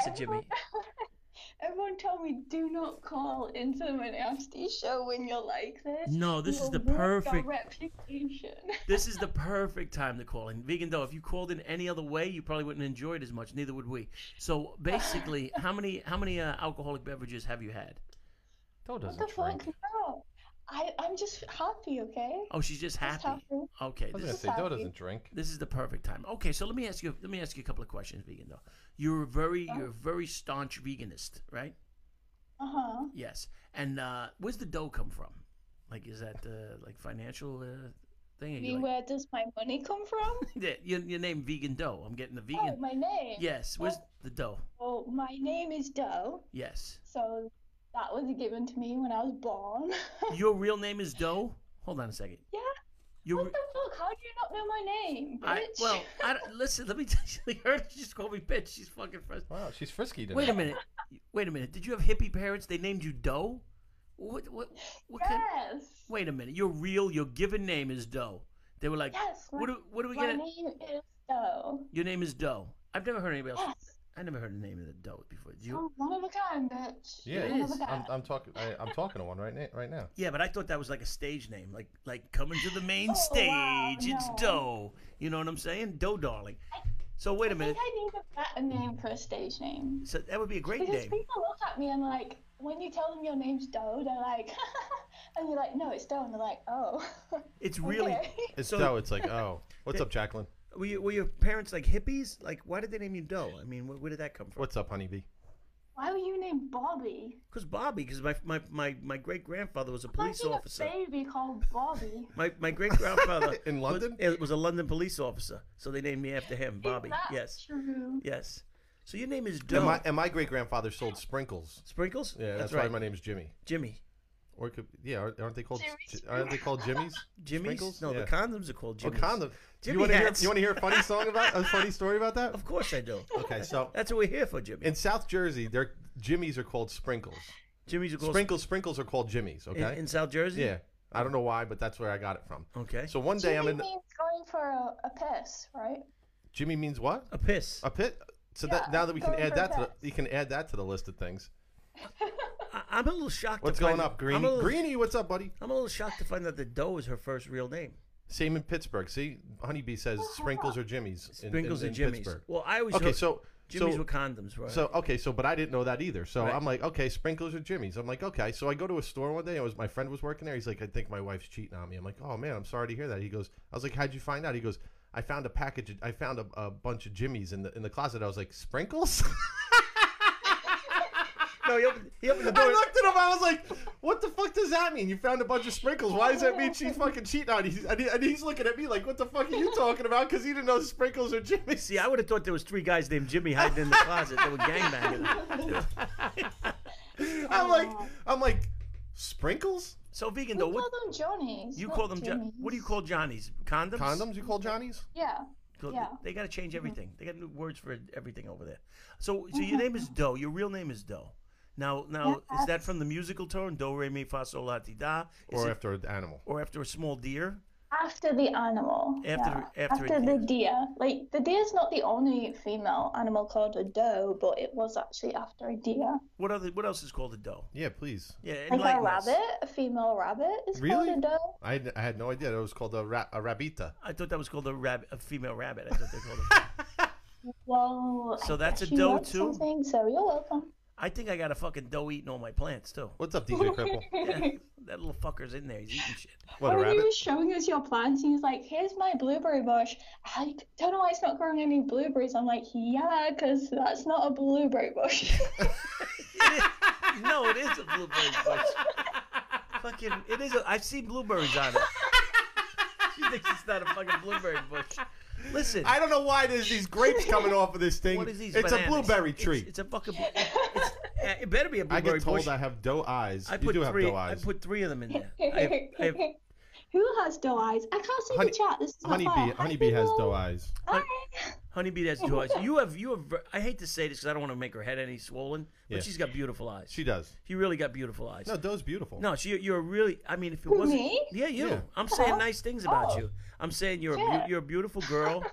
I said, Jimmy, Everyone told me do not call into the nasty show when you're like this. no, this is You'll the ruin your perfect. reputation. This is the perfect time to call in. Vegan though, if you called in any other way, you probably wouldn't enjoy it as much. Neither would we. So basically, how many how many uh, alcoholic beverages have you had? Doe What doesn't the drink. fuck? No, I I'm just happy, okay? Oh, she's just Just happy. happy. Okay, I was this gonna is, say Doe happy. doesn't drink. this is the perfect time. Okay, so let me ask you let me ask you a couple of questions, vegan though. You're a very Oh. you're a very staunch veganist, right? Uh huh. Yes. And uh, where's the dough come from? Like, is that uh, like financial uh, thing? Are you I mean, like- where does my money come from? Yeah, your, your name vegan dough. I'm getting the oh, vegan. my name. yes. Where's the dough? Well, my name is Doe, Yes. so that was given to me when I was born. Your real name is Doe. Hold on a second. yeah. Your What the fuck? How do you not know my name, bitch? I, well, I don't- listen. Let me tell you. Her just called me bitch. She's fucking frustrated. Wow, she's frisky today. Wait a minute. Wait a minute. Did you have hippie parents? They named you Doe. What? What? What? kind- yes. wait a minute. Your real, your given name is Doe. They were like, Yes. My, what? Do, what do we my get? name is Doe. Your name is Doe. I've never heard anybody else. Yes. Oh. I never heard the name of the dough before. Did you? I'm one of a kind, bitch. Yeah, It One of is. a I'm, kind. I'm talking. I, I'm talking to one right now. Right now. Yeah, but I thought that was like a stage name, like like coming to the main Oh, stage. wow, It's no. Doe. You know what I'm saying? Doe, darling. So wait a I minute. think I need a better name for a stage name. So that would be a great Because name. people look at me and like, when you tell them your name's Doe, they're like, and you're like, no, it's Doe, and they're like, oh. It's really. Okay. It's So- so, It's like, oh, what's up, Jacqueline? Were, you, were your parents like hippies? Like, why did they name you Doe? I mean, where, where did that come from? What's up, honeybee? Why were you named Bobby? Because Bobby, because my my, my, my great grandfather was a police Imagine officer. a baby called Bobby. My my great grandfather In London? was, it was a London police officer, so they named me after him, Bobby. Is that Yes, True. yes. So your name is Doe. And my, and my great grandfather sold sprinkles. Sprinkles? Yeah, that's, right. why my name's Jimmy. Jimmy. Or it could, yeah, aren't aren't they called? Jimmy's. Aren't they called Jimmys? Jimmy's? Sprinkles? No, yeah. the condoms are called Oh, Jimmy's. condom. Jimmy you want to hear? hats. You want to hear a funny song about a funny story about that? Of course I do. Okay, so That's what we're here for, Jimmy. in South Jersey, their Jimmys are called sprinkles. Jimmy's of course Sprinkles, sprinkles are called Jimmys. in, Okay. in South Jersey. yeah, I don't know why, but that's where I got it from. Okay. So one day Jimmy I'm in. means going for a, a piss, right? Jimmy means what? a piss. A pit. So that Yeah, now that we can going add for that to pets. the, you can add that to the list of things. I, I'm a little shocked. What's to find going out- up, Greeny? I'm a, little, Greeny, what's up, buddy? I'm a little shocked to find out that Doe is her first real name. Same in Pittsburgh. See, Honeybee says sprinkles or Jimmy's. in- in- Sprinkles in and Jimmy's. Pittsburgh. Well, I always Okay, heard so Jimmy's so, were condoms, right? so okay, so but I didn't know that either. So Right. I'm like, okay, sprinkles or Jimmy's. I'm like, okay. So I go to a store one day. I was my friend was working there. He's like, I think my wife's cheating on me. I'm like, oh man, I'm sorry to hear that. He goes, I was like, how'd you find out? He goes, I found a package. I found a, a bunch of Jimmy's in the in the closet. I was like, sprinkles. no, he opened, he opened the I door. looked at him. I was like, "What the fuck does that mean? You found a bunch of sprinkles. Why does that mean she's fucking cheating on you?" And, he- and he's looking at me like, "What the fuck are you talking about?" Because he didn't know sprinkles are Jimmy's. See, I would have thought there was three guys named Jimmy hiding in the closet that were gangbanging. I'm like, Oh. I'm like, sprinkles, So vegan We Doe, what call them Johnnies. you not call them? Jo- Jimmies. what do you call Johnny's condoms? condoms. You call Johnny's? Yeah. Go- Yeah. Mm-hmm. They got to change everything. They got new words for everything over there. So, so your name is Doe. Your real name is Doe. Now, now is that from the musical tone Do Re Mi Fa Sol La Ti Da? Is Or it- after an animal? or after a small deer? After the animal. After yeah. the- after it the deer. Like the deer's not the only female animal called a doe, but it was actually after a deer. What other? What else is called a doe? Yeah, please. Yeah, Like a enlighten us. rabbit, a female rabbit is Really? called a doe. I had, I had no idea. It was called a, ra- a rabita. I thought that was called a rabbit, a female rabbit. I thought they called. it. Well, So I that's guess a you doe learned too? Something, so you're welcome. I think I got a fucking doe eating all my plants too. What's up, DJ Cripple? That little fucker's in there. He's eating shit. What a When he rabbit? was showing us your plants, he's like, "Here's my blueberry bush. I don't know why it's not growing any blueberries." I'm like, "Yeah, because that's not a blueberry bush." No, it is a blueberry bush. fucking, it is. A, I've seen blueberries on it. She thinks it's not a fucking blueberry bush. Listen, I don't know why there's these grapes coming off of this thing. what is these? it's a bananas? blueberry It's- tree. It's, a fucking. It's, uh, it better be a I blueberry get told bush. I have doe eyes. I you put do have three. doe I eyes. put three of them in there. I have, I have, Who has doe eyes? I can't see Honey- the chat. This is not Honeybee, fair. Hi, honeybee has people. doe eyes. Hi. Honeybee, that's two eyes. You have, you have. ver- I hate to say this because I don't want to make her head any swollen, but Yeah. she's got beautiful eyes. She does. She really got beautiful eyes. No, Doe's beautiful. No, she, you're really. I mean, if it wasn't, Me? yeah, you. Yeah. I'm saying Oh. nice things about Oh. you. I'm saying you're a Yeah. beau- you're a beautiful girl,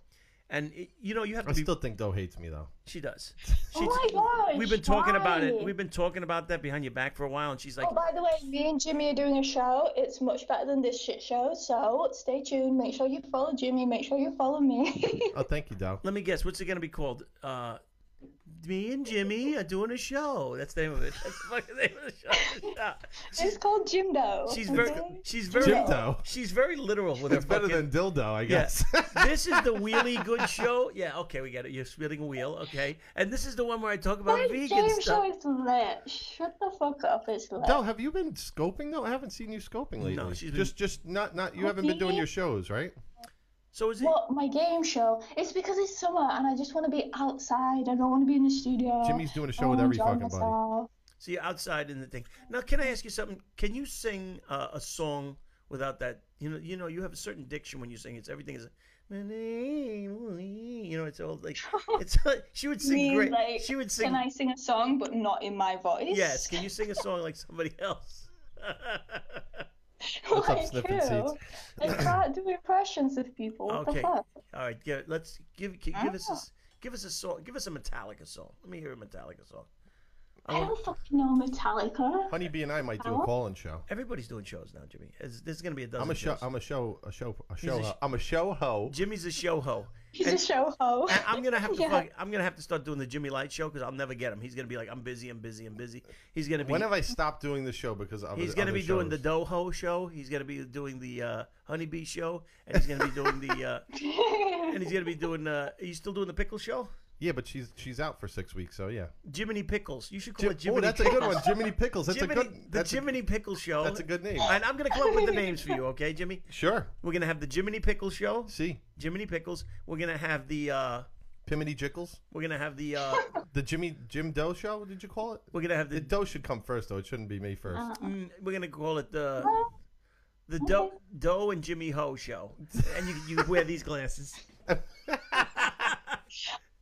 and it- you know you have I to be. still think Doe hates me though. she does. She, Oh my we've been talking about it. Why? We've been talking about that behind your back for a while, and she's like, Oh, by the way, me and Jimmy are doing a show. It's much better than this shit show. So stay tuned. Make sure you follow Jimmy. Make sure you follow me. Oh, thank you, Dal. "Let me guess, what's it gonna be called?" Uh, me and Jimmy are doing a show. That's the name of it. That's the fucking name of the show. it's called Jimdo. She's very, okay? she's very, Jimdo. she's very literal with her. It's better fucking- than dildo, I guess. Yes. this is the wheelie good show. Yeah, okay, we get it. You're spinning a wheel, okay. And this is the one where I talk about My vegan game stuff. show is lit. Shut the fuck up. It's lit. Del, have you been scoping though? I haven't seen you scoping lately. she's been- just just not not you haven't been doing your shows, right? So is it? Well, my game show. It's because it's summer and I just want to be outside. I don't want to be in the studio. Jimmy's doing a I show with wanna every enjoy fucking buddy. myself. So you're outside in the thing. Now, can I ask you something? Can you sing uh, a song without that? You know, you know, you have a certain diction when you sing. It's everything is. My name, will be-" you know, it's all like it's. she would sing Mean, great. like, she would Can sing. I sing a song but not in my voice? yes. Can you sing a song like somebody else? What's up, Like sniffing who? seats? I can't do impressions of people. What Okay. the fuck? all right. Give, let's give give, give us a, Ah. s- give us a song. Give us a Metallica song. Let me hear a Metallica song. Um, I don't fucking know Metallica. Honeybee and I might do a Hello? call-in show. Everybody's doing shows now, Jimmy. There's, there's going to be a dozen. I'm a show. shows. I'm a show. A show. A show. a ho- sh- I'm a show ho. Jimmy's a show ho. He's And- a show ho. I- I'm gonna have to Yeah. fuck, I'm gonna have to start doing the Jimmy Light show because I'll never get him. He's gonna be like, I'm busy, I'm busy, I'm busy. He's gonna be When have I stopped doing the show because of he's other- gonna other be doing the shows? Doho show. He's gonna be doing the uh, Honeybee show, and he's gonna be doing the uh, and he's gonna be doing. Uh, are you still doing the pickle show? Yeah, but she's she's out for six weeks, so yeah. Jiminy Pickles. You should call Jim, it oh, Jiminy. that's a Pickles. good one, Jiminy Pickles. That's Jiminy, a good. the That's a, Jiminy Pickle show. that's a good name. And I'm gonna come up with the names for you, okay, Jimmy? Sure. We're gonna have the Jiminy Pickle show. See, Jiminy Pickles. We're gonna have the. Uh, Pimini Jickles, we're gonna have the. Uh, the Jimmy Jim Doe show. What did you call it? we're gonna have the The Doe should come first, though. It shouldn't be me Uh, first. Mm, we're gonna call it the Well, the Doe Doe and Jimmy Ho show, and you you wear these glasses.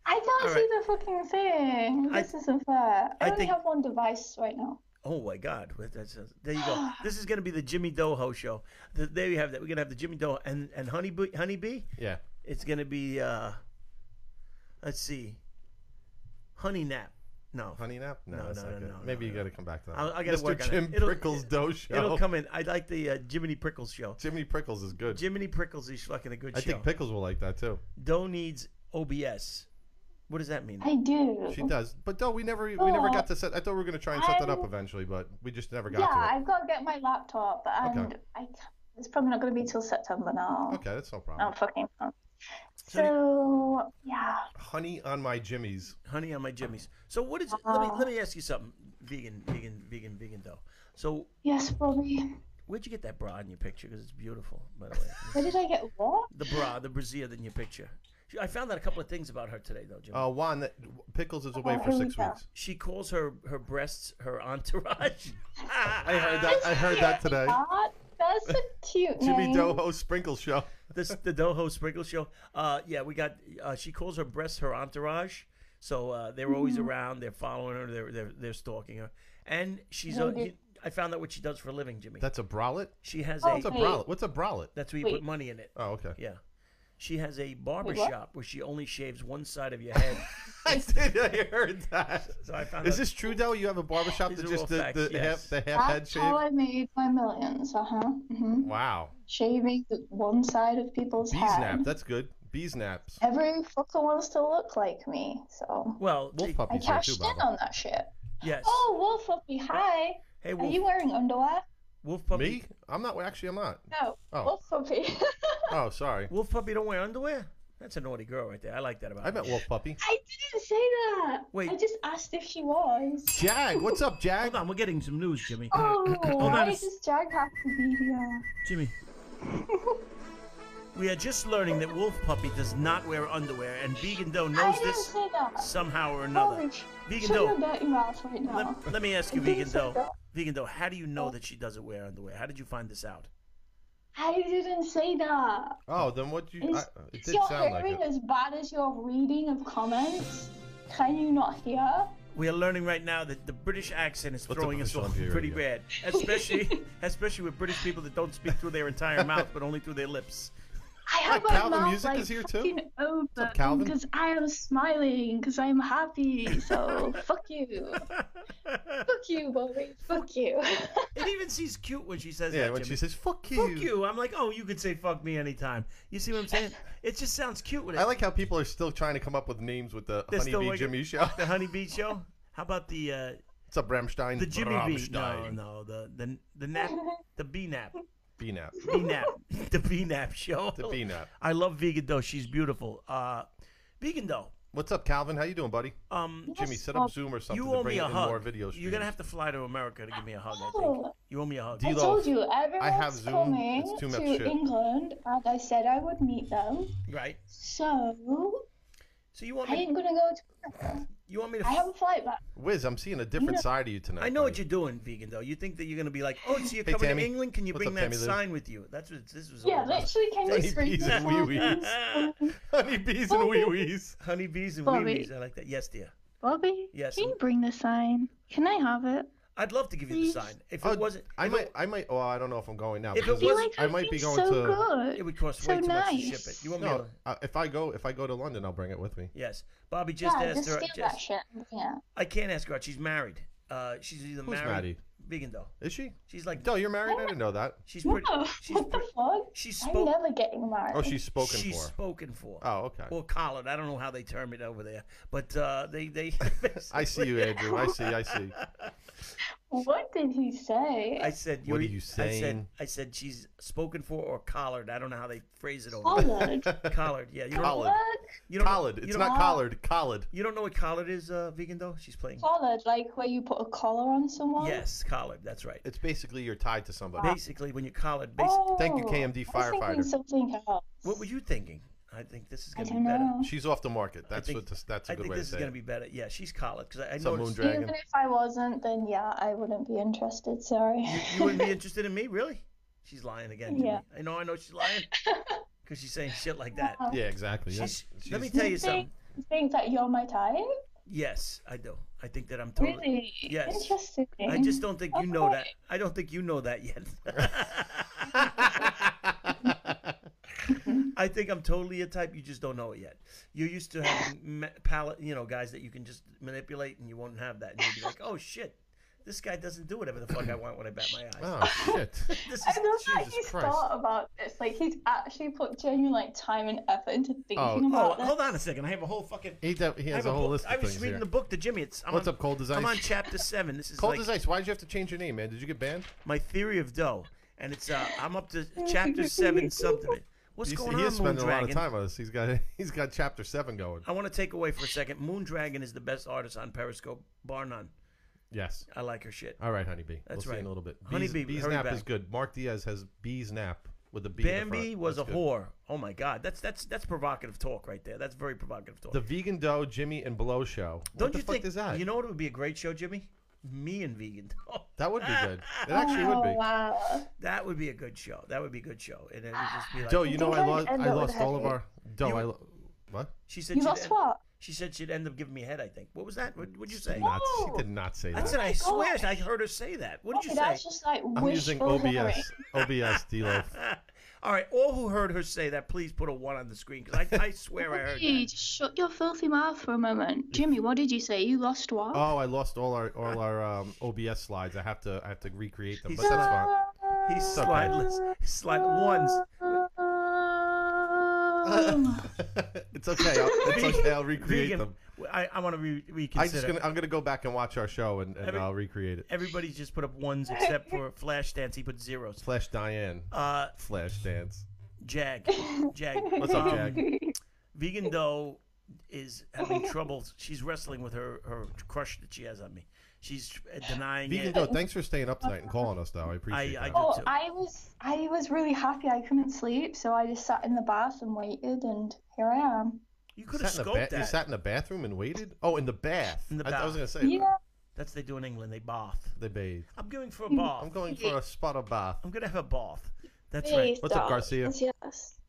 I can't All see the fucking thing. I- This isn't fair. I, I only think- have one device right now. Oh my God! what That's, there you go. This is gonna be the Jimmy Doe Ho show. The, there you have that. We're gonna have the Jimmy Doe and and Honeybee Honeybee. Yeah. It's gonna be uh, let's see, Honey Nap. No, Honey Nap? No, No, no, that's not no, good. no, no, Maybe you no. got to come back to that. I'll- I gotta Mr. work on it. Jim It'll- Prickles Doe show. it'll come in. I like the uh, Jiminy Prickles show. Jimmy Prickles is good. Jiminy Prickles is fucking a good I show. think Pickles will like that too. Doe needs OBS. What does that mean? I do. She does, but Doe, we never we never Oh. got to set. I thought we were gonna try and set that up I- eventually, but we just never got yeah, to it. I've got to get my laptop, and Okay. I can't, it's probably not going to be till September now. Okay, that's no problem. I'm fucking. pumped. So do you- So yeah, Honey on my Jimmy's. honey on my jimmies. So what is? Let me let me ask you something. Vegan, vegan, vegan, vegan dough. So yes, Bobby. where'd you get that bra in your picture? Because it's beautiful, by the way. Where did I get what? the bra, the brassiere in your picture. She- I found out a couple of things about her today, though, Jim. Uh, Juan, that, Pickles is away Oh, for here we six go. weeks. She calls her her breasts her entourage. I heard that. I heard that today. That that's a cute Jimmy name. Doho Sprinkle Show. this the Doho Sprinkle Show. Uh, yeah, we got. Uh, she calls her breasts her entourage. So uh, they're always Mm-hmm. around. They're following her. They're they're, they're stalking her. And she's. Uh, Maybe- I found out what she does for a living, Jimmy. That's a bralette. She has a. Oh, What's a Wait. bralette? What's a bralette? That's where you put Wait. money in it. Oh, okay. Yeah. She has a barber Wait, what? shop where she only shaves one side of your head. I did. I heard that. so I found Is out this true, Doe? You have a barbershop These that are all just the, facts, the yes. half the half head That's shave. how I made my millions. Uh huh. hmm Wow. Shaving the one side of people's Bees head. nap. That's good. Bees naps. Every fucker wants to look like me, so well, Wolf it- I puppies are too, cashed in Baba. on that shit. yes. Oh, Wolf Puppy, hi. hey, Are Wolf, you wearing underwear? Wolf Puppy. Me? I'm not. Actually, I'm not. No, Oh. Wolf Puppy. Oh, sorry. Wolf Puppy don't wear underwear? That's a naughty girl right there. I like that about I her. met Wolf Puppy. I didn't say that. Wait. I just asked if she was. Jag, what's up, Jag? Hold on, we're getting some news, Jimmy. Oh, on why a does Jag have to be here? Jimmy. we are just learning that Wolf Puppy does not wear underwear, and Vegan Doe I knows didn't this say that. somehow or Holy another. sh- Vegan Shut your Doe, dirty mouth right now. let, let me ask you, I think Vegan so, Doe. though. Vegan Doe, how do you know that she doesn't wear underwear? How did you find this out? I didn't say that. Oh, then what you? Is, I, it is did your sound like hearing it. as bad as your reading of comments? Can you not hear? We are learning right now that the British accent is What's throwing up, us British off Olympia pretty Radio? bad, especially especially with British people that don't speak through their entire mouth but only through their lips. I have Hi, my Calvin, mouth music like is here too? fucking up, Calvin? because I am smiling because I'm happy. So fuck you, fuck you, Bobby, fuck you. It even seems cute when she says Yeah, that. when Jimmy. she says "fuck you," fuck you, I'm like, oh, you could say fuck me anytime. You see what I'm saying? It just sounds cute with it. I like how people are still trying to come up with names with the They're still Honeybee like- Jimmy show. the Honey Bee Show. How about the uh, What's up, Ramstein? the Jimmy Bee? No, Rammstein. no, the the the nap, the B nap, B-nap. B nap, the B nap show. The B-nap. I love Vegan Dough. She's beautiful. Uh, Vegan Dough. What's up, Calvin? How you doing, buddy? Um, Jimmy, Yes, set up Bob. Zoom or something you to owe bring me a in hug. more video streams. You're gonna have to fly to America to give me a hug. I think Oh. you owe me a hug. I D-Lo, told you, everyone's have Zoom. coming It's too much to shit. England, and I said I would meet them. Right. So So you want I me? ain't gonna go to. America. You want me to? I have a flight back. Wiz, I'm seeing a different know- side of you tonight. I know what buddy. you're doing, Vegan Dough. You think that you're gonna be like, oh, so you're Hey, coming Tammy. to England? Can you What's bring up, that Tammy Lou? sign with you? That's what this was. Yeah, all about. literally, can you Honey scream bees for and wee wees. Calvin? honeybees Oh. and wee wees. Honeybees and Bobby. weebies. I like that. Yes, dear. Bobby, Yes, can I'm- you bring the sign? Can I have it? I'd love to give you the Please. sign. If Oh, it wasn't, I if might, It, I might. Well, I don't know if I'm going now. If it because was- feel like I might be going so to. good. it would cost So way too much to ship nice. it. You want me? No, To, uh, if I go, if I go to London, I'll bring it with me. yes. Bobby just yeah, asked just her. steal that Just, shit. Yeah. I can't ask her out. She's married. Uh, she's either Who's married. Maddie? Vegan Dough. Is she? She's like. No, you're married. I didn't know that. She's No, pretty. She's what the pretty. fuck? She's I'm spoken. never getting married. Oh, she's spoken she's for. spoken for. Oh, okay. Or collared. I don't know how they term it over there, but uh, they they. I see you, Andrew. I see. I see. What did he say? I said. What you're- are you I said. saying? I said she's spoken for or collared. I don't know how they phrase it Oh. over. there. Collared. collared. Yeah. You don't, Collared. What? You don't. Collard. You It's don't- not collared. Collard. You don't know what collared is, uh, vegan though. She's playing. Collared, like where you put a collar on someone? Yes, collared. That's right. It's basically you're tied to somebody. Basically, when you're collared, basi- Oh, Thank you, KMD I was thinking firefighter. something else. what were you thinking? I think this is I gonna don't be better. know. She's off the market. That's think- what. This, that's a I good think way to this is say. gonna it. be better. Yeah, she's collared because I, I Some noticed Moondragon. Even if I wasn't, then yeah, I wouldn't be interested. Sorry. you wouldn't be interested in me, really. She's lying again. Jimmy. Yeah. I know. I know she's lying because she's saying shit like that. Wow. Yeah, exactly. Yeah. She's, let me She's- tell you You something. think, you think that you're my type? Yes, I do. I think that I'm totally. Really? Yes. Interesting. I just don't think you know that. Okay. I don't think you know that yet. I think I'm totally a type. You just don't know it yet. You're used to having ma- palette, you know, guys that you can just manipulate, and you won't have that. And you'll be like, "Oh shit, this guy doesn't do whatever the fuck I want when I bat my eyes." Oh shit. This is I love that Jesus he's Christ. thought about this. Like he's actually put genuine like time and effort into thinking Oh, oh, about this. hold on a second. I have a whole fucking. He, de- he I has have a whole book. list I of was things reading here. the book to Jimmy. It's I'm What's on, up, Cold as I'm on Ice? chapter seven. This is Cold like as ice. Why'd you have to change your name, man? Did you get banned? my theory of dough, and it's uh, I'm up to chapter seven something. What's He's, going he on, is spending a lot of Moondragon? time on this. He's got he's got chapter seven going. I want to take away for a second. Moondragon is the best artist on Periscope, bar none. Yes. I like her shit. All right, honeybee. That's we'll see you in right. a little bit. Honeybee, bees, bees hurry nap back. is good. Mark Diaz has bees nap with a B. in the Bambi front. was That's a good. whore. Oh my god, that's that's that's provocative talk right there. That's very provocative talk. The vegan dough, Jimmy and Blow show. Don't what the you fuck think? is that? You know what would be a great show, Jimmy? Me and vegan. Dough. that would Ah, be good. It actually would Oh be. wow. that would be a good show. That would be a good show. And it would just be like. Dough, you know think I I'd lost. end I up with lost a all of headache. our dough. You- I lo- what? she said You she'd lost end- what? She said she'd end up giving me a head. I think. What was that? What would you She say? did not, she No. did not say I that. said. I Oh my swear. God. I heard her say that. What did Okay, you say? that's just like I'm using wishful hearing. OBS. OBS, D-Lo. All right, all who heard her say that, please put a one on the screen because I, I swear I heard Hey, that. just shut your filthy mouth for a moment, Jimmy. What did you say? You lost what? Oh, I lost all our all our um, OBS slides. I have to I have to recreate them, He's but that's fine. He's okay. slideless. Slide ones. it's okay. I'll, it's okay. I'll recreate Vegan. them. I, I want to re- I just reconsider. gonna I'm gonna go back and watch our show and, and Every- I'll recreate it. Everybody just put up ones except for Flashdance. He put zeros. Flash Diane. Uh, Flash dance. Jag. Jag. What's up, Um, Jag? Vegan Doe is having trouble. She's wrestling with her, her crush that she has on me. She's uh, denying Vegan it. Doe, thanks for staying up tonight and calling us though. I appreciate I- that. I- Oh, too. I was I was really happy. I couldn't sleep, so I just sat in the bath and waited, and here I am. You could have sat in the ba- scoped you that. sat in the bathroom and waited? Oh, in the bath. In the I, I was bath. gonna say Yeah. That's what they do in England. They bath. they bathe. I'm going for a bath. Hmm, I'm going for a spot of bath. I'm going to have a bath. That's Hey, right. What's up, stop. Garcia? Yes.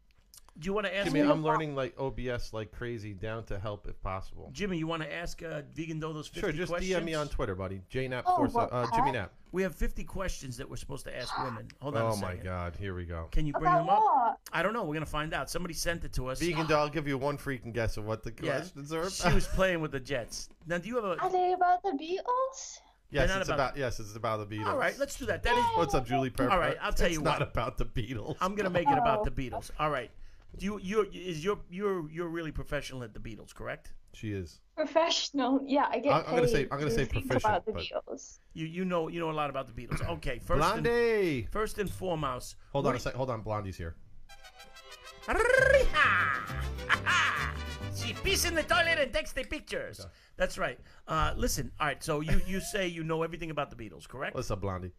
Do you want to ask Jimmy, me? I'm learning like OBS like crazy, down to help if possible. Jimmy, you want to ask uh, Vegan Dodo's 50 Sure, just questions? DM me on Twitter, buddy. JNap Oh, Force, what uh, the Jimmy heck? Nap. We have 50 questions that we're supposed to ask women. Hold on a Oh second. my God, here we go. Can you bring About them up? what? I don't know. We're going to find out. Somebody sent it to us. Vegan doll, I'll give you one freaking guess of what the Yeah. questions are. She was playing with the Jets. Now, do you have Are a. they about the Beatles? yes, not it's about- about, yes, it's about the Beatles. All right, let's do that. That is. What's up, Julie? Pepper? All right, I'll tell it's you not what. about the Beatles. I'm gonna make it about the Beatles. All right. Do you you is your you're you're really professional at the Beatles, correct? She is. Professional. Yeah, I get I'm- I'm gonna say- paid I'm gonna to say think proficient, about the but- Beatles. You you know you know a lot about the Beatles. Okay, first and, Blondie. first and foremost. Hold on a what- sec. Hold on, Blondie's here. She pees in the toilet and takes the pictures. That's right. Uh, listen, all right. So you you say you know everything about the Beatles, correct? What's up, Blondie?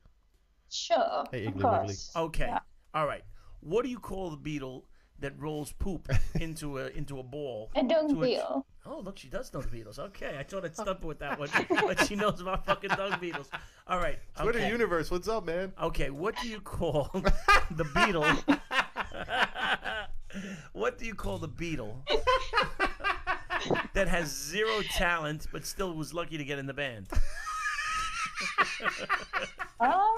Sure. Hey, of Iggly Wiggly. course. Okay. Yeah. All right. What do you call the beetle that rolls poop into a into a ball? A dung to beetle. Oh, look, she does know the Beatles. Okay, I thought I'd stump with that one, but she knows about fucking dog Beatles. All right. Twitter okay. universe. What's up, man? Okay, what do you call the beetle? what do you call the beetle that has zero talent but still was lucky to get in the band? Um,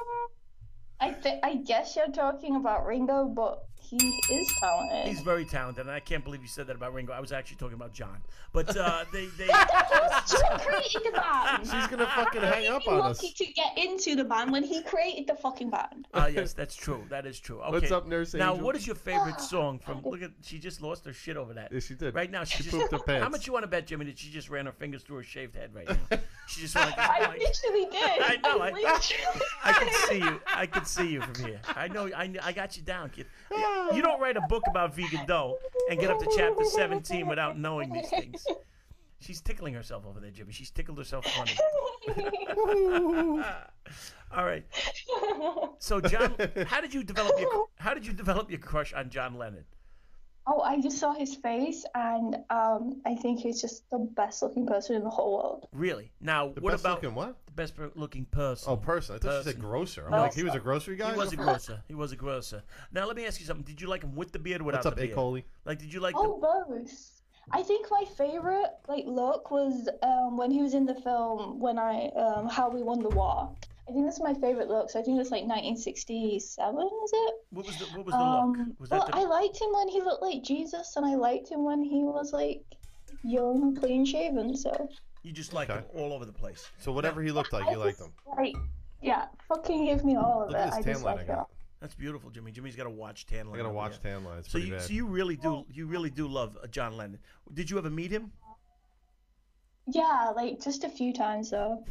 I th- I guess you're talking about Ringo, but he is talented. He's very talented, and I can't believe you said that about Ringo. I was actually talking about John, but uh, they they He created the band. She's gonna fucking hang up He on us. lucky to get into the band when he created the fucking band. uh, yes, that's true. That is true. Okay. What's up, Nurse Now, Angel? what is your favorite song from? Look at she just lost her shit over that. Yeah, she did. Right now, she, She just, pooped her pants. How much you want to bet, Jimmy, that she just ran her fingers through her shaved head right now? She just went like, oh, I my- literally did. I know, I- literally I can see you. I can see you from here. I know. I, kn- I got you down, kid. Ah! You- You don't write a book about vegan dough and get up to chapter 17 without knowing these things. She's tickling herself over there, Jimmy. She's tickled herself funny. Ah. All right. So, John, how did you develop your how did you develop your crush on John Lennon? oh, I just saw his face, and um, I think he's just the best looking person in the whole world. Really? Now, The what best about looking what? the best per- looking person? Oh, person. I thought she Person. said grocer. I'm No. like, he was a grocery guy. he was a What the grocer. He was a grocer. Now, let me ask you something. Did you like him with the beard or fuck? without What's up, the A. beard? Coley? Like, did you like Oh, both. I think my favorite like look was um, when he was in the film when I um, how we won the war. I think that's my favorite look. So I think that's like 1967, was it? the what was the what was the Um, look? Was well, that the I liked him when he looked like Jesus, and I liked him when he was like young, clean shaven. So You just like Okay. them all over the place. So whatever he looked like, I you liked him. just, Like, yeah, fucking give me all of Look at it. this I tan just line I like it. got. That's beautiful, Jimmy. Jimmy's got a watch tan line. I gotta over watch here. tan lines. It's So pretty you, bad. so you really do you really do love uh, John Lennon. Did you ever meet him? Yeah, like just a few times though.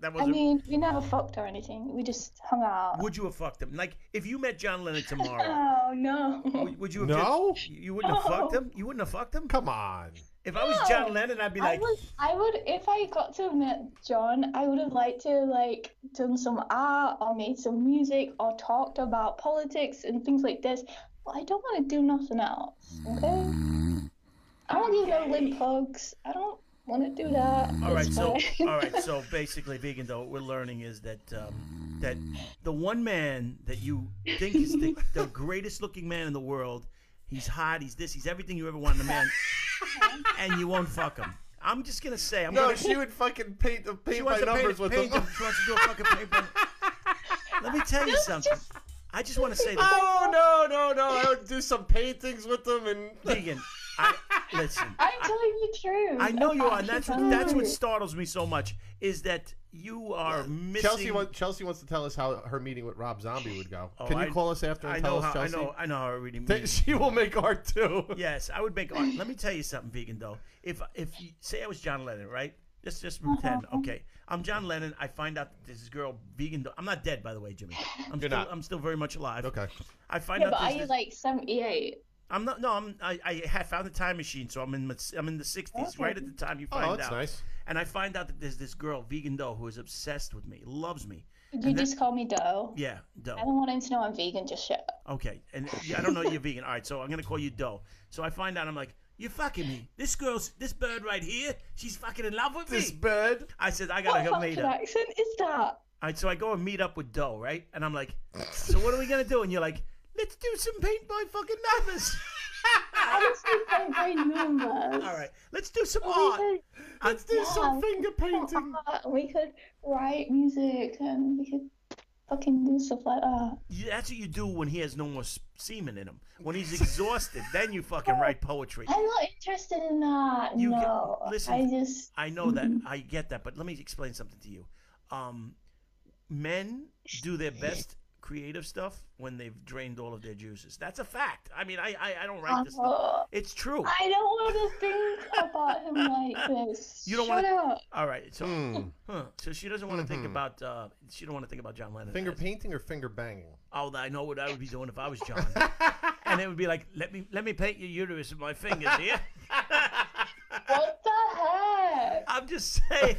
That I wasn't. mean, we never fucked or anything. We just hung out. would you have fucked him? Like if you met John Lennon tomorrow, Oh no. would, would you have? No? just- you wouldn't have fucked him. You wouldn't have fucked him. Come on. If I was No. John Lennon, I'd be I like, would, I would, if I got to meet John, I would have liked to like done some art or made some music or talked about politics and things like this. But I don't want to do nothing else. Okay. I don't give no limp hugs. I don't want to do that. all right, It's so fine. all right, so basically, vegan though, what we're learning is that um, that the one man that you think is the, the greatest looking man in the world, he's hot, he's this, he's everything you ever want in a man, and you won't fuck him. I'm just gonna say, I'm No, gonna she would fucking paint the paint She by wants to numbers paint, with paint them. them. She wants to do a fucking paint by- Let me tell you something. I just want to say this, Oh no, no, no! I would do some paintings with them and. Deegan. I listen. I'm telling you true. I know you are, and that's what that's what True. startles me so much is that you are missing. Chelsea wants Chelsea wants to tell us how her meeting with Rob Zombie would go. Oh, Can you I- call us after and I tell know us, how I Chelsea? know I know how I really Th- mean. She will make art too. Yes, I would make art. Let me tell you something, vegan though. If if you, say I was John Lennon, right? Let's just Uh-huh. pretend. Okay, I'm John Lennon. I find out that this girl vegan. Dough. I'm not dead, by the way, Jimmy. I'm still not. I'm still very much alive. Okay. I find Yeah, out. but this- are you this- like 78? I'm not. No, I'm. I, I have found the time machine, so I'm in. the- I'm in the '60s, Okay. right at the time you find Oh, that's out. nice. And I find out that there's this girl, vegan dough, who is obsessed with me, loves me. Could you just call me Doe? Yeah, I dough. don't want him to know I'm vegan just yet. Okay, and yeah, I don't know you're vegan. All right, so I'm gonna call you dough. So I find out. I'm like, you're fucking me. This girl's, this bird right here, she's fucking in love with This me. bird. I said I What gotta go meet Oh, fucking her. All accent is that? right, so I go and meet up with dough, right? And I'm like, so what are we gonna do? And you're like, Let's do some paint by fucking numbers. Honestly, paint by numbers. All right, let's do some We art. could- Let's do Yeah. some finger painting. art, We could write music and we could fucking do stuff like that. You- That's what you do when he has no more s- semen in him. When he's exhausted, then you fucking write poetry. I'm not interested in that. You get- no, listen, I just I know that. Mm-hmm. I get that. But let me explain something to you. Um, men do their best creative stuff when they've drained all of their juices. That's a fact. I mean, I I, I don't write this. Stuff. Oh, It's true. I don't want to think about him like this. You don't Shut wanna- up. All right. Mm. So, Hmm. huh, so she doesn't want to Mm-hmm. think Mhm. about. Uh, she don't want to think about John Lennon. Finger as- painting or finger banging? Oh, I know what I would be doing if I was John. and it would be like, let me let me paint your uterus with my fingers here. What the heck? I'm just saying.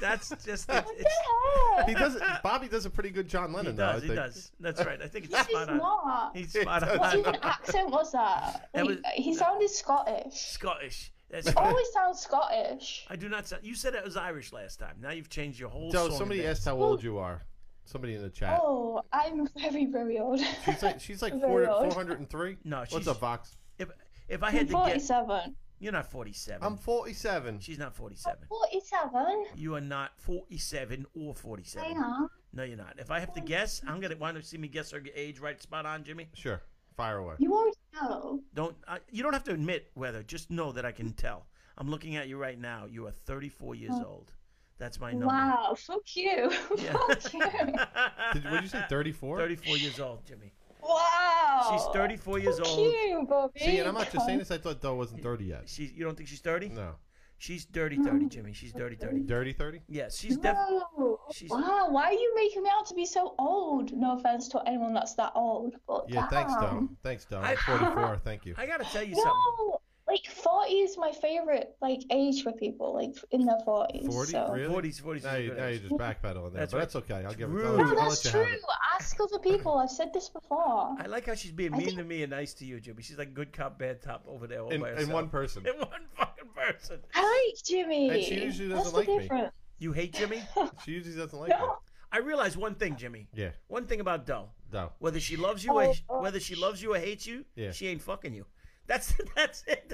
That's just it, What it's, the he heck? does. Bobby does a pretty good John he Lennon. though, I does. He think. does. That's right. I think it's He's spot on. not. He's He spot does. What on. even accent was that? That Like, was- he sounded Scottish. Scottish. That's right. Always sounds Scottish. I do not. Sound, you said it was Irish last time. Now you've changed your whole. So song somebody there. asked how old you are. Somebody in the chat. Oh, I'm very, very old. She's like she's like Very four old. four hundred and three. No, she's- what's up, Vox? If if I I'm had to guess, 47. you're not 47. I'm forty seven. She's not 47. 47? You are not 47 or Hang 47. on. No, you're not. If I have to guess, I'm gonna want to see me guess her age right spot on, Jimmy. Sure, fire away. You already know. Don't I, you don't have to admit whether. Just know that I can tell. I'm looking at you right now. You are 34 years old. That's my number. Oh. Wow, fuck you. Yeah. fuck you. Did what did you say? Thirty four. 34 years old, Jimmy. Wow. She's 34 years fuck old. you, Bobby. See, and I'm not just saying this. I thought Doe wasn't thirty yet. She, you don't think she's 30? No, She's dirty 30, Jimmy. She's dirty 30. dirty thirty. Yes, she's def- No. she's- Wow, why are you making me out to be so old? No offense to anyone that's that old, but Yeah, thanks, Doe. damn. Thanks, Doe. I- I'm forty four. Thank you. I gotta tell you something. No, like 40 is my favorite like age for people, like in their 40s. 40? so. Really? 40s, 40s. is Now, a you, good now age. you're just backpedaling there, That's but right. that's okay. I'll give it. Rude. I'll, No, No, I'll Oh, that's let you have true. it. Ask other people. I've said this before. I like how she's being I mean think- to me and nice to you, Jimmy. She's like good cop, bad cop over there all In, by herself. in one person. in one fucking person. I like Jimmy. And she usually What's doesn't the like me. difference? You hate Jimmy? She usually doesn't like No. I realize one thing, Jimmy. me. Yeah, One thing about Doe. Doe. Whether she loves you or Oh, whether she loves you or hates you, Yeah. she ain't fucking you. That's that's it.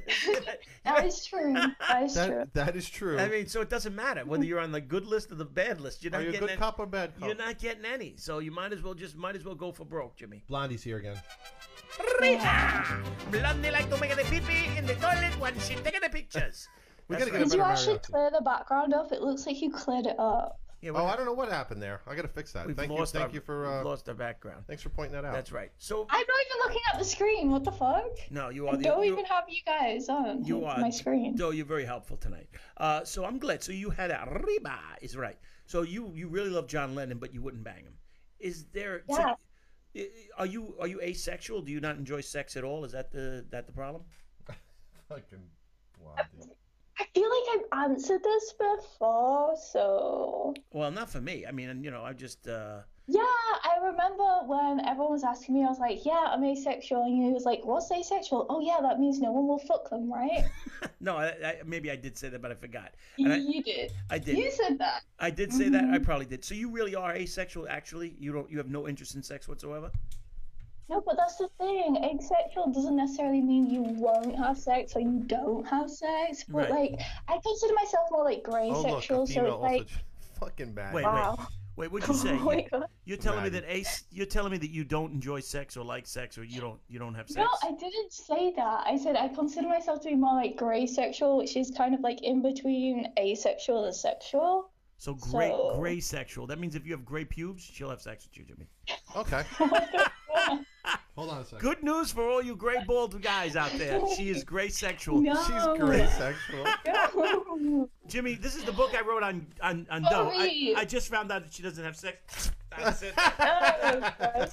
That is true. That is true. That that is true. I mean, so it doesn't matter whether you're on the good list or the bad list. You're Are not you a getting good any, cop or bad cop? You're not getting any. So you might as well just might as well go for broke, Jimmy. Blondie's here again. Rita! Blondie like to make the pee pee in the toilet when she taking the pictures. We That's gotta get right. a Did you better actually mariachi. clear the background up? It looks like you cleared it up. Yeah, Oh, I don't know what happened there. I gotta fix that. we've Thank you. lost Thank our, you for we've uh, lost our background. thanks for pointing that out. That's right. So I'm not even looking at the screen. What the fuck? no, you I are Oh, the don't you, even have you guys on you are my screen. Though you're very helpful tonight. Uh, so I'm glad. So you had a riba is right. So you you really love John Lennon, but you wouldn't bang him. Is there? so Yeah. i- are you are you asexual? Do you not enjoy sex at all? Is that the that the problem? Fucking Blondie. I feel like I've answered this before, so Well, not for me. I mean, and, you know, I just uh, Yeah, I remember when everyone was asking me, I was like, yeah, I'm asexual. And you was like, what's asexual? Oh, yeah, that means no one will fuck them, right? no. I, I, maybe I did say that, but I forgot. And I- you did. I did. You said that. I did say that. Mm-hmm. I probably did. So you really are asexual. Actually, you don't. You have no interest in sex whatsoever. No, but that's the thing. Asexual doesn't necessarily mean you won't have sex or you don't have sex. But, Right. like, I consider myself more like gray Oh look, sexual. a So female it's also like, j- fucking bad. Wait, wow. Wait, what'd you say? Oh my God. You're telling me that Imagine. ace. You're telling me that you don't enjoy sex or like sex or you don't. You don't have sex. No, I didn't say that. I said I consider myself to be more like gray sexual, which is kind of like in between asexual and sexual. so gray, so- gray sexual. That means if you have gray pubes, she'll have sex with you, Jimmy. Okay. Hold on a second. Good news for all you gray bald guys out there. She is gray sexual. No. She's great sexual. No. Jimmy, this is the book I wrote on on Oh, on Doe. I, Sorry. I just found out that she doesn't have sex. That's it.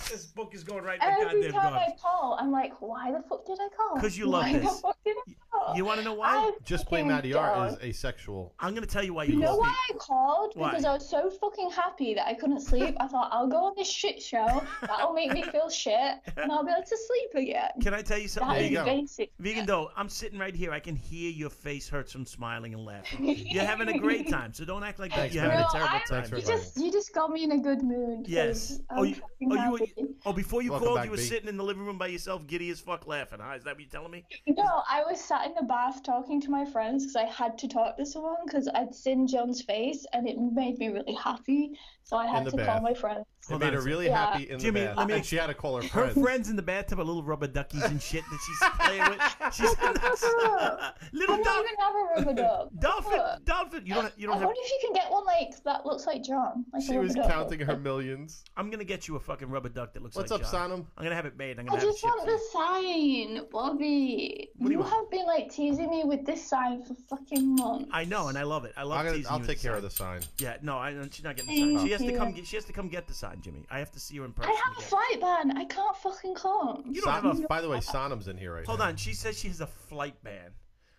this book is going right in the Every goddamn time garbage. I call, I'm like, why the fuck did I call? 'Cause you love why The this. fuck did I call? You want to know why? I'm Just play fucking Matty R done. is asexual. I'm gonna tell you why you You know called me. why I called? Why? Because I was so fucking happy that I couldn't sleep. I thought I'll go on this shit show. That'll make me feel shit, and I'll be able to sleep again. Can I tell you something? That you is go. basic. Vegan though, I'm sitting right here. I can hear your face hurts from smiling and laughing. You're having a great time, so don't act like that Thanks, you're having No, a terrible I- time. Thanks for You just you just got me in a good mood. food. 'cause Yes. I'm Oh, you- fucking oh, you were- happy. Oh, before you Welcome called, back, you were B. sitting in the living room by yourself, giddy as fuck, laughing. Huh? Is that what you're telling me? No, I was sat in the bath talking to my friends because I had to talk to someone because I'd seen Joan's face and it made me really happy. So I had the to bath. call my friends. It Hold made on a her second. really Yeah. happy in Jimmy, the bath, let me- and she had to call her Her friends. friends in the bathtub are little rubber duckies and shit that she's playing with. She's little I don't dolphin, even have a rubber dog. dolphin, Look, dolphin. You don't, you I don't have. wonder if you can get one like that looks like John. Like a She was rubber duck. counting her millions. I'm gonna get you a fucking rubber duck that looks What's like up, John. Sonam? I'm gonna have it made. I'm I gonna have it just want shipped. to you. the sign, Bobby. What do you you want? have been like teasing me with this sign for fucking months. I know, and I love it. I love I'm gonna, teasing I'll you take with care of sign. the sign. Yeah, no, I, she's not getting the sign. Thank She has to you. come. Get, she has to come get the sign, Jimmy. I have to see her in I person. have a again. flight ban. I can't fucking come. You don't have Son- a- By the way, Sonam's in here right Hold now. on. She says she has a flight ban.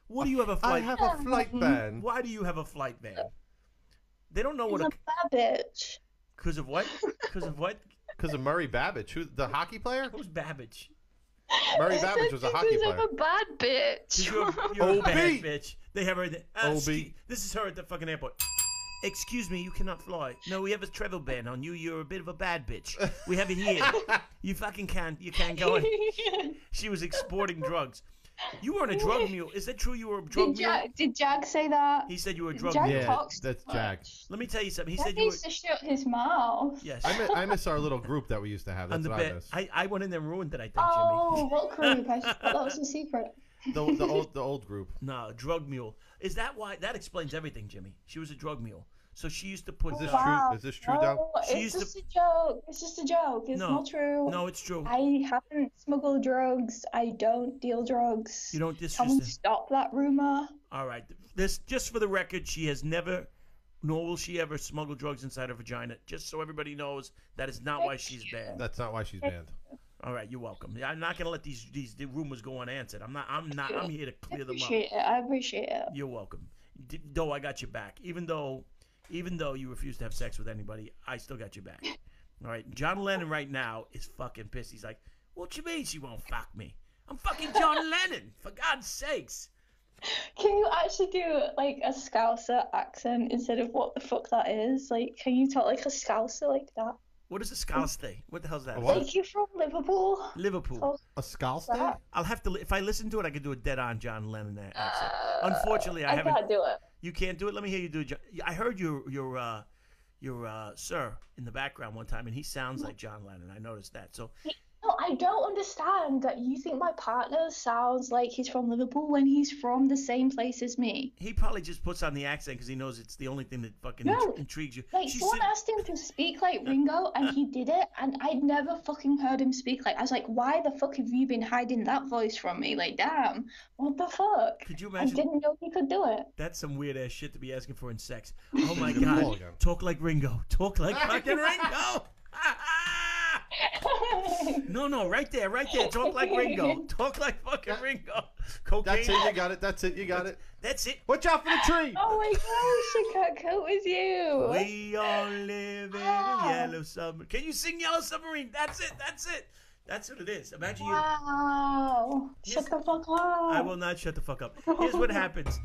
What do you have a I flight? have a Mm-hmm. flight ban. Why do you have a flight ban? They don't know I'm what a a bad bitch. because of what because of what Because of Murray Babbage, who the hockey player? who's Babbage. Murray Babbage was a hockey Because player. I'm a bad bitch. She's your, your OB. bad bitch. They have her. in the- Uh, OB. excuse- This is her at the fucking airport. Excuse me, you cannot fly. No, we have a travel ban on you. You're a bit of a bad bitch. We have it here. you fucking can't. You can't go in. She was exporting drugs. You weren't a drug mule. Is that true? You were a drug did mule. Jack? Did Jack say that? He said you were a drug Jack mule. Yeah, talks too that's much. Jack. Let me tell you something. He Jack said you were. needs to shut his mouth. Yes. I miss, I miss our little group that we used to have. on That's the what I bed. miss. I, I went in there and ruined it. I think, Oh, Jimmy. what creep? I thought that was a secret. The, the old the old group. No, drug mule. Is that why? That explains everything, Jimmy. She was a drug mule. So she used to put. Is this uh, Wow. true? Is this true, Dom? No, She it's used to- just a joke. It's just a joke. It's No, not true. No, it's true. I haven't smuggled drugs. I don't deal drugs. You don't Someone disrespect. stop that rumor. All right. This just for the record, she has never, nor will she ever smuggle drugs inside her vagina. Just so everybody knows, that is not why she's banned. That's not why she's banned. All right, you're welcome. I'm not gonna let these these the rumors go unanswered. I'm not. I'm not. I'm here to I clear them up. appreciate it. I appreciate it. You're welcome. D- though I got your back, even though, even though you refuse to have sex with anybody, I still got your back. All right, John Lennon right now is fucking pissed. He's like, "What you mean she won't fuck me? I'm fucking John Lennon, for God's sakes!" Can you actually do like a Scouser accent instead of what the fuck that is? Like, can you talk like a Scouser like that? What is a Scouse thing? What the hell's that? A what? Like you from Liverpool? Liverpool. Oh, A skull that? I'll have to li- if I listen to it, I could do a dead on John Lennon a- accent. Unfortunately, I, Uh, I haven't. can't do it. You can't do it. Let me hear you do it. Jo- I heard your your uh, your uh, sir in the background one time, and he sounds like John Lennon. I noticed that. So No, I don't understand that you think my partner sounds like he's from Liverpool when he's from the same place as me. he probably just puts on the accent because he knows it's the only thing that fucking No. int- intrigues you. Like She's someone sit- asked him to speak like Ringo and he did it and I'd never fucking heard him speak like I was like, why the fuck have you been hiding that voice from me? Like damn, what the fuck? could you I imagine? didn't know he could do it. That's some weird ass shit to be asking for in sex. Oh my Give him a call god! again. Talk like Ringo. Talk like fucking Ringo. no, no, right there, right there. Talk like Ringo. Talk like fucking Ringo. Cocaine. That's it. You got it. That's it. You got it. That's it. Watch out for the tree. oh my gosh, I can't cope with you. We all live in a Ah. yellow submarine. Can you sing Yellow Submarine? That's it. That's it. That's what it is. Imagine you. Wow. Yes. Shut the fuck up. I I will not shut the fuck up. Here's what happens.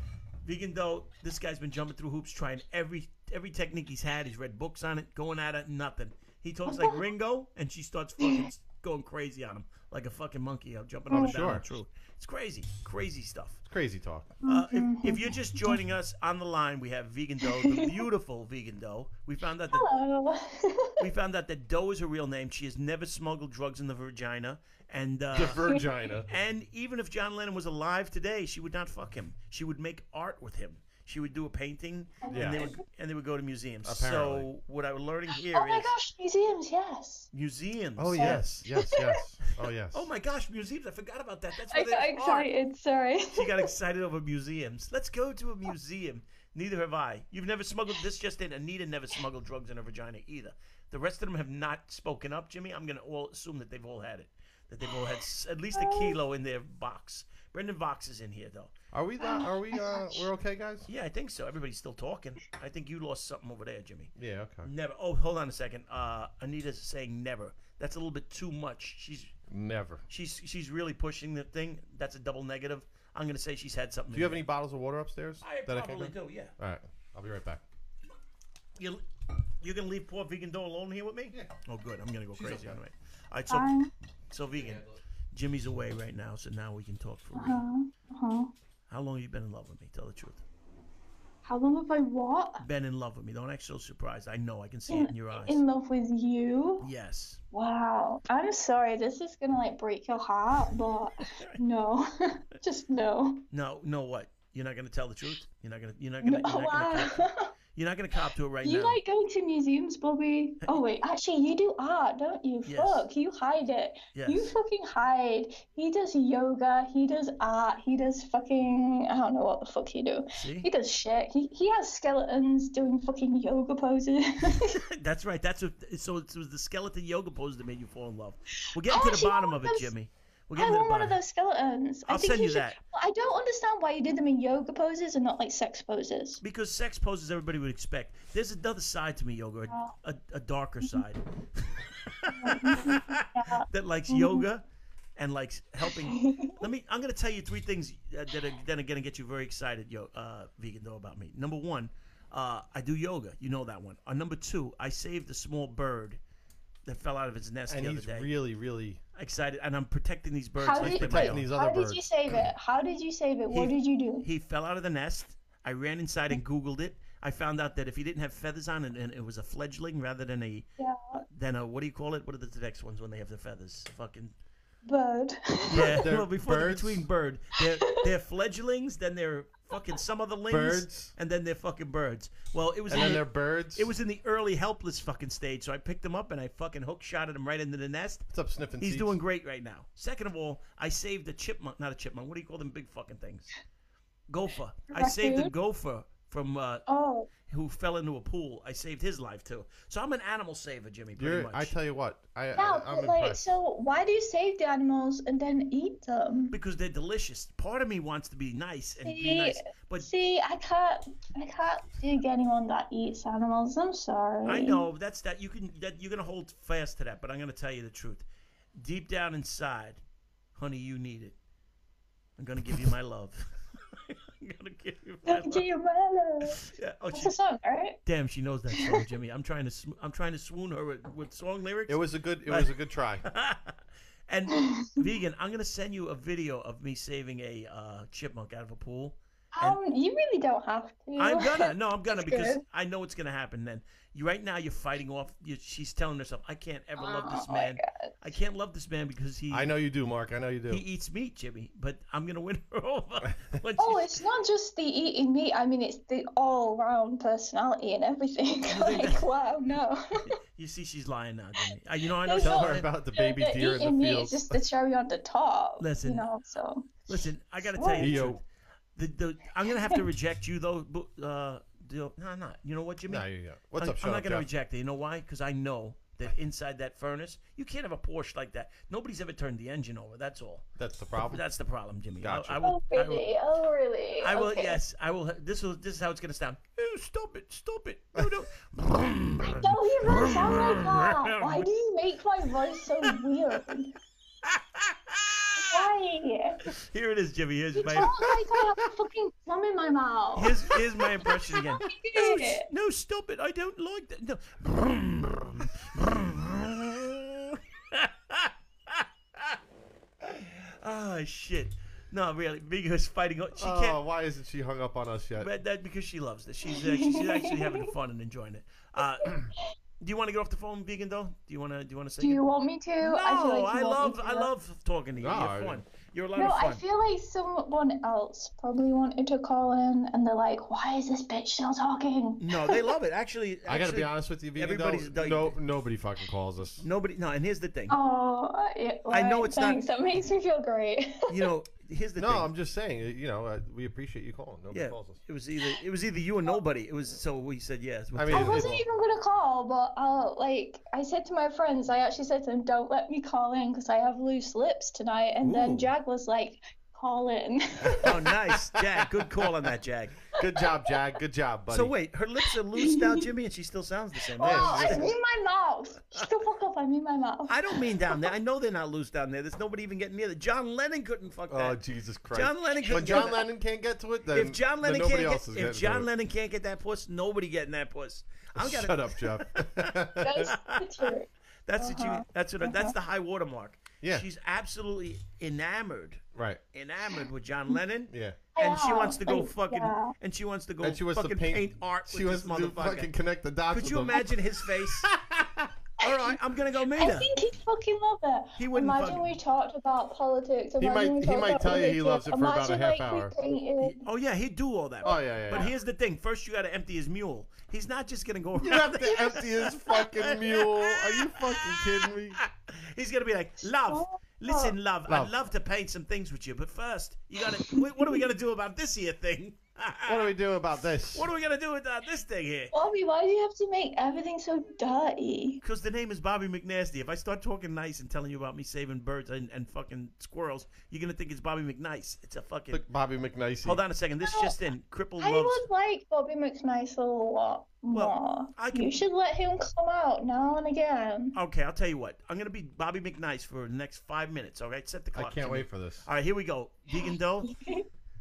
Vegan though, this guy's been jumping through hoops, trying every every technique he's had. He's read books on it, going at it, nothing. He talks like Ringo, and she starts fucking going crazy on him, like a fucking monkey, uh, jumping on Oh, and down. on sure. Oh, True, it's crazy, crazy stuff. Crazy talk. Uh, if, if you're just joining us on the line, we have Vegan Doe, the beautiful Vegan Doe. We found out that Hello. Oh we found out that Doe is her real name. She has never smuggled drugs in the vagina, and uh, The Virginia. and even if John Lennon was alive today, she would not fuck him. She would make art with him. She would do a painting, Yeah. and they would and they would go to museums. So Apparently. what I'm learning here is oh my gosh, museums, yes. museums. Oh yes, yes, yes. Oh yes. Oh my gosh, museums! I forgot about that. That's I where they got are. excited, sorry. She got excited over museums. Let's go to a museum. Neither have I. You've never smuggled this just in. Anita never smuggled drugs in her vagina either. The rest of them have not spoken up, Jimmy. I'm going to all assume that they've all had it. That they've all had s- at least a kilo in their box. Brendan Vox is in here, though. Are we? Not, are we? Uh, we're okay, guys. Yeah, I think so. Everybody's still talking. I think you lost something over there, Jimmy. Yeah. Okay. Never. Oh, hold on a second. Uh, Anita's saying never. That's a little bit too much. She's Never. she's she's really pushing the thing. That's a double negative. I'm going to say she's had something. Do you have any bottles of water upstairs? I can probably grab? do. Yeah. All right. I'll be right back. You, you can leave poor vegan dough alone here with me? Yeah. Oh, good. I'm gonna go She's crazy okay. on anyway. All right, so Fine. so vegan. Jimmy's away right now, so now we can talk for real. Uh-huh. Uh-huh. How long have you been in love with me? Tell the truth. How long have I what? Been in love with me. Don't act so surprised. I know. I can see it in your eyes. In love with you? Yes. Wow. I'm sorry. This is gonna like break your heart, but no, just no. No. No. What? You're not gonna tell the truth. You're not gonna. You're not no gonna. You're, not gonna cop, wow. you're not gonna cop to it right Do you now. like going to museums, Bobby? Oh wait, actually, you do art, don't you? Yes. Fuck, you hide it. yes. You fucking hide. He does yoga. He does art. He does fucking. I don't know what the fuck he do. He See? does shit. He he has skeletons doing fucking yoga poses. That's right. That's what. So it was the skeleton yoga pose that made you fall in love. We're getting I to the actually bottom want of it, those- Jimmy. We're Oh, I getting to the want one of bottom. those skeletons. I I'll think send you should... that. Well, I don't understand why you did them in yoga poses and not like sex poses. Because sex poses everybody would expect. There's another side to me, yoga, Oh. a, a, a darker side mm-hmm. Yeah. Mm-hmm. that likes yoga and likes helping. Let me. I'm going to tell you three things uh, that are, that are going to get you very excited, yo, uh, vegan though, about me. Number one, uh, I do yoga. You know that one. Uh, number two, I saved a small bird that fell out of its nest And the other he's day. really, really. excited, and I'm protecting these birds. How like did- they're my Protecting own. these other How birds. did you save it? How did you save it? What He- did you do? He fell out of the nest. I ran inside and Googled it. I found out that if he didn't have feathers on and, and it was a fledgling rather than a Yeah, then a what do you call it? What are the, the next ones when they have the feathers? Fucking bird. yeah. They're well, before the birds? between bird, they're they're fledglings, then they're fucking some other lings, Birds. and then they're fucking birds. Well, it was And in then the- they're birds. it was in the early helpless fucking stage, so I picked him up and I fucking hook shotted him right into the nest. What's up, sniffing He's seeds? doing great right now. Second of all, I saved a chipmunk, not a chipmunk. What do you call them big fucking things? Gopher. I saved a Raccoon? gopher from uh, oh, who fell into a pool. I saved his life too. So I'm an animal saver, Jimmy. Pretty You're, much. I tell you what, I, yeah, I, I'm but like, impressed. so why do you save the animals and then eat them? because they're delicious. Part of me wants to be nice and be See, nice, but See, I can't, I can't dig anyone that eats animals. I'm sorry. I know that's that you can that you're gonna hold fast to that. But I'm gonna tell you the truth. Deep down inside, honey, you need it. I'm gonna give you my love. I'm gonna give you my Look to love. your mother. Yeah. Oh, That's she- a song, right? Damn, she knows that song, Jimmy. I'm trying to sw- I'm trying to swoon her with, with song lyrics. It was a good, it was a good try. and vegan, I'm gonna send you a video of me saving a uh, chipmunk out of a pool. Um, you really don't have to. I'm gonna no, I'm gonna That's because good. I know it's gonna happen. Then you right now you're fighting off. You, she's telling herself, I can't ever love this Oh my man. God. I can't love this man because he I know you do, Mark. I know you do. he eats meat, Jimmy. But I'm gonna win her over. when Oh, she- it's not just the eating meat. I mean, it's the all-round personality and everything. like, wow, no. you see, she's lying now, Jimmy. Uh, you know I know. There's she's Tell her lying. about the baby the deer eating in the meat is fields. just the cherry on the top. Listen. you know. So Listen, I gotta tell you, the Yo. truth. The, the, I'm gonna have to reject you though. bu- Uh, deal. No, I'm not. You know what, Jimmy? No, you go. What's I'm, up, I'm Shut not Up gonna Jeff? reject it. You know why? Because I know that inside that furnace, you can't have a Porsche like that. Nobody's ever turned the engine over. That's all. That's the problem. That's the problem, Jimmy. I- Gotcha. I, oh will. I will really? Oh really? I will- Okay. Yes, I will. This will. This is how it's gonna sound. Ew, stop it! Stop it! No, no. Don't even sound like that. Why do you make my voice so weird? Why? Here it is, Jimmy. Here's You my. talk like I have a fucking plum in my mouth. Here's, here's my impression again. Why do No, you do s- it? no, stop it! I don't like that. No. Ah, shit. No, really, Migo's fighting. o- She can't. Oh, why isn't she hung up on us yet? But that because she loves this. She's actually, she's actually having fun and enjoying it. Uh, do you want to get off the phone, vegan? Though? Do you want to? Do you want to say? Do you good- want me to? no, I, feel like I you want love me I to. love talking to you. No, I- You're fun. You're a lot No, of fun. I feel like someone else probably wanted to call in, and they're like, "Why is this bitch still talking?" no, they love it. Actually, I gotta actually, be honest with you, vegan. though, everybody's like- no, nobody fucking calls us. Nobody. No, and here's the thing. Oh, yeah, I know right, it's not- thanks. That makes me feel great. You know, here's the No, thing. I'm just saying. uh, You know, uh, we appreciate you calling. Nobody yeah, calls us. it was either it was either you or nobody. It was so we said yes. I mean, I it- wasn't it- even gonna call, but uh, like I said to my friends, I actually said to them, "Don't let me call in because I have loose lips tonight." And Ooh. then Jag was like, call in. Oh, nice, Jag. Good call on that, Jag. Good job, Jag. Good job, buddy. So wait, her lips are loose now, Jimmy, and she still sounds the same. oh, I There's- mean my mouth. Shut the fuck up. I mean my mouth. I don't mean down there. I know they're not loose down there. There's nobody even getting near. That John Lennon couldn't fuck Oh that. Jesus Christ! uh, John Lennon When couldn't John get that. Lennon can't get to it, then if John then Lennon nobody can't else is get, if getting to John it. Lennon can't get that puss, nobody getting that puss. I'm gonna, shut up, Jeff. That's the truth. That's what you. Uh-huh. That's what. That's the high water mark. Yeah. She's absolutely enamored, right? enamored with John Lennon, Yeah. and she wants to go Yeah, like, fucking, yeah. and she wants to go And she wants fucking to paint, art with She wants this to do motherfucker. fucking connect the dots. Could with you them. imagine his face? All right, I'm gonna go meet I her. think he'd fucking love it. He wouldn't Imagine fuck we talked about politics. Imagine might- we he talked might about tell you he religion. loves it for about a Imagine, half like, we hour. painted- Oh yeah, he'd do all that. Oh, yeah, yeah, But yeah. here's the thing: first, you got to empty his mule. He's not just gonna go around. You have to empty his fucking mule. Are you fucking kidding me? He's gonna be like, love. Stop. Listen, love, Love. I'd love to paint some things with you, but first, you gotta. wh- what are we gonna do about this here thing? What do we do about this? What are we gonna do with uh, this thing here? Bobby, why do you have to make everything so dirty? Because the name is Bobby McNasty. If I start talking nice and telling you about me saving birds and, and fucking squirrels, you're gonna think it's Bobby McNice. It's a fucking. Look, Bobby McNicey. Hold on a second. This No, just in. Cripple I loves. would like Bobby McNice a lot more. Well, I can- You should let him come out now and again. Okay, I'll tell you what. I'm gonna be Bobby McNice for the next five minutes. All right, set the I clock. can't Jimmy. wait for this. All right, here we go. Vegan Doe.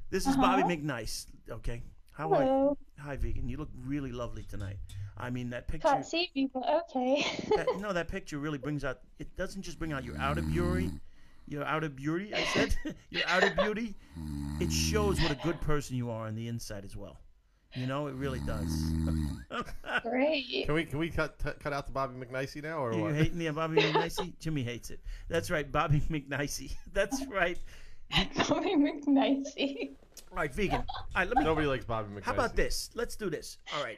This is Bobby McNice. Okay. How are you? Uh-huh. Hello. Hi, Vegan. You look really lovely tonight. I mean, that picture. Can't see you, but okay. that, no, that picture really brings out. It doesn't just bring out your outer beauty, your outer beauty. I said your outer beauty. It shows what a good person you are on the inside as well. You know, it really does. Great. Can we can we cut t- cut out the Bobby McNicey now or Are you what? hating the Bobby McNicey? Jimmy hates it. That's right, Bobby McNicey. That's right. Bobby McNicey. All right, vegan. All right, let me. Nobody likes Bobby McNicey. How about this? Let's do this. All right.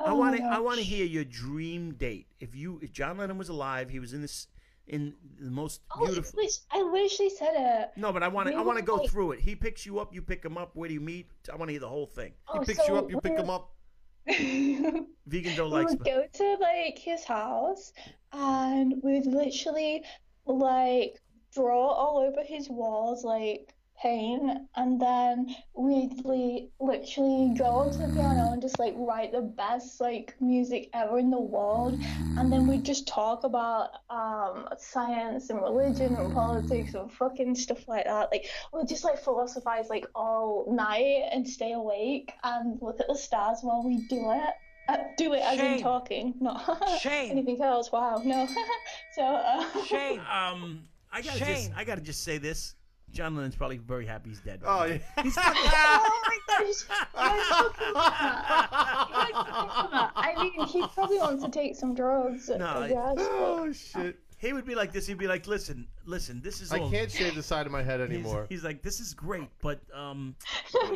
I Oh want to. my I want to hear your dream date. If you, if John Lennon was alive, he was in this, in the most Oh, I beautiful. wish, I wish they said it. No, but I want to. I We want to were go like- through it. He picks you up. You pick him up. Where do you meet? I want to hear the whole thing. Oh, He picks so you up. You pick him up. up. Vegan don't we like. would go to like his house and we'd literally like draw all over his walls like paint and then we'd li- literally go onto the piano and just like write the best like music ever in the world and then we'd just talk about um science and religion and politics and fucking stuff like that like we'll just like philosophize like all night and stay awake and look at the stars while we do it uh, do it as in Shame. talking, not Shame. anything else. Wow, no. so, uh, Shame. Um, I gotta just. I gotta just say this. John Lennon's probably very happy he's dead. Oh He's oh my gosh, why the fuck was that? Oh, Why the fuck yeah. was that? I mean, he probably wants to take some drugs. No, I I- guess. oh shit! he would be like this. He'd be like, listen, listen. This is. I all- can't shave the side of my head he's- anymore. He's, like, this is great, but um,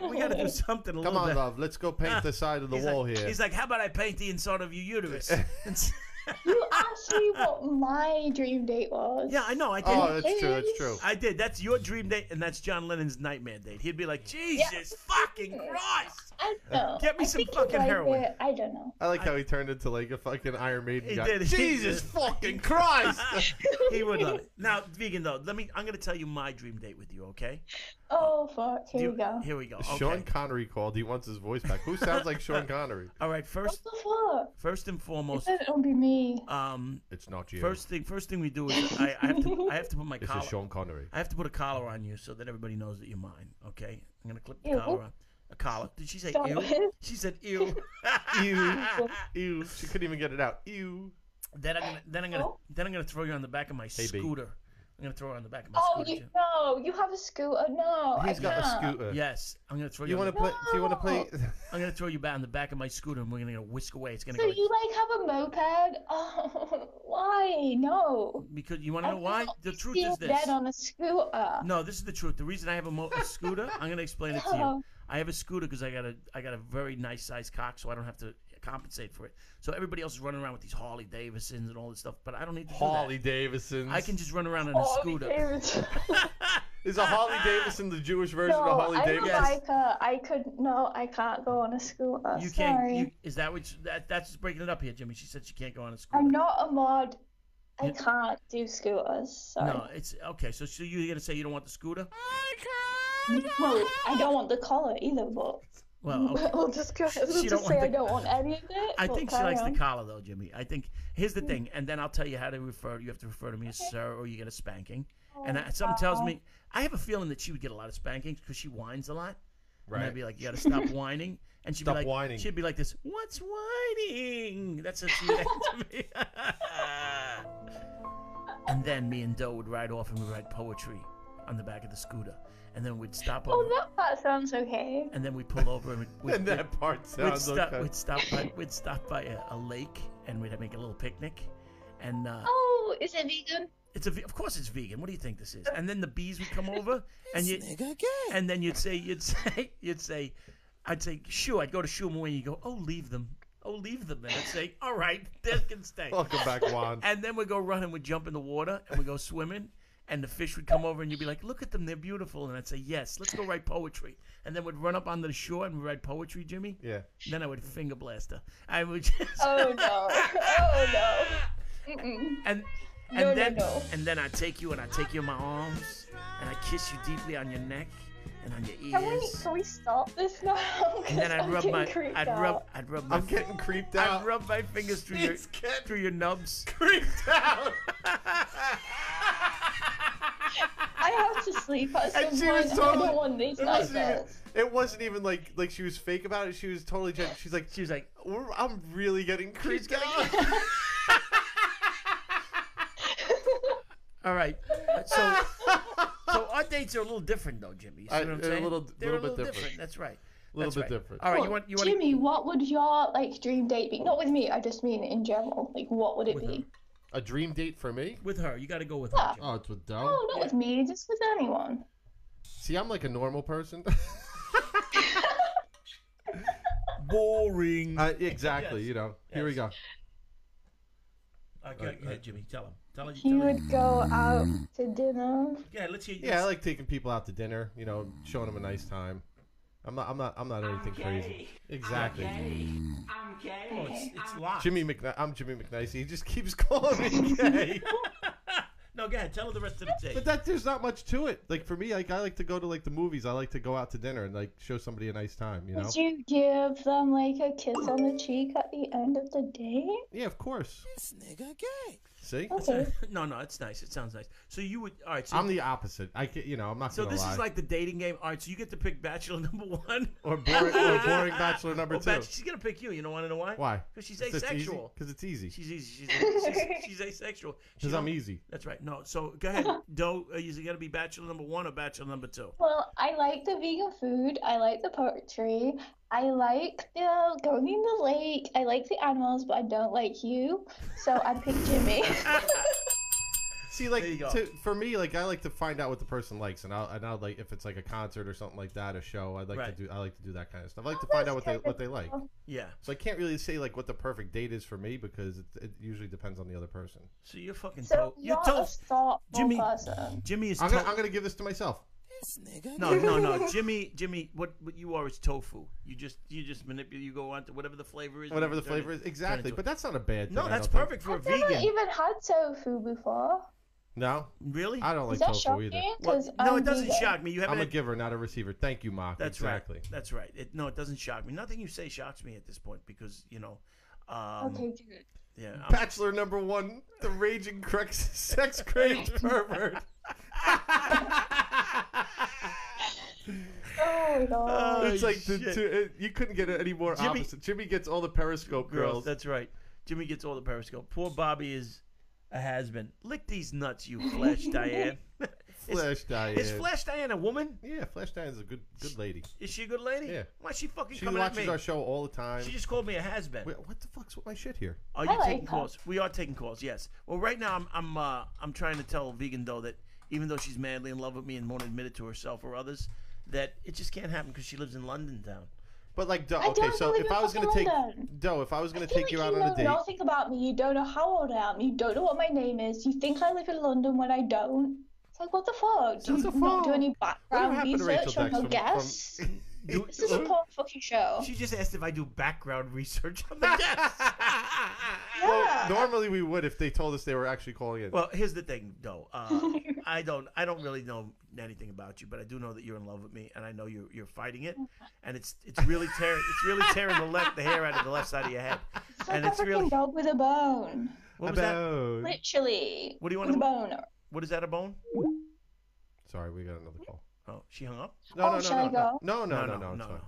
we, we gotta do something a Come little on, bit. love. Let's go paint the side of the He's wall like, here. He's like, how about I paint the inside of your uterus? You asked me what my dream date was. yeah, I know. I did. oh, that's true. That's Yes. true. I did. That's your dream date, and that's John Lennon's nightmare date. He'd be like, Jesus fucking Christ. I don't know. Get me I some think he fucking liked heroin. it. I don't know. I like how he turned into like a fucking Iron Maiden He guy. did. He Jesus did. fucking Christ! He would love it. Now, vegan though, let me. I'm gonna tell you my dream date with you, okay? Oh fuck! Here Do you- we go. Here we go. Okay. Sean Connery called. He wants his voice back. Who sounds like Sean Connery? All right. What First, the fuck? first and foremost, It will be me. um, It's not you. first thing, first thing we do is I, I have to, I have to put my this collar. is Sean Connery. I have to put a collar on you so that everybody knows that you're mine. Okay. I'm gonna clip the Ew. collar on. A collar. Did she say Stop ew? it. She said ew. Ew. Ew. She couldn't even get it out. Ew. Then I'm gonna then I'm gonna Oh. then I'm gonna throw you on the back of my Hey, B. scooter. I'm gonna throw her on the back of my Oh, scooter. you too. no, you have a scooter. No, He's I got a can't. scooter. Yes, I'm gonna throw you. You on want the, to play? Do you want to play? I'm gonna throw you back on the back of my scooter, and we're gonna whisk away. It's gonna So go you like have a moped? Oh, why? No. because you want to know why? The truth Still is this. dead on a scooter. No, this is the truth. The reason I have a, mo- a scooter, I'm gonna explain it to you. No. I have a scooter because I got a I got a very nice sized cock, so I don't have to compensate for it. So everybody else is running around with these Harley Davidsons and all this stuff, but I don't need to Harley do Davidson. that. I can just run around on a Oh, scooter. Is a Harley Davidson the Jewish version no, of Harley I Davidson? don't like her. I could no, I can't go on a scooter. You can't. Sorry, You, is that what? You, that, that's just breaking it up here, Jimmy. She said she can't go on a scooter. I'm not a mod. I You- can't do scooters. Sorry. Oh No, it's okay. So, so you're gonna say you don't want the scooter? Well, I don't want the collar either, but Well, Oh, okay. we'll just go. We'll don't just want say I the- don't want any of it. I but think she carry likes on. the collar though, Jimmy. I think here's the Hmm. thing, and then I'll tell you how to refer. You have to refer to me as sir, or you get a spanking. and Oh, I, something tells me I have a feeling that she would get a lot of spankings because she whines a lot. And I'd be like, you got to stop whining. And she'd Stop be like, whining. She'd be like this. What's whining? That's what she would act to me. and then me and Doe would ride off and we'd write poetry on the back of the scooter, and then we'd stop over. Oh, that part sounds okay. And then we'd pull over and we'd, we'd, and that part we'd sounds stop, okay. we'd stop by we'd stop by a, a lake and we'd make a little picnic and uh, Oh, is it vegan? it's a ve- of course it's vegan what do you think this is and then the bees would come over and you again. and then you'd say you'd say you'd say I'd say shoo I'd go to shoo 'em away and you go oh leave them oh leave them and I'd say all right this can stay Welcome back, Juan. and then we'd go run and we'd jump in the water and we'd go swimming and the fish would come over and you'd be like look at them they're beautiful and I'd say yes let's go write poetry and then we'd run up onto the shore and we'd write poetry Jimmy Yeah. then I would finger blast her. I would just Oh no! oh no! Mm-mm. and and No, no, then no. and then I take you and I take you in my arms and I kiss you deeply on your neck and on your Can we ears. can we stop this now? And then I'd am rub getting my creeped I'd out. rub I'd rub my I'm getting creeped I'd out. rub my fingers through your It's getting through your nubs. creeped out. I have to sleep at some And she point. was I totally. don't want these it, wasn't even, nightmares. it wasn't even like like she was fake about it. She was totally. Gen- she's like, She was like, "We're- I'm really getting creeped getting out. All right. So so our dates are a little different though, Jimmy. You see I- what I'm they're a saying? little- They're little a little bit different. different. That's right. Little That's bit right. different. All right, Well, you want you want to Jimmy, what would your like dream date be? Not with me. I just mean in general. Like, what would it With be? her. A dream date for me? with her. You got to go with Yeah. her. Jimmy. Oh, it's with No, Dell. not with me. Just with anyone. See, I'm like a normal person. Boring. uh, exactly. Yes. You know. Here we go. Okay, Right, go ahead, right. Jimmy. Tell him. Tell him. You Tell him. would go out to dinner. Yeah, let's hear. Yeah, I like taking people out to dinner. You know, showing them a nice time. I'm not. I'm not. I'm not anything crazy. Exactly. Oh, it's, it's locked. Jimmy McNice. I'm Jimmy McNice. He just keeps calling me gay. No, go ahead. Tell her the rest of the day. but that there's not much to it. Like for me, like I like to go to like the movies. I like to go out to dinner and like show somebody a nice time. You know. Would you give them like a kiss on the cheek at the end of the date? Yeah, of course. This nigga gay. See, Okay. no, no, it's nice. It sounds nice. So you would. All right. So, I'm the opposite. I can, you know, I'm not so gonna this lie. is like the dating game. All right. So you get to pick bachelor number one. or boring, or boring bachelor number Or two. bach- she's gonna pick you. You don't want to know why? Why? Because she's asexual. Because it's easy. She's easy. She's, she's, she's asexual. She Because I'm e- don't- easy. That's right. No. So go ahead. Do uh, you got to be bachelor number one or bachelor number two? Well, I like the vegan food. I like the poetry. I like the going in the lake. I like the animals, but I don't like you. So I pick Jimmy. See, like There you go. to, for me, like I like to find out what the person likes, and I'll and I'll like if it's like a concert or something like that, a show. I'd like Right. to do. I like to do that kind of stuff. I like to Oh, find that's out what they kinda what they like. cool. Yeah. So I can't really say like what the perfect date is for me because it, it usually depends on the other person. So you're fucking. So to- you're you're a toast. thoughtful Jimmy- person. Jimmy is. I'm gonna to- I'm gonna give this to myself. This nigga No, no, no, Jimmy, Jimmy, what what you are is tofu. You just you just manipulate. You go on to whatever the flavor is. Whatever you the turn it- flavor is, exactly. into- But that's not a bad. thing. No, I that's don't perfect think. for a I've never vegan. even had tofu before. No, Really? I don't like Is that tofu shocking? um, either. 'Cause no, I'm it doesn't vegan. shock me. You haven't. I'm a had- giver, not a receiver. Thank you, Mark. That's exactly. right. That's right. It, no, it doesn't shock me. Nothing you say shocks me at this point because you know. Um, Okay, good. Yeah. I'm- Bachelor number one, the raging crex, sex craved pervert. Oh Uh, my god. it's like the shit. two, it, you couldn't get it any more Jimmy- opposite. Jimmy gets all the Periscope girls. girls. That's right. Jimmy gets all the periscope. Poor Bobby is a has been. Lick these nuts, you flesh, Diane. is, Flash Diane. is Flash Diane a woman? yeah, Flash Diane's a good good lady. Is she a good lady? Yeah. Why she fucking She coming at me? watches our show all the time. She just called me a has been. Wait, what the fuck's with my shit here? Are you I like taking that. calls? We are taking calls. Yes. Well, right now I'm I'm uh, I'm trying to tell Vegan though that even though she's madly in love with me and won't admit it to herself or others, that it just can't happen because she lives in London town. But like, Doe, I okay, don't so believe if in I was gonna fucking take London. Doe, if I was gonna I feel take you like out on know a date, nothing about me. You don't know how old I am. You don't know what my name is. You think I live in London when I don't. It's like what the fuck? Do What you the not do fuck? any background happened to Rachel research on Dix your from- guests? Do- This is a poor fucking show. she just asked if I do background research on the guests. yeah. normally we would if they told us they were actually calling it. Well, here's the thing, though. Uh, I don't, I don't really know anything about you, but I do know that you're in love with me, and I know you're, you're fighting it, and it's, it's really tearing, it's really tearing the left, the hair out of the left side of your head. It's like And a it's freaking really, dog with a bone. what was that? About- Literally. What do you want With to? a bone. What is that? A bone? Sorry, we got another call. Oh, she hung up. No, Oh, no, no, shall I no, go? no, no, no, no, no, it's fine.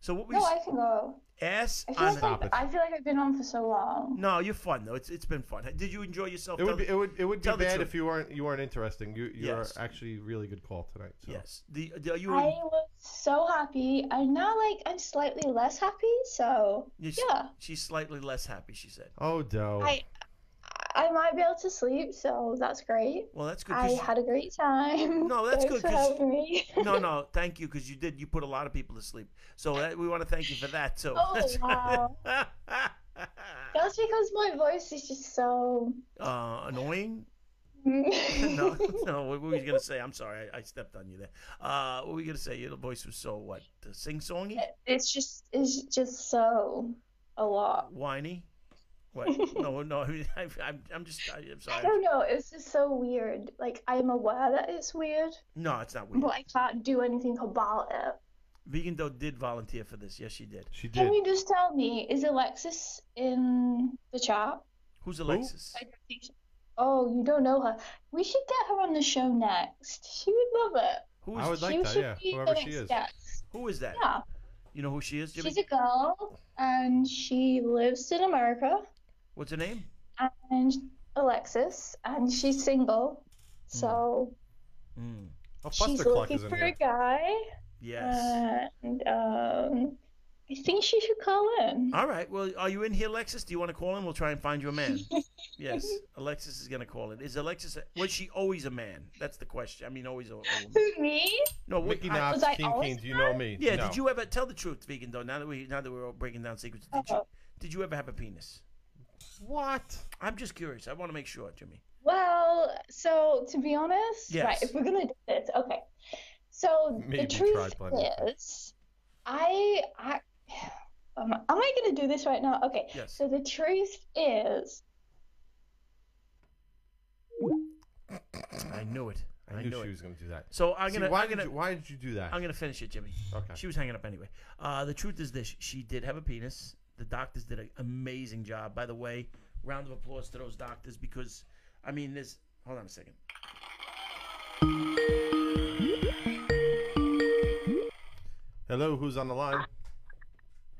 So what we No, I can go. ass I feel, on like it. Stop I've, it. I feel like I've been on for so long. No, you're fun though. It's it's been fun. Did you enjoy yourself? It would Tell- be it would it would be Tell the bad truth. if you weren't you weren't interesting. You you Yes. are actually a really good call tonight. So. Yes. The, the- are you? I was so happy. I'm now like I'm slightly less happy. So you- yeah, She's slightly less happy. She said. Oh, Doe. I I might be able to sleep. So that's great. Well, that's good. I 'cause- had a great time. No, that's Thanks good, for 'cause- helping me. no, no, thank you because you did. You put a lot of people to sleep. So that, we want to thank you for that too. Oh, wow. That's because my voice is just so. uh, annoying? no. No, no. What were you gonna say? I'm sorry, I, I stepped on you there. Uh, what were you gonna say? Your voice was so what? uh, Sing songy, It's just it's just so a lot. whiny. What? No, no. I mean, I, I'm, I'm just. I, I'm sorry. I don't know. It's just so weird. Like I'm aware that it's weird, No, it's not weird. but I can't do anything about it. Vegan Doe did volunteer for this. Yes, she did. she did. Can you just tell me, is Alexis in the chat? Who's Alexis? I don't think she... Oh, you don't know her. We should get her on the show next. She would love it. Who I is, would like she that. should Yeah, be whoever the she next is. guest. who is that? Yeah, You know who she is, Jimmy? she's a girl and she lives in America What's her name? and Alexis and she's single. Hmm. So Mm. Oh, she's Buster Cluck looking is in for here. a guy Yes. Uh, and um, I think she should call Ah. in. All right. Well, are you in here, Alexis? Do you want to call in? We'll try and find you a man. yes. Alexis is going to call in. Is Alexis, a- was she always a man? That's the question. I mean, always a, a woman. Who, me? No, wait, Mickey I- Knobs, Was I King always King. Do you know me? Yeah, No. did you ever tell the truth, vegan though? Now that we now that we're all breaking down secrets, did you Oh. did you ever have a penis? What? I'm just curious. I want to make sure, Jimmy. Well, so to be honest, right, Yes. if we're gonna do this, okay. So Maybe the truth tried plenty of is, I, I, um, am I gonna do this right now? Okay. Yes. So the truth is, I knew it. I, I knew, knew it. she was going to do that. So I'm See, gonna why I'm did gonna you why did you do that? I'm gonna finish it, Jimmy. okay. She was hanging up anyway. Uh, the truth is this: she did have a penis. The doctors did an amazing job. By the way, round of applause to those doctors because, I mean, there's. Hold on a second. Hello, who's on the line?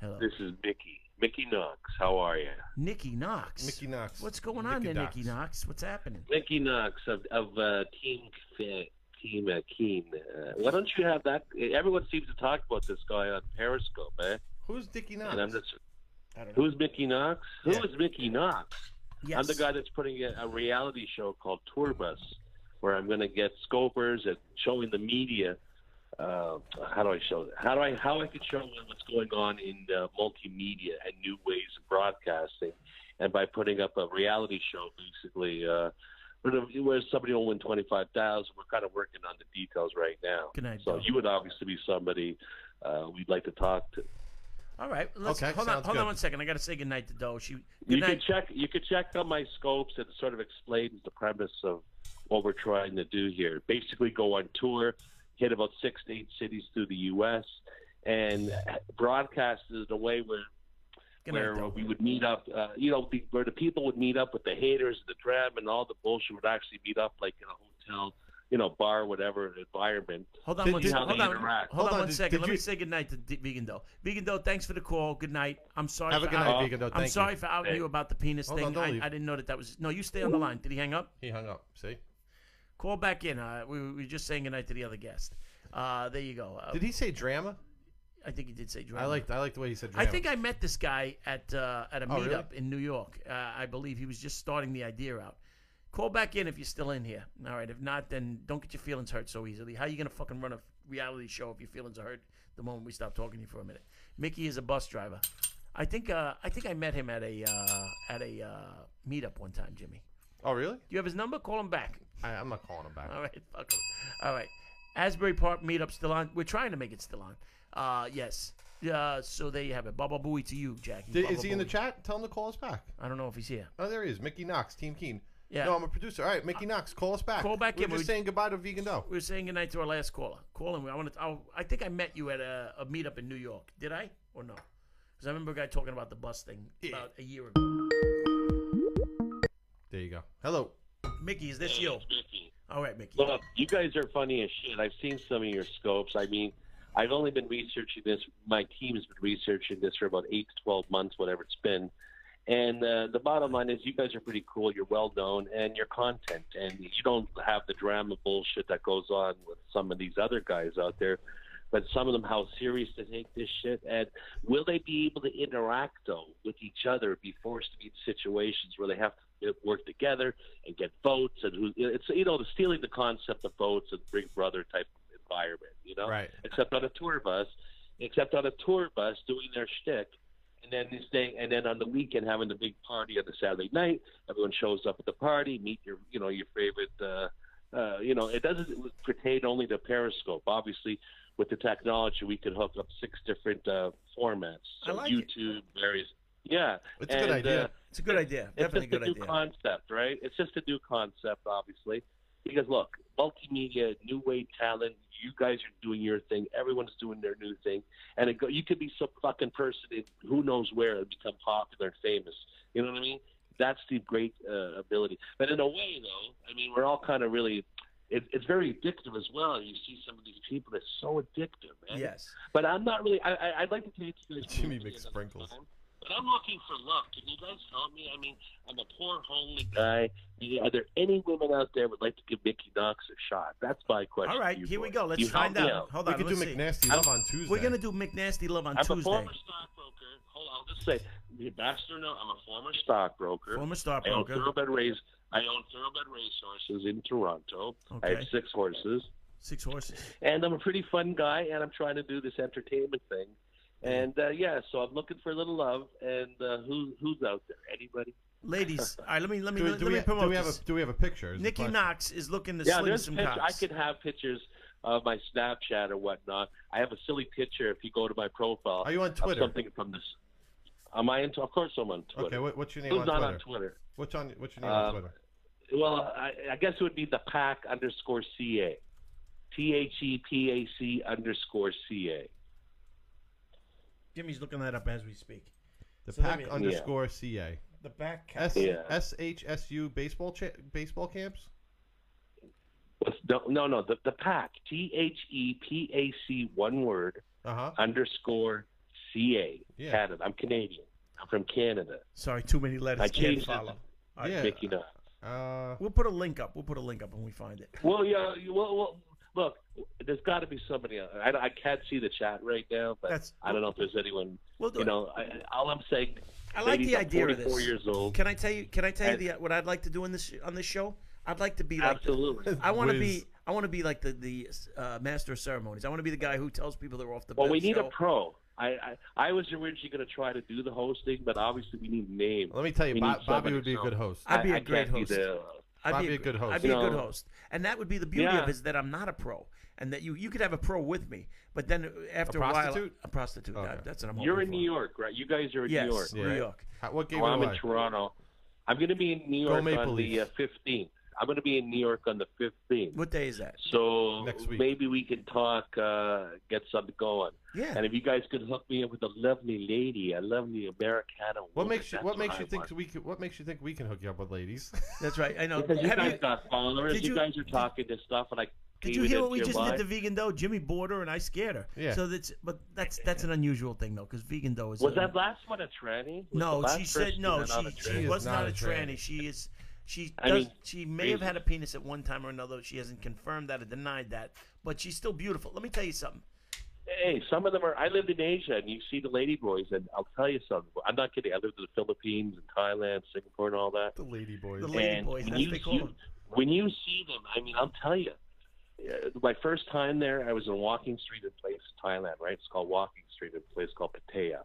Hello, This is Mickey. Mickey Knox. How are you? Nikki Knox. Mickey Knox. What's going on Mickey there, Knox. Nikki Knox? What's happening? Mickey Knox of of uh, Team K- Team uh, Keen. Uh, why don't you have that? Everyone seems to talk about this guy on Periscope, eh? Who's Dicky Knox? And I'm just. I don't know. Who's Mickey Knox? Yeah. Who is Mickey Knox? Yes. I'm the guy that's putting a, a reality show called Tour Bus, where I'm going to get scopers and showing the media. Uh, how do I show that? How do I how I can show them what's going on in uh, multimedia and new ways of broadcasting, and by putting up a reality show, basically, uh, where the- where somebody will win twenty five thousand. We're kind of working on the details right now. Good night, So Bill. you would obviously be somebody uh, we'd like to talk to. All right. Let's, Okay, Hold on. sounds Hold good. on one second. I gotta say goodnight to Doe. She. Good you night. can check you can check on my scopes and it sort of explains the premise of what we're trying to do here basically go on tour hit about six to eight cities through the us and broadcast it in a way where Good where night, Doe. we would meet up uh, you know the, where the people would meet up with the haters the drab and all the bullshit would actually meet up like in a hotel you know bar whatever environment Hold on Did- one did- second. how Hold they on, interact. hold Hold on on, one did- second. did Let you- me say goodnight to D- Vegan Doe. Vegan Doe, thanks for the call. Good night. I'm sorry. Have a for good out- night, Uh, Vegan. Though. I'm Thank sorry you. for outing Hey. you about the penis Hold thing. on, don't I, leave. I didn't know that that was. No, you stay on the line. Did he hang up? He hung up. See? Call back in. Uh, we, we were just saying goodnight to the other guest. Uh, there you go. Uh, Did he say drama? I think he did say drama. I liked I liked the way he said I drama. think I met this guy at uh, at a Oh, meetup in New York. Uh, I believe he was just starting the idea out. Call back in if you're still in here. All right. If not, then don't get your feelings hurt so easily. How you gonna fucking run a reality show if your feelings are hurt the moment we stop talking to you for a minute? Mickey is a bus driver. I think uh, I think I met him at a uh, at a uh, meetup one time, Jimmy. Oh really? Do you have his number? Call him back. I, I'm not calling him back. All right, fuck 'em. All right, Asbury Park meetup still on. We're trying to make it still on. Uh, yes. Uh, so there you have it. Baba Booey to you, Jackie. Did, Baba is he in the Booey. chat? Tell him to call us back. I don't know if he's here. Oh, there he is. Mickey Knox, Team Keen. Yeah. No, I'm a producer. All right, Mickey Knox, call us back. Call back We're in. just We- saying goodbye to Vegan Dough. We were saying goodnight to our last caller. Calling, I want to. I'll- I think I met you at a, a meetup in New York. Did I or no? Because I remember a guy talking about the bus thing about a year ago. There you go. Hello. Mickey, is this you? Mickey. All right, Mickey. Look, you guys are funny as shit. I've seen some of your scopes. I mean, I've only been researching this. My team's been researching this for about eight to twelve months, whatever it's been. And uh, the bottom line is, you guys are pretty cool. You're well known, and your content, and you don't have the drama bullshit that goes on with some of these other guys out there. But some of them, how serious to take this shit, and will they be able to interact though with each other? Be forced to be in situations where they have to work together and get votes, and who, it's you know, the stealing the concept of votes and big brother type environment, you know Right. except on a tour bus, except on a tour bus doing their shtick, and then this thing, and then on the weekend having the big party on the Saturday night. Everyone shows up at the party, meet your, you know, your favorite. Uh, uh, you know, it doesn't pertain only to Periscope. Obviously, with the technology, we could hook up six different uh, formats. I So like it. YouTube, various. Yeah, uh, It's a good idea. It's a good idea. it's Definitely just a good a new idea. concept, right? It's just a new concept, obviously. Because look, multimedia, new way talent. You guys are doing your thing. Everyone's doing their new thing, and it go, you could be some fucking person in who knows where and become popular and famous. You know what I mean? That's the great uh, ability. But in a way, though, I mean, we're all kind of really. It, it's very addictive as well. You see some of these people that's so addictive, man. Yes. But I'm not really. I, I, I'd like to take you guys. Jimmy movie another McSprinkles. time, But I'm looking for love. Can you guys help me? I mean, I'm a poor homely guy. Are there any women out there would like to give Mickey Knox a shot? That's my question. All right, to you here we boys. go. Let's You help find me out. Hold We on. could do let's see. McNasty Love on Tuesday. We're gonna do McNasty Love on I'm a Tuesday. former stockbroker. Hold on, I'll just say, you bastard. No, I'm a former stockbroker. Former I own stockbroker. thoroughbred race. I own thoroughbred racehorses in Toronto. I Okay. have six horses. Six horses. and I'm a pretty fun guy, and I'm trying to do this entertainment thing. And uh, yeah, so I'm looking for a little love, and uh, who who's out there? Anybody? Ladies, all right. Let me let me Do, we- let, do me we, promote do we have this. a do we have a picture? Is the Nikki question. Knox is looking to yeah, sling there's some pictures. I cocks. could have pictures of my Snapchat or whatnot. I have a silly picture if you go to my profile. Are you on of Twitter? Something from this. Am I into? Of course, I'm on Twitter. Okay, what, what's your name who's on not Twitter? on Twitter? What's on what's your name on Um, Twitter? Well, I, I guess it would be the pack underscore ca, t h e p a c underscore ca. Jimmy's looking that up as we speak. The so let pack me- underscore ca. The back cat. S Yeah. S H S U baseball cha- baseball camps. What's- No, no, no. The, the pack. T H E P A C, one word, Uh huh. underscore C A. Yeah. Canada. I'm Canadian. I'm from Canada. Sorry, too many letters. I can't changed follow. it. All right. Yeah. Mickey Knox. Uh, We'll put a link up. We'll put a link up when we find it. Well, yeah. you- Well, well look, there's got to be somebody. Else. I, I can't see the chat right now, but That's- I don't know if there's anyone. We'll do you it. know, I, all I'm saying. I like ladies, the I'm idea of 44 this. years old. Can I tell you? Can I tell you And- the what I'd like to do in this on this show? I'd like to be like Absolutely. I want to Whiz. be. I want to be like the the uh, master of ceremonies. I want to be the guy who tells people they're off the. well, we show. need a pro. I, I, I was originally going to try to do the hosting, but obviously we need a name. let me tell you, We Bob, need Bobby somebody, would be a so good host. I'd be a I- I great can't be host. the- I'd I'd be, be a gr- good host. I'd be You a good know. host, and that would be the beauty Yeah. of it is that I'm not a pro, and that you you could have a pro with me, but then after a, while, prostitute? a prostitute. Okay. that- that's what I'm. You're hoping in for. New York, right? You guys are in Yes, New York. New right? York. How, what gave Well, it I'm away? in Toronto. I'm going to be in New Go York Maple on the uh, Leafs. 15th. I'm going to be in New York on the 15th. What day is that? So Next week. maybe we can talk, uh, get something going. Yeah. And if you guys could hook me up with a lovely lady, a lovely Americana. What woman, makes you that's What makes I you think want. we can, What makes you think we can hook you up with ladies? That's right. I know. Because you Have guys you- got followers. did You, you- guys are talking this stuff, and I. Did gave you it hear into what we your just did mind. to Vegan Dough? Jimmy bought her, and I scared her. Yeah. So that's but that's that's an unusual thing though, because Vegan Dough is. Was a- that last one a tranny? Was the No, last she said person no. that on She a she, She tranny? is was not, not a a tranny. tranny. She is. She I does. mean, she may have crazy. had a penis at one time or another. She hasn't confirmed that or denied that, but she's still beautiful. Let me tell you something. Hey, some of them are. I lived in Asia, and you see the lady boys, and I'll tell you something. I'm not kidding. I lived in the Philippines and Thailand, Singapore, and all that. the lady boys. The lady and boys, when that's you, what they call you- them. when you see them, I mean, I'll tell you. uh, My first time there, I was in Walking Street in a place in Thailand, right? It's called Walking Street in a place called Pattaya.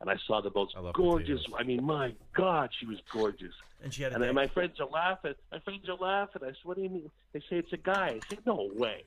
And I saw the most I love gorgeous. potatoes. I mean, my God, she was gorgeous. And she had a And then dick. my friends are laughing. My friends are laughing. I said, "What do you mean?" They say it's a guy. I said, "No way."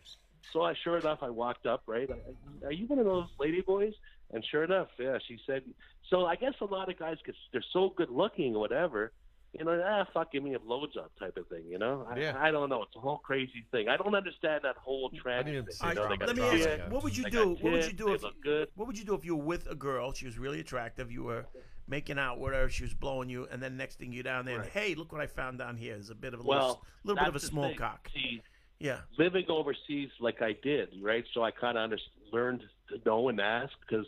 So I, sure enough, I walked up. Right? I, I- are you one of those lady boys? And sure enough, yeah, she said. So I guess a lot of guys, cause they're so good looking or whatever, you know, ah, fuck, give me a blowjob type of thing, you know? Yeah. I, I don't know. It's a whole crazy thing. I don't understand that whole I trend. didn't thing. see You that. know, they Alright, got Let me drama, ask. yeah. kids, What would you they do? got What would you kids, do They if? look good. What would you do if you were with a girl? She was really attractive. You were making out with her. She was blowing you, and then next thing you down there, and, hey, look what I found down here. There's a bit of a Well, little, little bit of a that's the small thing. cock. See, Yeah. living overseas like I did, right? So I kind of under- learned to know and ask because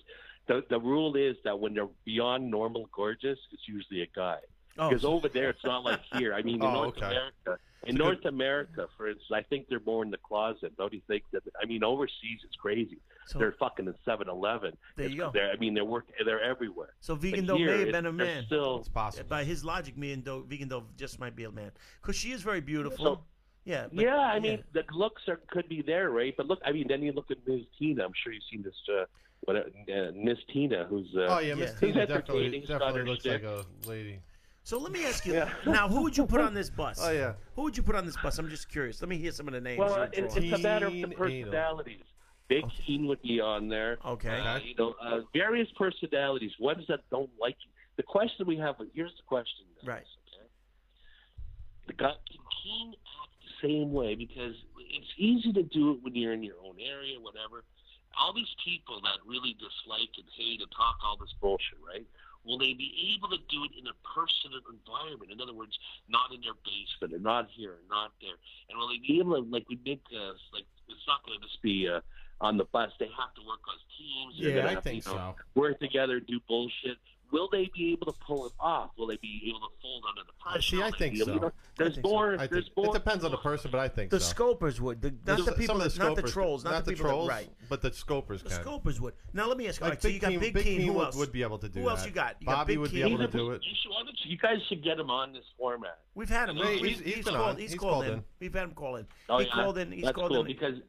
the the rule is that when they're beyond normal gorgeous, it's usually a guy. Oh, Because over there, it's not like here. I mean, in Oh, North okay. America, in North America, for instance, I think they're more in the closet. Don't you think that? I mean, overseas, it's crazy. So- they're fucking in Seven Eleven. There you go. I mean, they're work. They're everywhere. so But vegan though here, may have it's- been a they're man. Still, It's possible. By his logic, me and Dove, vegan Dove just might be a man because she is very beautiful. So- yeah. but- yeah, I mean, the looks are could be there, right? But look, I mean, then you look at Ms. Tina. I'm sure you've seen this. Uh, what uh, Miss Tina, who's uh, Oh yeah, Miss Yeah. Tina Who's definitely entertaining definitely Scottish looks like a lady. So let me ask you Yeah. now: Who would you put on this bus? Oh yeah, Who would you put on this bus? I'm just curious. Let me hear some of the names. Well, you were it, it's drawing. a matter of the Teen Oh, personalities. Big Keen would be on there. Okay. Uh, Okay. you know, uh, various personalities. Ones that don't like you. The question we have here's the question. guys, Right. okay? The guy can Keen act the same way because it's easy to do it when you're in your own area, whatever. All these people that really dislike and hate and talk all this bullshit, right? Will they be able to do it in a personal environment? In other words, not in their basement, and not here, and not there. And will they be able to, like we did, uh, like it's not going to just be uh, on the bus. They have to work as teams. They're yeah, gonna I have to, think you know, so. Work together, do bullshit. Will they be able to pull it off? Will they be able to fold under the pressure? Uh, see, I Will they think be able- so. you know, there's think so. more. I there's think, more. it depends on the person, but I think The so. scopers would. The, not the Some people. of that- not the scopers do. trolls. Not, the people trolls, that right. but the scopers The can. scopers would. Now let me ask you. Like all right, so Big you got Keen- Big Big Keen. Keen Who would- else would be able to do Who else that. you got? You got Bobby Big would be Keen. able to do it. You, should, why don't you- you guys should get him on this format. We've had him. No, We- he's- we've- he's he's been called. on. He's He's called called in. in. We've had him call in. Oh, he yeah. called in. He's That's called cool in. because.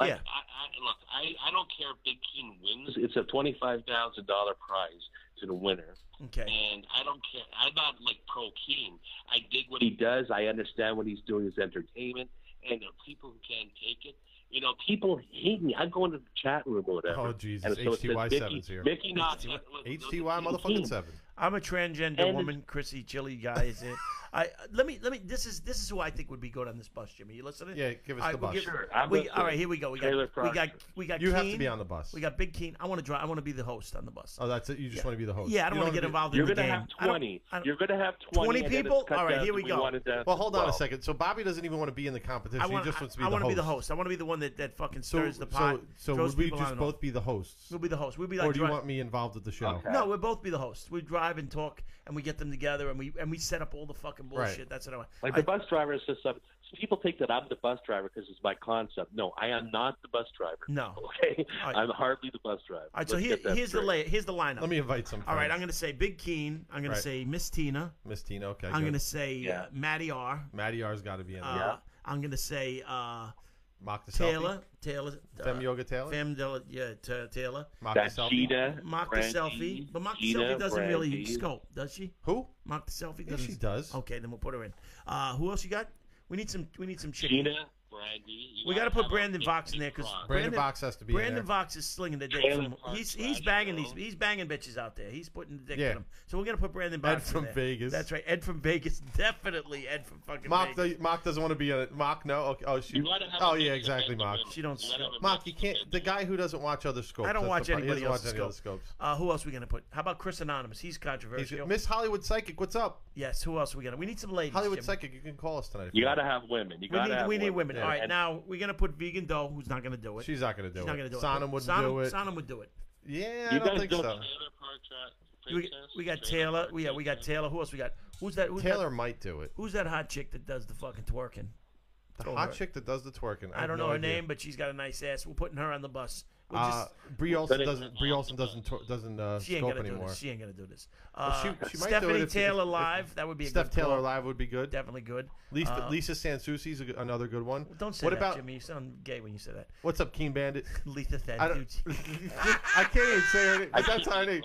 Like, Yeah. I, I, look, I, I don't care if Big Keen wins. It's a twenty-five thousand dollar prize to the winner. Okay. and I don't care. I'm not like pro Keen. I dig what he does. I understand what he's doing is entertainment, and there are people who can't take it. You know, people hate me. I go into the chat room or whatever. Oh, Jesus. and so it says HTY7's Mickey- here. Mickey not HTY Keen. motherfucking seven. I'm a transgender And- woman. Chrissy Chili guy is it. I let me let me. This is this is who I think would be good on this bus, Jimmy. You listening? Yeah, give us All the right, we'll bus. give- Sure, I'm we, listening. all right, here we go. We got, Taylor we got, Proctor. we got. You have to Keen. be on the bus. We got Big Keen. I want to drive. I want to be the host on the bus. Oh, that's it. You just want to be the host. yeah, I don't You want to get wanna involved be- You're in the gonna game. have I don't- twenty. I don't- You're gonna have twenty. 20 and then it's people? cut All right, down here to we go. wanted that Well, hold on a well. second. So Bobby doesn't even want to be in the competition. I wanna- he just wants to be I, the want to host. be the host. I want to be the one that, that fucking So, stirs the pot. so, so throws would we people out just and both be the hosts, all. We'll be the host. We'll be like. or do you dri- want me involved with the show? Okay. No, we'll both be the hosts. We drive and talk, and we get them together, and we and we set up all the fucking Right. bullshit. That's what I want. Like I- the bus driver is just something. So people think that I'm the bus driver because it's my concept. No, I am not the bus driver. No. Okay, All right. I'm hardly the bus driver. all right, so Let's here, get that here's the straight. lay, here's the lineup. Let me invite some. all right, I'm friends. gonna say Big Keen. I'm gonna Right. say Miss Tina. Miss Tina. Okay, I'm good. gonna say uh, Yeah. Matty R. Matty R's got to be in there. Uh, Yeah. I'm gonna say uh, Mock the Taylor. Taylor. selfie. uh, Fem Yoga Taylor. Fem Della- yeah, Ta- Taylor. Mock That the selfie. Gina, Mock Brandy, the selfie, but Mock the Gina, selfie doesn't really Brandy. scope, does she? Who? Mock the selfie Yeah, doesn't. Oh, she does. Okay, then we'll put her in. Uh, who else you got? We need some. We need some chicks. Gina, Brandy. you We got to gotta put have Brandon a Vox in big there because front. Brandon Vox has to be in Brandon there. Vox is slinging the dick. Taylor From, Parks he's he's Trash banging these Girl. he's banging bitches out there. He's putting the dick Yeah. in them. So we're gonna put Brandon Ed Vox in from there. Vegas. That's right. Ed from Vegas, definitely Ed from fucking Mock Vegas. the Mock doesn't want to be in it. Mock no. Okay. Oh she. You gotta have Oh a yeah, mix of exactly. Mock. everything. She don't You gotta scope. have a Mock, mix you of can't. The everything. guy who doesn't watch other scopes. I don't that's watch the pro- he anybody doesn't watch else's any other scope. scopes. Uh, who else we gonna put? How about Chris Anonymous? He's He's- controversial. Miss Hollywood Psychic, what's up? yes. Who else we gonna? We need some ladies. Hollywood Jimmy. Psychic, you can call us tonight. if You gotta want. have women. You We gotta need have we need women. Yeah. All right, And- now we're gonna put Vegan Doe, who's not gonna do it. She's not gonna do She's it. not gonna do it. Sonam wouldn't Sonam- do it. Sonam would do it. Yeah, I You don't guys think go so. Taylor Park, uh, We, Princess, we got Taylor Taylor. Park, Yeah, we got Princess. Taylor. Who else we got? Who's that? Who's Taylor That, might do it. who's that hot chick that does the fucking twerking? The Throw hot her. chick that does the twerking. I have don't no know her idea. name, but she's got a nice ass. We're putting her on the bus. We'll Uh, just, Brie Olson But it- doesn't. Brie Olson doesn't. tw- Doesn't uh, she ain't scope gonna do anymore. this. She ain't gonna do this. Uh, Well, she- she might do Stephanie it if- Taylor if- if- live. That would be a Steph good Taylor call. live would be good. Definitely good. Lisa, Uh, Lisa Sansucci's a g another good one. Don't say what that, about Jimmy. You sound gay when you say that. what's up, Keen Bandit? Letha I don't. Thaducci. I can't even say her name. But that's her name.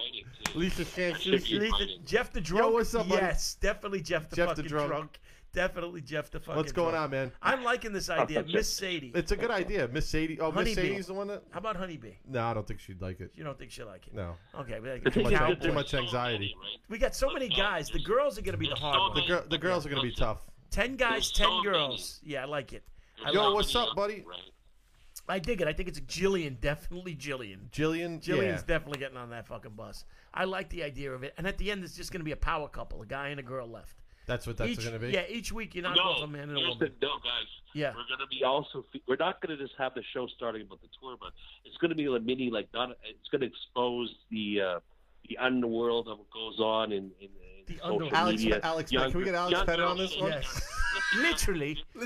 Lisa I should Sansucci. be- Letha- Jeff the drunk. what's up, buddy? yes, definitely Jeff the Jeff the fucking drunk. drunk. definitely Jeff the fucking. What's going drunk. on, man? I'm liking this idea. Jeff. Miss Sadie. It's a good idea. Miss Sadie. Oh, Miss Honeybee. Sadie's the one that. How about Honeybee? No, I don't think she'd like it. You don't think she'll like it? No. Okay, we, The thing much is out- that too there's much so anxiety. many, right? we got so many guys. The girls are going to be the hard The, one. gir- the girls are gonna be tough. Ten guys, There's so ten many. girls. Yeah, I like it. I, Yo, like- what's up, buddy? Right? I dig it. I think it's Jillian, definitely Jillian. Jillian. Jillian's yeah. definitely getting on that fucking bus. I like the idea of it. And at the end, it's just going to be a power couple, a guy and a girl left. That's what that's each, gonna be. Yeah, each week you knock off No, a man and a here's the woman. no, guys. Yeah. We're gonna be also. fe- We're not gonna just have the show starting about the tour, but it's gonna be a mini like not. It's gonna expose the uh, the underworld of what goes on in, in, in The social underworld. Alex, media. Alex, can we get Alex young Pettit on girls- this one? Yes. Literally. Hey,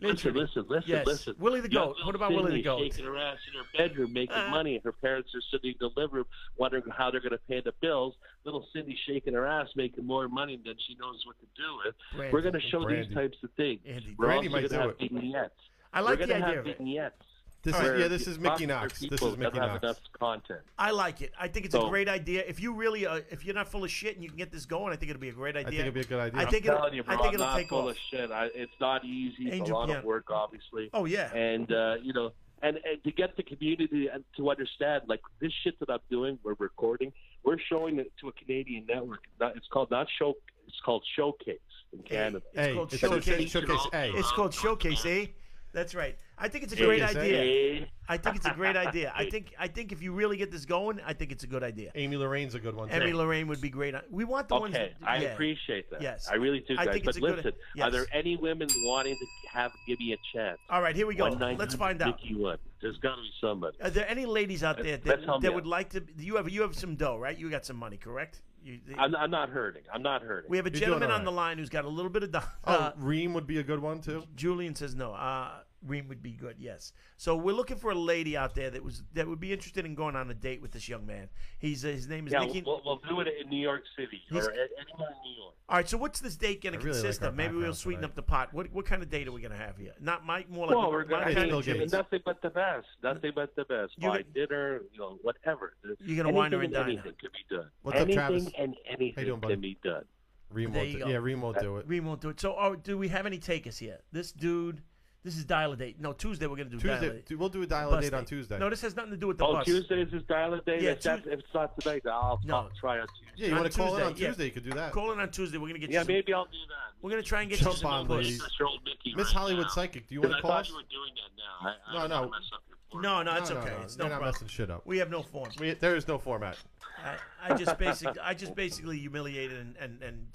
listen, listen, listen, Yes. listen. Willie the Young Goat. girl What about Willie the Sydney Goat? Shaking her ass in her bedroom, making Uh. money, and her parents are sitting in the living room wondering how they're going to pay the bills. Little Cindy shaking her ass, making more money than she knows what to do with. Brandy. We're going to show Brandy. these types of things. Andy, We're Brandy also might going to have E do it. vignettes. I like the We're going to idea have of it. vignettes. This is where yeah. This is Mickey popular Knox. This people is Mickey don't have Knox. enough content. I like it. I think it's a So- great idea. If you really, uh, if you're not full of shit and you can get this going, I think it'll be a great idea. I think it'd be a good idea. I think I'm it'll, telling you, bro, I think am it'll not take full off. of shit. I, it's not easy. it's a Angel lot Piano. of work, obviously. Oh yeah. and uh, you know, and, and to get the community and to understand, like this shit that I'm doing, we're recording, we're showing it to a Canadian network. Not, it's called not show. It's called Showcase in Canada. Hey, called it's Showcase. showcase. Showcase. Hey, It's called Showcase, eh? That's right. I think it's a great Showcase, eh? idea. Hey, I think it's a great idea. I think I think if you really get this going, I think it's a good idea. Amy Lorraine's a good one. Emmy Too. Lorraine would be great. on- We want the ones. Okay, that- I yeah. appreciate that. Yes. I really do, I guys. think but it's a good- listen, yes. are there any women wanting to have give me a chance? All right, here we go. One nine Let's hundred find out. Uh, Mickey one. There's got to be somebody. Are there any ladies out there Let's that, help that me would out. like to? You have you have some dough, right? You got some money, correct? You, I'm, I'm not hurting. I'm not hurting. we have a doing gentleman all on the right. line who's got a little bit of dough. Oh, Uh, Reem would be a good one too. Julian says no. Uh, Reem would be good. Yes. So we're looking for a lady out there that was that would be interested in going on a date with this young man. He's uh, his name is yeah, Nicky. we'll, we'll do it in New York City He's- or a- anywhere in New York. All right. So what's this date going I to really consist like our of? Maybe we'll background sweeten tonight. up the pot. What what kind of date are we going to have here? Not Mike. More like Well, we're my gonna Bill kind Bill of- have Gates. nothing but the best. Nothing but the best. You- Buy dinner, you know, whatever. You're gonna wine her Anything and dine Anything could be done. What's up, anything Travis? and anything doing, buddy? can be done. Reem There won't you do, go. yeah, Reem won't do it. Reem won't do it. So oh, do we have any takers here? This dude. This is dial a date. No, Tuesday we're going to do dial a Tuesday, date. we'll do a dial a Bus date on date. Tuesday. No, this has nothing to do with the Oh, bus. Tuesdays is dial day. Yeah, if, that's, Tues- if it's not tonight, then I'll, No. I'll try on Tuesday. yeah, you on want to call in Tuesday, on yeah. Tuesday? You could do that. Call in on Tuesday. We're going to get Yeah, you. Some, maybe I'll do that. We're going to try and get Jump you some on, input. ladies. Mr. Old Mickey Miss right Hollywood now. Psychic, do you 'Cause want to I call thought us? you were doing that now. I, I No, don't no. wanna mess up your form. No, no, it's No, no, okay. no, It's they're no not problem. messing shit up. We have no form. We, there is no format. I, I just basically, I just basically humiliated and and, and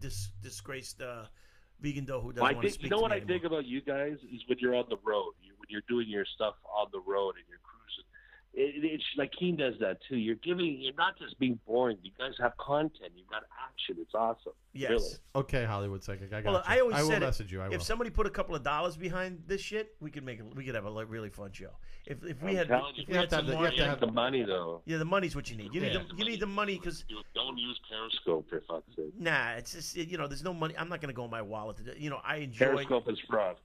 dis, disgraced uh, vegan dough who doesn't I want to think, speak. you know to what me I anymore. dig about you guys is when you're on the road, you, when you're doing your stuff on the road and you're cruising. It, it's like Keen does that too. You're giving, you're not just being boring. You guys have content. You've got action. It's awesome. Yes. Really. Okay, Hollywood Psychic, I got Well, you. I always will said it. message you. I will. If somebody put a couple of dollars behind this shit, we could make a, we could have a li- really fun show. If if we I'm had, telling you, if you we had have to some have the- you more, have to have- the money though. yeah, the money's what you need. You need Yeah. the, you need the money because You don't use Periscope for fuck's sake. nah, it's just you know, there's no money. I'm not gonna go in my wallet. To, do- you know, I enjoy. Periscope is fraud.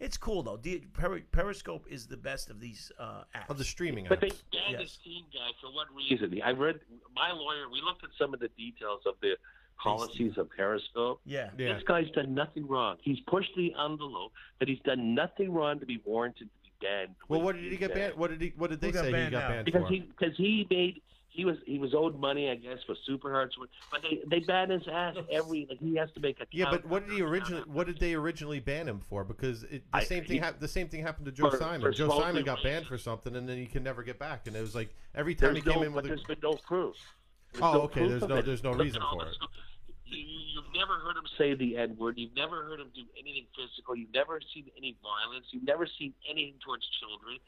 It's cool though. The- Peri- Periscope is the best of these uh, apps. of the streaming But they apps. banned Yes. this team guy for what reason? I read my lawyer. We looked at some of the details of the policies of Periscope. yeah. Yeah, This guy's done nothing wrong. He's pushed the envelope, but he's done nothing wrong to be warranted to be banned. Well, Wait, what did he he's get banned? What did he? What did they Who got say he banned got now? banned Because for? he because he made he was he was owed money, I guess, for super hearts. But they they ban his ass every like he has to make a Yeah, count but what did he after originally? count What did they originally ban him for? Because it, the I- same he- thing happened. The same thing happened to Joe For- Simon. for Joe smoking Simon got weed. banned for something, and then he could never get back. And it was like every time There's he came no, in with but a, there's been no proof. There's Oh, okay, proof there's of no- there's no Look at reason all for this it. stuff. You, you- you've never heard him say the N word. You've never heard him do anything physical. You've never seen any violence. You've never seen anything towards children.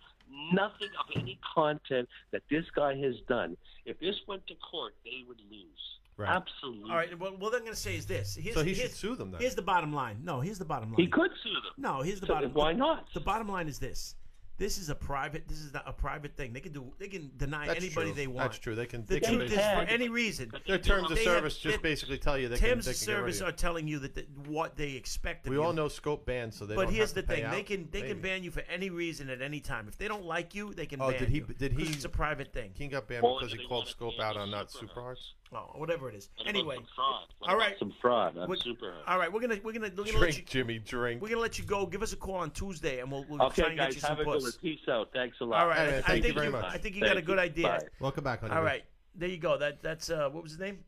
Nothing of any content that this guy has done. If this went to court, they would lose. Right. Absolutely. All right. Well, what I'm gonna say is this. Here's, so he here's, should sue them then. Here's the bottom line. No, here's the bottom line. He could sue them. No, here's the So bottom. why not? The bottom line is this: this is a private. This is not a private thing. They can do. They can deny That's anybody true. they want. That's true. They can. The they can truth is, basi- for can. any reason, their terms of they have- service they- just basically tell you they can. terms They of can get rid service of are telling you that the, what they expect you. of We you. all know scope bans, so they. But don't here's the have to pay thing: they out. can they can Maybe. ban you for any reason at any time. If they don't like you, they can Oh, ban did he- you. did 'cause he- It's a private thing. King got banned Or because do he they called wanna scope ban out the on not super super hearts. hearts? No, whatever it is. What about Anyway, some fraud? What all about right. Some fraud. I'm What- super. all right, we're gonna we're gonna, we're gonna let you Drink, Jimmy, drink. we're gonna let you go. Give us a call on Tuesday, and we'll, we'll try Okay, and get guys, you have some a puss. good one. Peace out. Thanks a lot. All right, Hey, man, I- I thank you think very you much. I think you Thank got a good idea. Bye. Welcome back, honey. All boo. right, there you go. That that's uh, what was his name?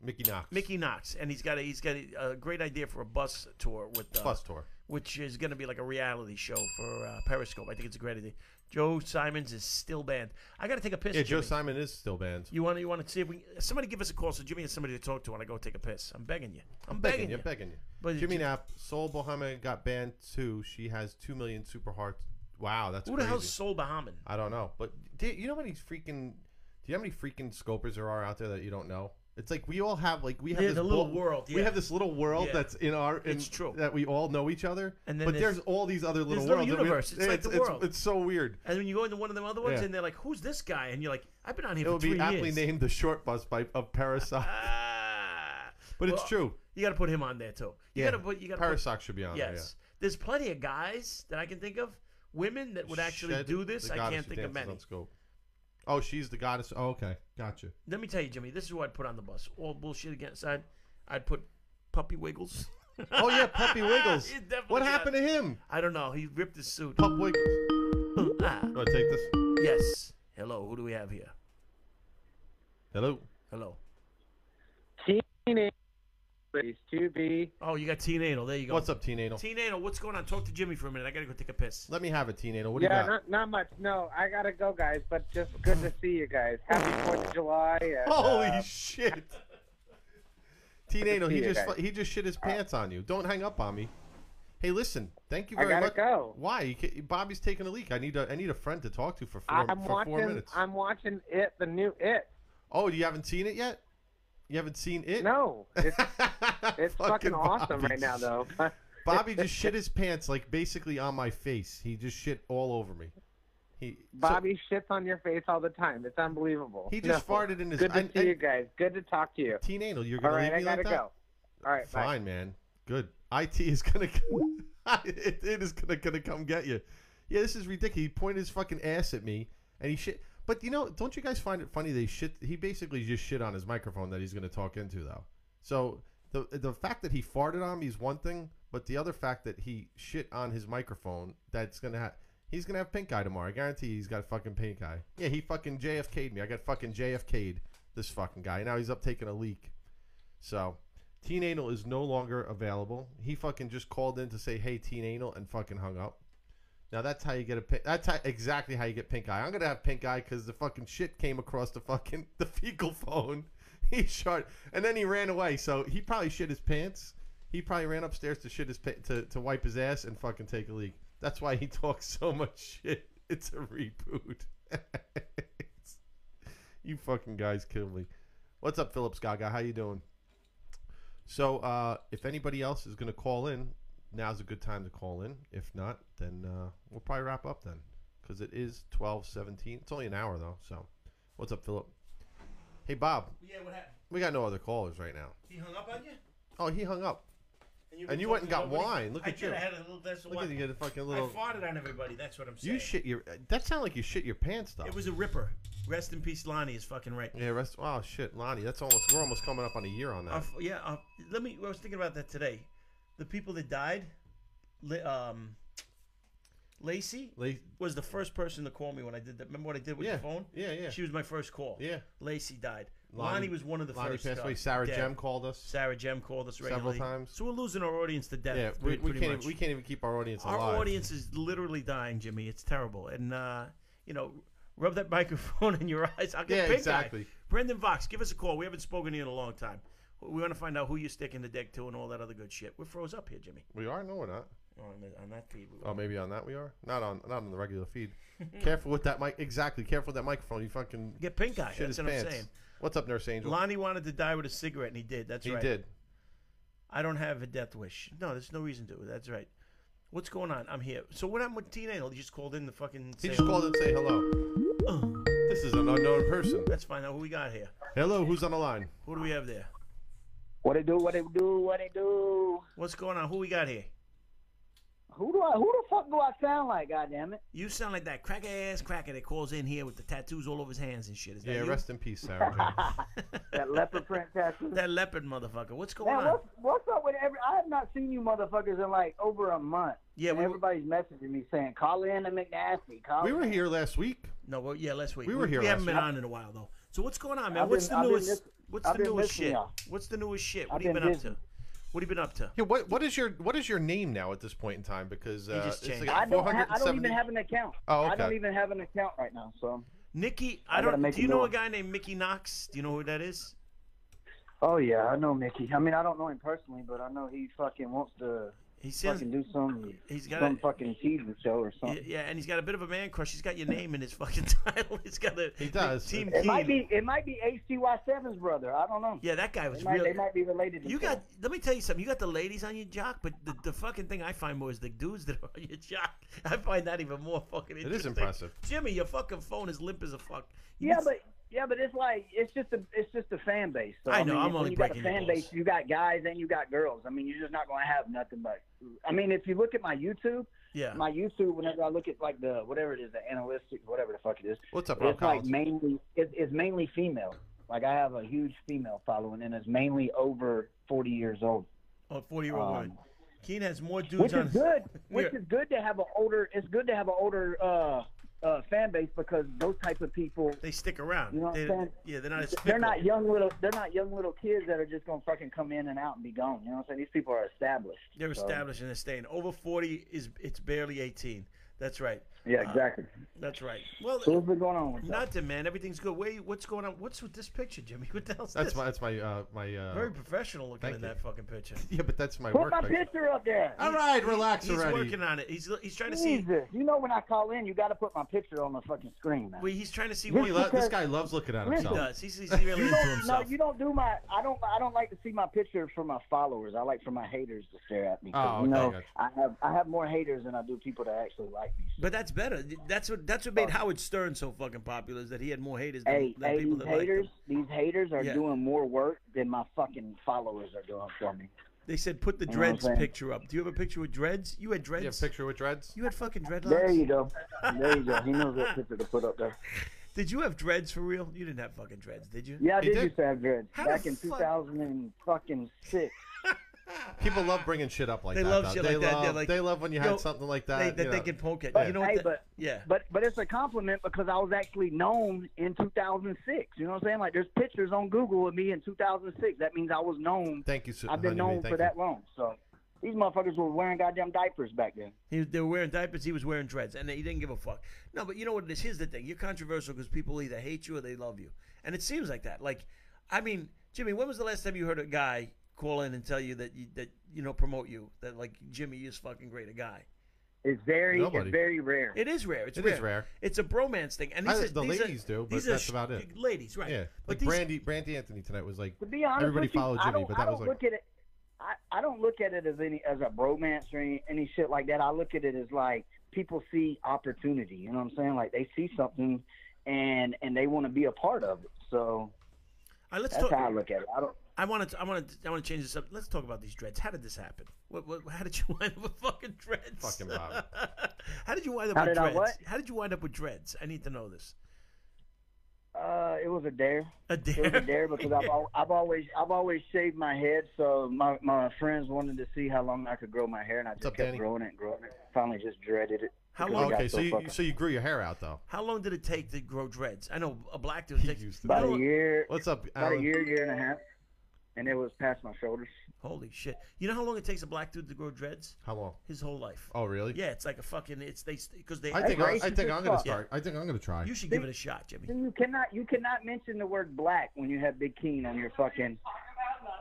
Mickey Knox. Mickey Knox, and he's got a, he's got a, a great idea for a bus tour with uh, Bus tour. which is going to be like a reality show for uh, Periscope. I think it's a great idea. Joe Simons is still banned. I got to take a piss. Yeah, Joe Jimmy. Simon is still banned. You want to you want to see if we somebody give us a call so Jimmy has somebody to talk to when I go take a piss. I'm begging you. I'm begging, you. begging you. But Jimmy it- Knapp, Soul Bahama got banned too. She has two million super hearts. Wow, that's Who the crazy. hell's Soul Bahaman? I don't know, but do you know how many freaking? Do you know how many freaking scopers there are out there that you don't know? It's like we all have like we have Yeah, this the little bull- world, We yeah. have this little world Yeah. that's in our. In, It's true. that we all know each other. And then but there's- there's all these other little little worlds. that we- universe. It's like the world. It's, so weird. And then you go into one of them other ones, Yeah. and they're like, "Who's this guy?" And you're like, "I've been on here It for would be three aptly years." named the short bus by of Parasite, Ah. but Well, it's true. You got to put him on there too. You Yeah. got to put you got to put Parasite should be on there. yeah. Yes. There's plenty of guys that I can think of, women that would actually Shed, do this. the I goddess can't who think of dances many. on Scope. Oh, she's the goddess. Oh, okay, gotcha. Let me tell you, Jimmy, this is what I'd put on the bus. All bullshit again aside, I'd put Puppy Wiggles. Oh yeah, Puppy Wiggles. It definitely what got- happened to him? I don't know. He ripped his suit. Pup Wiggles. Ah, Want to take this? yes. Hello. Who do we have here? Hello. Hello. Teenage Ways to be. Oh, you got Teen Anal. There you go. What's up, Teen Anal? Teen Anal, what's going on? Talk to Jimmy for a minute. I gotta go take a piss. Let me have it, Teen Anal. What do Yeah, you got? not, not much. No, I gotta go, guys. But just good to see you guys. Happy Fourth of July. And, Holy uh, shit. Teen Anal, he see you just guys. he just shit his pants on you. Don't hang up on me. Hey, listen. Thank you I very gotta much. go. Why? You ca Bobby's taking a leak. I need a I need a friend to talk to for 4 I'm for watching. four minutes. I'm watching it. The new it. Oh, you haven't seen it yet? You haven't seen it? No, it's it's fucking awesome Bobby. right now, though. Bobby just shit his pants like basically on my face. He just shit all over me. He so- Bobby shits on your face all the time. It's unbelievable. He just farted in his- Good to I- see I- you guys. Good to talk to you. teen anal, you're All gonna leave right, me I gotta like that? go. All right, bye. Fine, man. Good. It is gonna it, it is gonna gonna come get you. Yeah, this is ridiculous. He pointed his fucking ass at me and he shit. But you know, don't you guys find it funny? They shit. He basically just shit on his microphone that he's gonna talk into though. So the the fact that he farted on me is one thing, but the other fact that he shit on his microphone that's gonna have. He's gonna have pink eye tomorrow. I guarantee you he's got fucking pink eye. Yeah, he fucking JFK'd me. I got fucking JFK'd this fucking guy. Now he's up taking a leak. So Teen Anal is no longer available. He fucking just called in to say, "Hey, Teen Anal," and fucking hung up. Now that's how you get a pink. That's how, exactly how you get pink eye. I'm gonna have pink eye because the fucking shit came across the fucking the fecal phone. He shot, and then he ran away. So he probably shit his pants. He probably ran upstairs to shit his pa- to to wipe his ass and fucking take a leak. That's why he talks so much shit. It's a reboot. you fucking guys kill me. What's up, Phillips Gaga? How you doing? So, uh, if anybody else is going to call in, now's a good time to call in. If not, then uh, we'll probably wrap up then, because it is twelve seventeen. It's only an hour though. So, what's up, Philip? Hey, Bob. Yeah, what happened? We got no other callers right now. He hung up on you? Oh, he hung up. you've And been you went and talking got to nobody? wine. Look I at did. you. I had a little that's Look at you get a fucking little. I farted on everybody. That's what I'm saying. You shit your. uh, That sounded like you shit your pants though. It was a ripper. Rest in peace, Lonnie is fucking right. Yeah. Rest. Oh shit, Lonnie. That's almost. We're almost coming up on a year on that. Uh, f- yeah, uh, let me. I was thinking about that today. The people that died, Li- um, Lacey Like, was the first person to call me when I did that. Remember what I did with yeah. the phone? Yeah. Yeah. She was my first call. Yeah. Lacey died. Lonnie, Lonnie- was one of the Lonnie first. passed uh, away. Sarah dead. Jem called us. Sarah Jem called us Several regularly. times. So we're losing our audience to death. Yeah, we, pretty we can't much. even, we can't even keep our audience Our alive. audience is literally dying, Jimmy. It's terrible. And uh, you know, rub that microphone in your eyes. I'll get Yeah, pink eye. exactly. Brendan Vox, give us a call. We haven't spoken to you in a long time. We want to find out who you're sticking the deck to and all that other good shit. We're froze up here, Jimmy. We are? No, we're not. On, the- on that feed. we- Oh, maybe on that we are. Not on not on the regular feed. careful with that mic. Exactly. Careful with that microphone. You fucking Get pink eye. shit That's his what pants. I'm saying. What's up, Nurse Angel? Lonnie wanted to die with a cigarette, and he did. That's he right. did. I don't have a death wish. No, there's no reason to. That's right. What's going on? I'm here. So what happened with Teen Angel? He just called in the fucking. He saying, just called and say hello. "Oh, This is an unknown person. Let's find out who we got here. Hello, who's on the line? Who do we have there? What it do? What it do? What it do? What's going on? Who we got here? Who do I? Who the fuck do I sound like? Goddamn it! You sound like that cracker ass cracker that calls in here with the tattoos all over his hands and shit. Is that Yeah, you? rest in peace, Sarah. Jane. That leopard print tattoo. that leopard motherfucker. What's going Man, on? what's what's up with every? I have not seen you motherfuckers in like over a month. Yeah, we, Everybody's messaging me saying, "Call in to McNasty." Call. we in. were here last week. no, well, yeah, last week We were here We haven't last been week. on in a while though. So what's going on, man? I've what's been- the I've been newest? miss- what's I've the been newest missing shit? y'all. What's the newest shit? What I've have you been been busy. up to? What have you been up to? Yeah, what what is your what is your name now at this point in time? Because uh, just it's changed. like I don't. Ha- I don't 470 even have an account. Oh, I don't okay. even have an account right now. So. Nikki, I I gotta don't. make Do you a new know a one. guy named Mickey Knox? Do you know who that is? Oh yeah, I know Mickey. I mean, I don't know him personally, but I know he fucking wants to He sends. fucking do some He's got some a- fucking TV show or Yeah, something. yeah, and he's got a bit of a man crush. He's got your name in his fucking title. He's got a He does. Team It It might Keen. be it might be HCY7's brother. I don't know. Yeah, that guy They was might, really. they might be related. To You each other. got. Let me tell you something. You got the ladies on your jock, but the, the fucking thing I find more is the dudes that are on your jock. I find that even more fucking. is Interesting. impressive. Jimmy. Your fucking phone is limp as a fuck. You Yeah, need- but yeah, but it's like it's just a it's just a fan base. So, I know, mean, I'm when only you got a breaking your fan balls. base. You got guys and you got girls. I mean, you're just not gonna have nothing but. I mean, if you look at my YouTube, yeah, my YouTube, whenever I look at like the whatever it is, the analytics, whatever the fuck it is, What's up, Rob it's like Collins? mainly it, it's mainly female. Like I have a huge female following, and it's mainly over 40 years old. or forty year old um, woman. Keen has more dudes which on. is good. Which Yeah. is good to have an older. It's good to have an older uh, uh, fan base because those type of people, They stick around. You know what they, I'm saying? yeah, they're not as. they're fickle. not young little. They're not young little kids that are just gonna fucking come in and out and be gone. You know what I'm saying? These people are established. They're so- established and they're staying. Over forty is it's barely eighteen. That's right. Yeah, exactly. That's right. Well, So what's been going on with that? nothing, man. Everything's good. Wait, what's going on? What's with this picture, Jimmy? What the hell's That's this? my that's my uh, my. Uh, Very professional looking Thank in you. that fucking picture. yeah, but that's my Put work. my picture. picture up there. All right, relax He's already. working on it. He's he's trying to see. Jesus, you know when I call in, you got to put my picture on the fucking screen, man. Well, he's trying to see This what he He lo- this because- guy loves looking at Listen. himself. does. He's, he's really You into don't, no, himself. you don't do my. I don't. I don't like to see my picture for my followers. I like for my haters to stare at me. 'cause, Oh, okay, you know, gotcha. I have I have more haters than I do people that actually like me. But that's better. That's what that's what made Howard Stern so fucking popular is that he had more haters than, Hey, than hey, people these that liked him. haters, these haters are Yeah. doing more work than my fucking followers are doing for me. They said put the know what I'm dreads saying? picture up. Do you have a picture with dreads? You had dreads. You have a picture with dreads? You had fucking dreadlocks. There you go. There you go. He knows what picture to put up there. Did you have dreads for real? You didn't have fucking dreads, did you? Yeah, I He did, did. used to have dreads How back the in fuck- 2006. People love bringing shit up like They that. love though. shit they like that. They're love- like, they love when you yo, had something like that. they, you that they know. can poke at. But- you know what hey, that- but- yeah. But but it's a compliment because I was actually known in 2006. You know what I'm saying? Like there's pictures on Google of me in 2006. That means I was known. Thank you, so- I've honey, been known thank for you. that long. So these motherfuckers were wearing goddamn diapers back then. He, was- they were wearing diapers. He was wearing dreads, and he didn't give a fuck. No, but you know what it is? Here's the thing: you're controversial because people either hate you or they love you, and it seems like that. Like, I mean, Jimmy, when was the last time you heard a guy call in and tell you that you, that you know promote you that like Jimmy is fucking great a guy? It's very Nobody. it's very rare. It is rare. It's It rare. is rare. It's a bromance thing, and I- these are, the these ladies are, do, but these are that's sh- about it. Ladies, right? Yeah, but like these, Brandy, Brandy Anthony tonight was like, to be honest, everybody with you, followed I Jimmy, don't, but I that don't was like, look at it. I, I don't look at it as any as a bromance or any, any shit like that. I look at it as like people see opportunity. You know what I'm saying? Like they see something, and and they want to be a part of it. So all right, let's that's talk. how I look at it. I don't. I want to. I want to. I want to change this up. Let's talk about these dreads. How did this happen? What, what, how did you wind up with fucking dreads? Fucking Bob. how did you wind up How with did I dreads? what? How did you wind up with dreads? I need to know this. Uh, it was a dare. A It was a dare. dare because I've, al- I've always I've always shaved my head, so my, my friends wanted to see how long I could grow my hair, and I just up, kept Danny? growing it and growing it. Finally, just dreaded it. How because long- it got okay, so you fucking- so you grew your hair out though. How long did it take to grow dreads? I know a black dude He takes. used to- you about know- a year, What's up, about a Alan? year, year and a half, and it was past my shoulders. Holy shit! You know how long it takes a black dude to grow dreads? How long? His whole life. Oh, really? Yeah, it's like a fucking. It's they because they. I think I, I racist think as I'm gonna fuck. start. I think I'm gonna try. you should give it a shot, Jimmy. See, You cannot you cannot mention the word black when you have Big Keen on your fucking.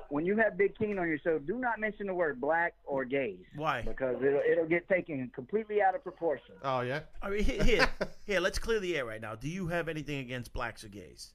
When you have Big Keen on your show, do not mention the word black or gays Why? because it'll it'll get taken completely out of proportion. Oh yeah. I mean, here, here, here, let's clear the air right now. Do you have anything against blacks or gays?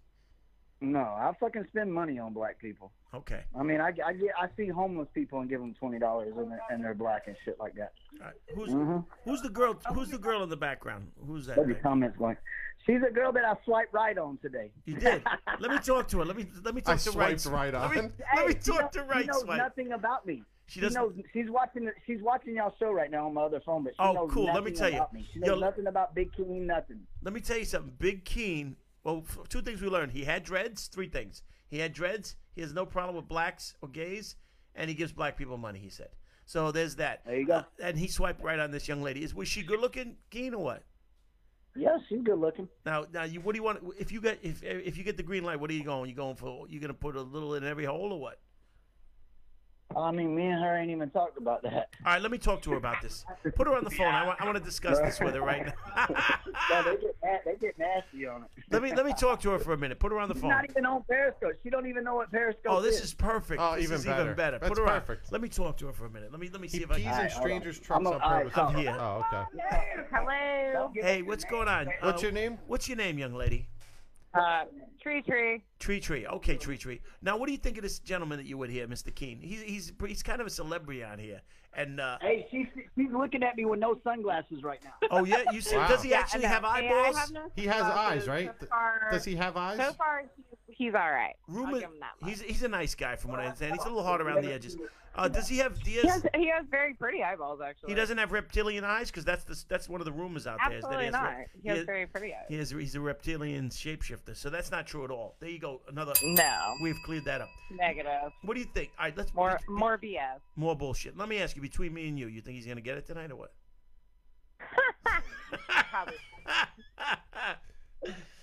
No, I fucking spend money on black people. Okay. I mean, I, I, get- I see homeless people and give them twenty dollars, and, they're- and they're black and shit like that. All right. Who's Mm-hmm. who's the girl? Who's the girl in the background? Who's that? What are your comments going? She's a girl that I swiped right on today. You did. Let me talk to her. Let me let me talk I to swiped rights. right Let me, on. let me Hey, she talk know- to right She knows swipe. nothing about me. She She doesn't. knows she's watching. She's watching y'all show right now on my other phone. But she Oh, knows cool. Let me nothing tell you. about me. She knows Yo- nothing about Big King. Nothing. Let me tell you something. Big Keen. Well, f- two things we learned. He had dreads. Three things. He had dreads. He has no problem with blacks or gays, and he gives black people money. He said. So there's that. There you go. Uh, and he swiped right on this young lady. Is was she good looking, Keen or what? Yeah, she's good looking. Now, now, you what do you want? If you get if if you get the green light, what are you going? You going for? You gonna put a little in every hole or what? I mean, me and her ain't even talked about that. All right, let me talk to her about this. Put her on the phone. I want I want to discuss this with her right No, now. they get na- they get nasty on it. let me let me talk to her for a minute. Put her on the She's phone. not even on Periscope. She don't even know what Periscope Oh, this is is perfect. Oh, this even is better. even better. That's Put her on. perfect. Let me talk to her for a minute. Let me let me see He if I pees can. in Alright, hold on. strangers' trunks I'm on a- alright, purpose. I'm Hello. here. Oh, okay. Hello. Hey, what's going on? What's Uh, your name? What's your name, young lady? Uh, tree tree. Tree Tree. Okay, Tree Tree. Now, what do you think of this gentleman that you would hear, Mr. Keene? He's he's he's kind of a celebrity on here. And uh, Hey, she's she's looking at me with no sunglasses right now. oh yeah, you see, Wow. does he Yeah, actually no, have I- I eyeballs? have no He has eyes, sunglasses. right? So far, Does he have eyes? so far he's, he's all right. I'll Rumor, give him that much. he's he's a nice guy from what I understand. He's a little hard around the edges. Uh, does he have? He, He has, has, he has very pretty eyeballs, actually. he doesn't have reptilian eyes because that's the, that's one of the rumors out there. is Absolutely not. that He has very pretty eyes. he has, he's a reptilian shapeshifter, so that's not true at all. There you go. Another No, we've cleared that up. negative. What do you think? All right, let's More more BS. more bullshit. Let me ask you, between me and you, you think he's gonna get it tonight or what? Probably.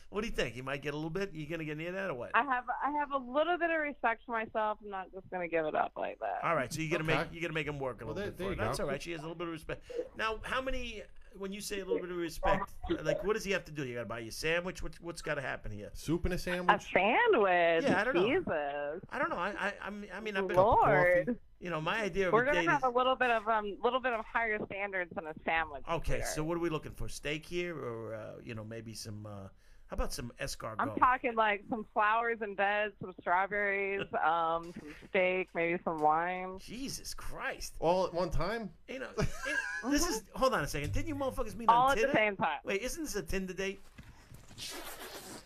what do you think? He might get a little bit. You gonna get near that or what? I have I have a little bit of respect for myself. I'm not just gonna give it up like that. All right, so you're gonna Okay. make you're gonna make him work a Well, little there- bit there for you it. That's go. all right. She has a little bit of respect. Now, how many? When you say a little bit of respect, like what does he have to do? You gotta buy you a sandwich. What, what's got to happen here? Soup and a A sandwich? sandwich. Yeah, I don't know. Jesus. I don't know. I I, I mean- I mean, I've been, Lord, you know, my idea of we're a date gonna have is- a little bit of um, little bit of higher standards than a sandwich. okay. here. So what are we looking for? Steak here, or uh, you know, maybe some. Uh, how about some escargot? I'm talking like some flowers and beds, some strawberries, um, some steak, maybe some wine. Jesus Christ! All at one time? You know, it, this is. Hold on a second. Didn't you motherfuckers meet Uh-huh. All on at Tinder? the same time. Wait, isn't this a Tinder date?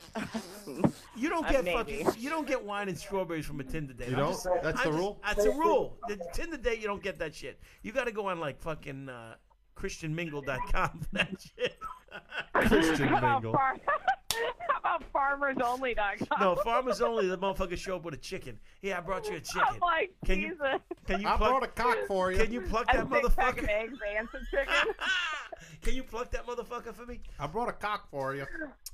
You don't Uh, get maybe. fucking. You don't get wine and strawberries from a Tinder date. You I'm don't? just- That's I'm the just- rule? That's a rule. The Tinder date, you don't get that shit. You got to go on like fucking uh, ChristianMingle.com for that shit. Christian How about, Mingle. far- How about farmersonly.com? no, farmers only. The motherfucker show up with a chicken. Yeah, I brought you a I'm chicken. like, Can you- Jesus. You, Can you I brought pluck? a cock for you. Can you pluck a that big pack of motherfucker? eggs and some chicken. Can you pluck that motherfucker for me? I brought a cock for you.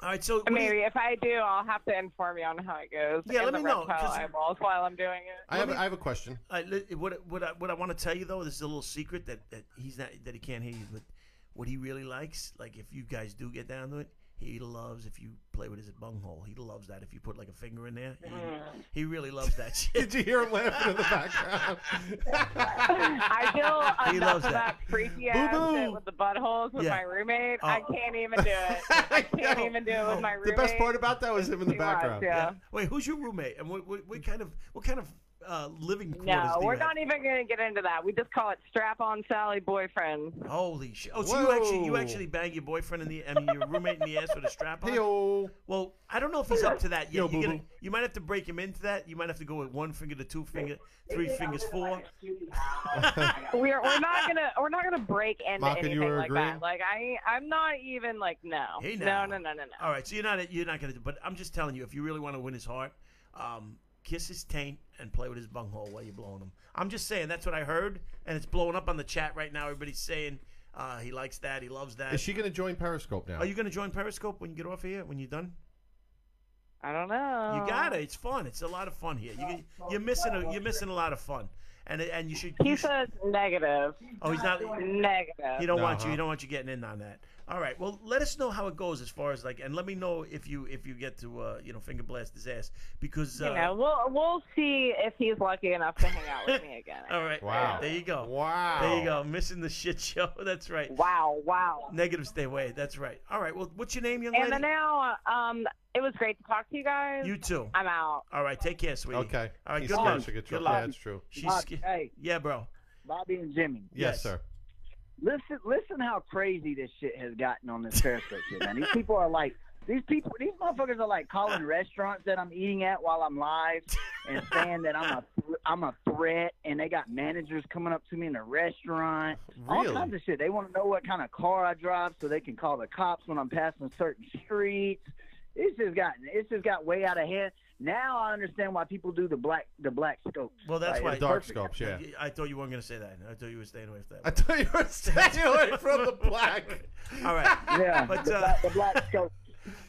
All right, so what do you- Maybe if I do, I'll have to inform you on how it goes. Yeah, and let the me know, reptile 'cause- eyeballs while I'm doing it. I have, I have a question. I, li- what what I, what I want to tell you though, this is a little secret that, that he's not that he can't hear you, but what he really likes, like if you guys do get down to it, he loves if you play with his bunghole. He loves that if you put like a finger in there. He, Mm. he really loves that shit. Did you hear him laughing in the background? I do He enough loves of that. that freaky ass Boo-boo. shit with the buttholes with Yeah. my roommate. I Oh. can't even do it. I can't know. even do it with my the roommate. best part about that was him in the Too much, background. yeah. Wait, who's your roommate and what what, what kind of what kind of uh, living quarters No, do you we're have? not even going to get into that. We just call it strap on Sally boyfriend. Holy shit! Oh, so you actually you Whoa. actually bang your boyfriend in the I mean your roommate in the ass with a strap on? Hey-o. Well, I don't know if he's up to that Yo, yet. you, boo-boo. gonna, you might have to break him into that. You might have to go with one finger to two finger, three fingers four. Oh We're we're not gonna we're not gonna break into Maka, you anything were like agreeing? that. Like I I'm not even like no Hey, now. no no no no no. All right, so you're not you're not gonna. But I'm just telling you, if you really want to win his heart, um, kiss his taint and play with his bunghole while you're blowing him. I'm just saying that's what I heard, and it's blowing up on the chat right now. Everybody's saying uh, he likes that, he loves that. Is she going to join Periscope now? Are Oh, you gonna join Periscope when you get off of here? When you're done? I don't know. You got it. It's fun. It's a lot of fun here. You, you're missing a, you're missing a lot of fun, and and you should. He you should- says negative. oh, he's not. Negative. He don't want you. Uh-huh. He don't want you getting in on that. All right. Well, let us know how it goes as far as like, and let me know if you if you get to uh, you know finger blast his ass because uh, You know, we'll we'll see if he's lucky enough to hang out with me again. All right. Wow. There you go. Wow. There you go. Missing the shit show. That's right. Wow, wow. Negative stay away. That's right. All right. Well, what's your name, young And lady? then now, um, it was great to talk to you guys. you too. I'm out. All right. Take care, sweetie. Okay. All right. He's good scared luck. she'll get Good trouble. Yeah, luck. that's true. She's. sca- Hey, Yeah, bro. Bobby and Jimmy. Yes. Yes, sir. Listen, listen, how crazy this shit has gotten on this Periscope shit, man. These people are like, These people, these motherfuckers are like calling restaurants that I'm eating at while I'm live and saying that I'm a I'm a threat, and they got managers coming up to me in the restaurant, all Really? kinds of shit. They want to know what kind of car I drive so they can call the cops when I'm passing certain streets. It's just gotten it's just got way out of hand. Now I understand why people do the black the black scopes. Well, that's Like, why- The it's dark perfect. scopes, yeah. I thought you weren't going to say that. I thought you were staying away from I that. thought you were staying away from the black. All right. Yeah, But, the, uh, black, the black scopes.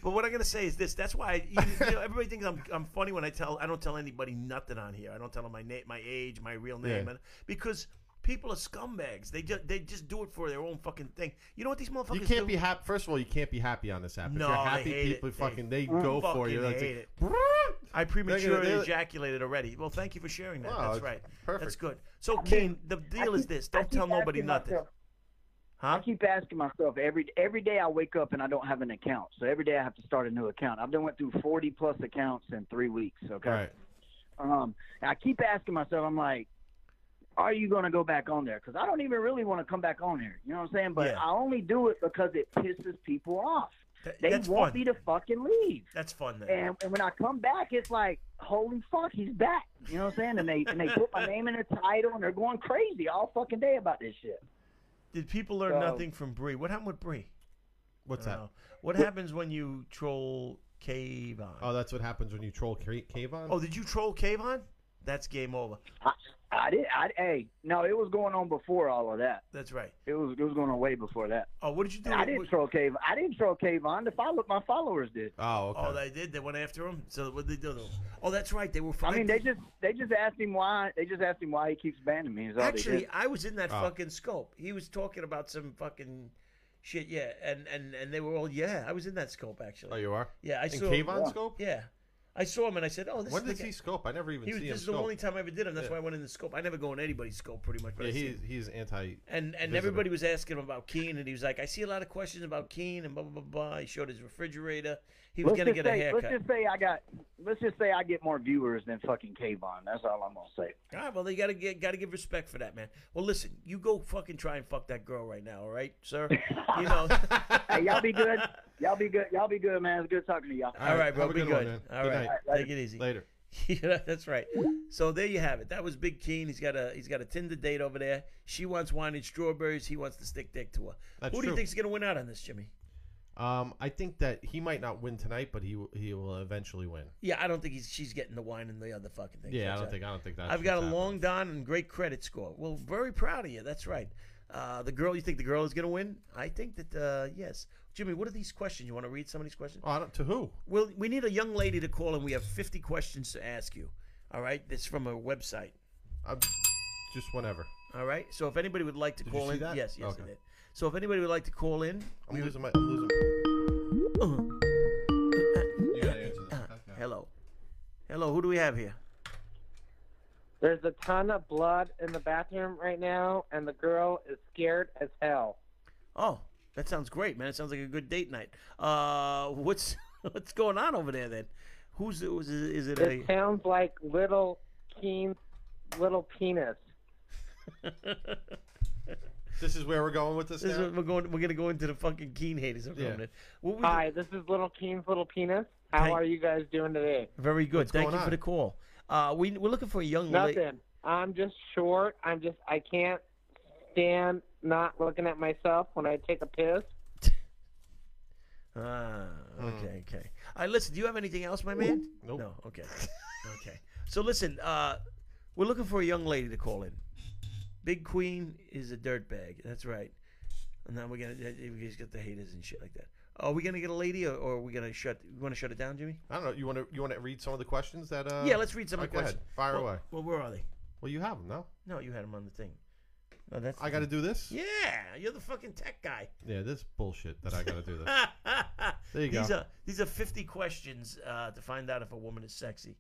But what I'm gonna say is this. That's why I, you, you know, everybody thinks I'm I'm funny when I tell. I don't tell anybody nothing on here. I don't tell them my name, my age, my real name, Yeah. and, because people are scumbags. They just they just do it for their own fucking thing. You know what these motherfuckers You can't do? be happy. First of all, you can't be happy on this app. No, if you're they happy, hate it. people They fucking they go for you. fucking That's hate like, I prematurely they're- ejaculated already. Well, thank you for sharing that. Wow, That's that's right. perfect. That's good. So, Keen, the I deal is keep- this: I don't keep tell nobody asking nothing. myself- Huh? I keep asking myself every every day I wake up and I don't have an account, so every day I have to start a new account. I've done went through forty plus accounts in three weeks. Okay, Right. um, and I keep asking myself, I'm like, are you gonna go back on there? Because I don't even really want to come back on here. You know what I'm saying? But Yeah. I only do it because it pisses people off. Th- They that's want fun. me to fucking leave. That's fun. Then. And, and when I come back, it's like, holy fuck, he's back. You know what I'm saying? And they and they put my name in the title and they're going crazy all fucking day about this shit. Did people learn So- nothing from Bree? What happened with Bree? What's that? What happens when you troll Kayvon? Oh, that's what happens when you troll K- Kayvon. Oh, did you troll Kayvon? That's game over. I, I did. I hey, no, it was going on before all of that. That's right. It was it was going on way before that. Oh, what did you do? And I didn't What- troll Cave. I didn't troll Kayvon. The follow my followers did. Oh, okay. oh, they did. They went after him. So what did they do? to him? Oh, that's right. They were. I Fighting. mean, they just they just asked him why they just asked him why he keeps banning me. Is all they actually. did. I was in that Oh. fucking scope. He was talking about some fucking shit. Yeah, and and and they were all yeah. I was in that scope actually. Oh, you are. Yeah, I In saw. Kayvon Yeah. scope. Yeah, I saw him and I said, oh, this When is the does guy- he scope? I never even He was, see this him is the scope. only time I ever did him. That's Yeah. why I went in the scope. I never go in anybody's scope pretty much. But Yeah, I see he's him. he's anti. And and visitor. everybody was asking him about Keen, and he was like, "I see a lot of questions about Keen, and blah blah blah blah." He showed his refrigerator. He was Let's going to just, get a say, let's haircut. just say I got. Let's just say I get more viewers than fucking Kayvon. That's all I'm gonna say. All right, well, they gotta get gotta give respect for that, man. Well, listen, you go fucking try and fuck that girl right now, all right, sir? You know, Hey, y'all be good. y'all be good. Y'all be good, man. It's good talking to y'all. all right, bro, have a be good good. one, man. All Good right, night. take it easy. Later. yeah, that's right. So there you have it. That was Big Keen. He's got a he's got a Tinder date over there. She wants wine and strawberries. He wants to stick dick to her. That's Who do you true. think's gonna win out on this, Jimmy? Um, I think that he might not win tonight, but he he will eventually win. Yeah, I don't think he's she's getting the wine and the other fucking thing. Yeah, I That's don't it. think I don't think that. I've got a shit's long don and great credit score. Well, very proud of you. That's right. Uh, the girl, you think the girl is going to win? I think that uh, yes. Jimmy, what are these questions? You want to read some of these questions? happening. Oh, I don't, to who? Well, we need a young lady to call, and we have 50 questions to ask you. All right, it's from a website. I'm, just whenever. All right, so if anybody would like to you call see in, that? yes, yes, Okay. I did. So if anybody would like to call in, I'm losing my. I'm losing. Uh-huh. You gotta answer that. Uh, Okay. hello, hello, who do we have here? There's a ton of blood in the bathroom right now, and the girl is scared as hell. Oh, that sounds great, man. It sounds like a good date night. Uh, what's what's going on over there then? Who's is it? Is it a It sounds like little keen, little penis. This is where we're going with this. This is now? what we're going. We're gonna go into the fucking Keen haters. Yeah. Yeah. What we, Hi, this is little keen's little penis. How Hey. are you guys doing today? very good. Thank going you on? for the call. Uh, we we're looking for a young lady. Nothing. I'm just short. I'm just. I can't stand not looking at myself when I take a piss. Ah, okay, okay. All right, listen. Do you have anything else, my man? Hmm. Nope. No. Okay. okay. So listen, uh, we're looking for a young lady to call in. Big Queen is a dirtbag. That's right. And now we're gonna we just got the haters and shit like that. Are we gonna get a lady, or, or are we gonna shut? You want to shut it down, Jimmy? I don't know. You want to you want to read some of the questions that? Uh, yeah, let's read some all of right, the go ahead. questions. Fire well, away. Well, where are they? Well, you have them, no? No, you had them on the thing. No, that's I got to do this. Yeah, you're the fucking tech guy. Yeah, this bullshit that I got to do this. There you these go. are these are 50 questions uh, to find out if a woman is sexy.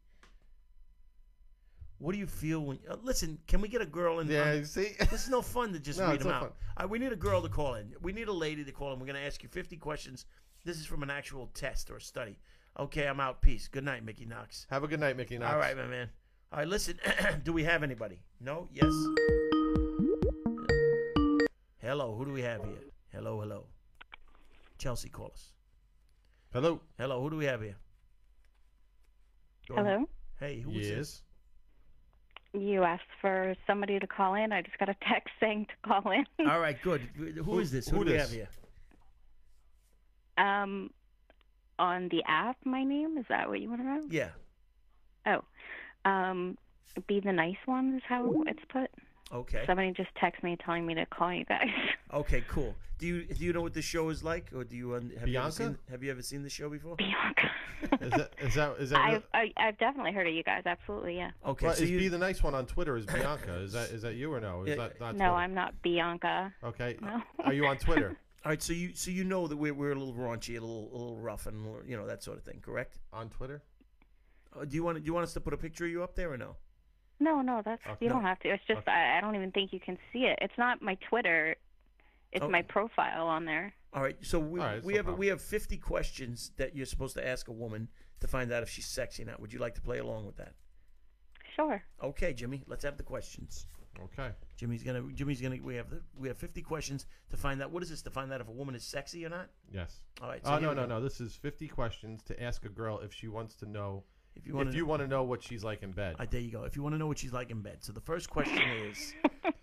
What do you feel when? Uh, listen, can we get a girl in? yeah, on- you see. this is no fun to just No, read it's them no out. fun. Uh, we need a girl to call in. We need a lady to call in. We're going to ask you 50 questions. This is from an actual test or a study. Okay, I'm out. Peace. Good night, Mickey Knox. have a good night, Mickey. Knox. All right, my man. All right, listen. do we have anybody? No? Yes? Hello. Who do we have here? Hello, hello. Chelsea, call us. Hello. Hello, who do we have here? Go ahead. Hello. Hey, who is this? Yes. You asked for somebody to call in. I just got a text saying to call in. All right, good. Who, who is this? Who, who do we this? have here? Um, on the app, my name is that what you want to know? Yeah. Oh, um, be the nice one is how it's put. Okay. Somebody just texted me telling me to call you guys. Okay, cool. Do you do you know what the show is like, or do you um, have you ever Bianca? seen have you ever seen the show before? Bianca, Is that is that is that? I've I, I've definitely heard of you guys. Absolutely, yeah. Okay, well, so is you be the nice one on Twitter is Bianca. Is that is that you or no? Is Yeah, that not no, Twitter? I'm not Bianca. Okay. No. Are you on Twitter? all right. So you so you know that we're we're a little raunchy, a little a little rough, and a little, you know that sort of thing. Correct? on Twitter? Uh, do you want do you want us to put a picture of you up there or no? No, no, that's you no. don't have to. It's just I, I don't even think you can see it. It's not my Twitter. It's Oh. my profile on there. All right. So we All right, it's we no have problem. we have fifty questions that you're supposed to ask a woman to find out if she's sexy or not. Would you like to play along with that? Sure. Okay, Jimmy. Let's have the questions. Okay. Jimmy's gonna Jimmy's gonna we have the, we have fifty questions to find out what is this to find out if a woman is sexy or not. Yes. All right. So Oh here no we no go. no! This is 50 questions to ask a girl if she wants to know If you want if you want to know what she's like in bed. Uh, there you go. If you want to know what she's like in bed. So the first question is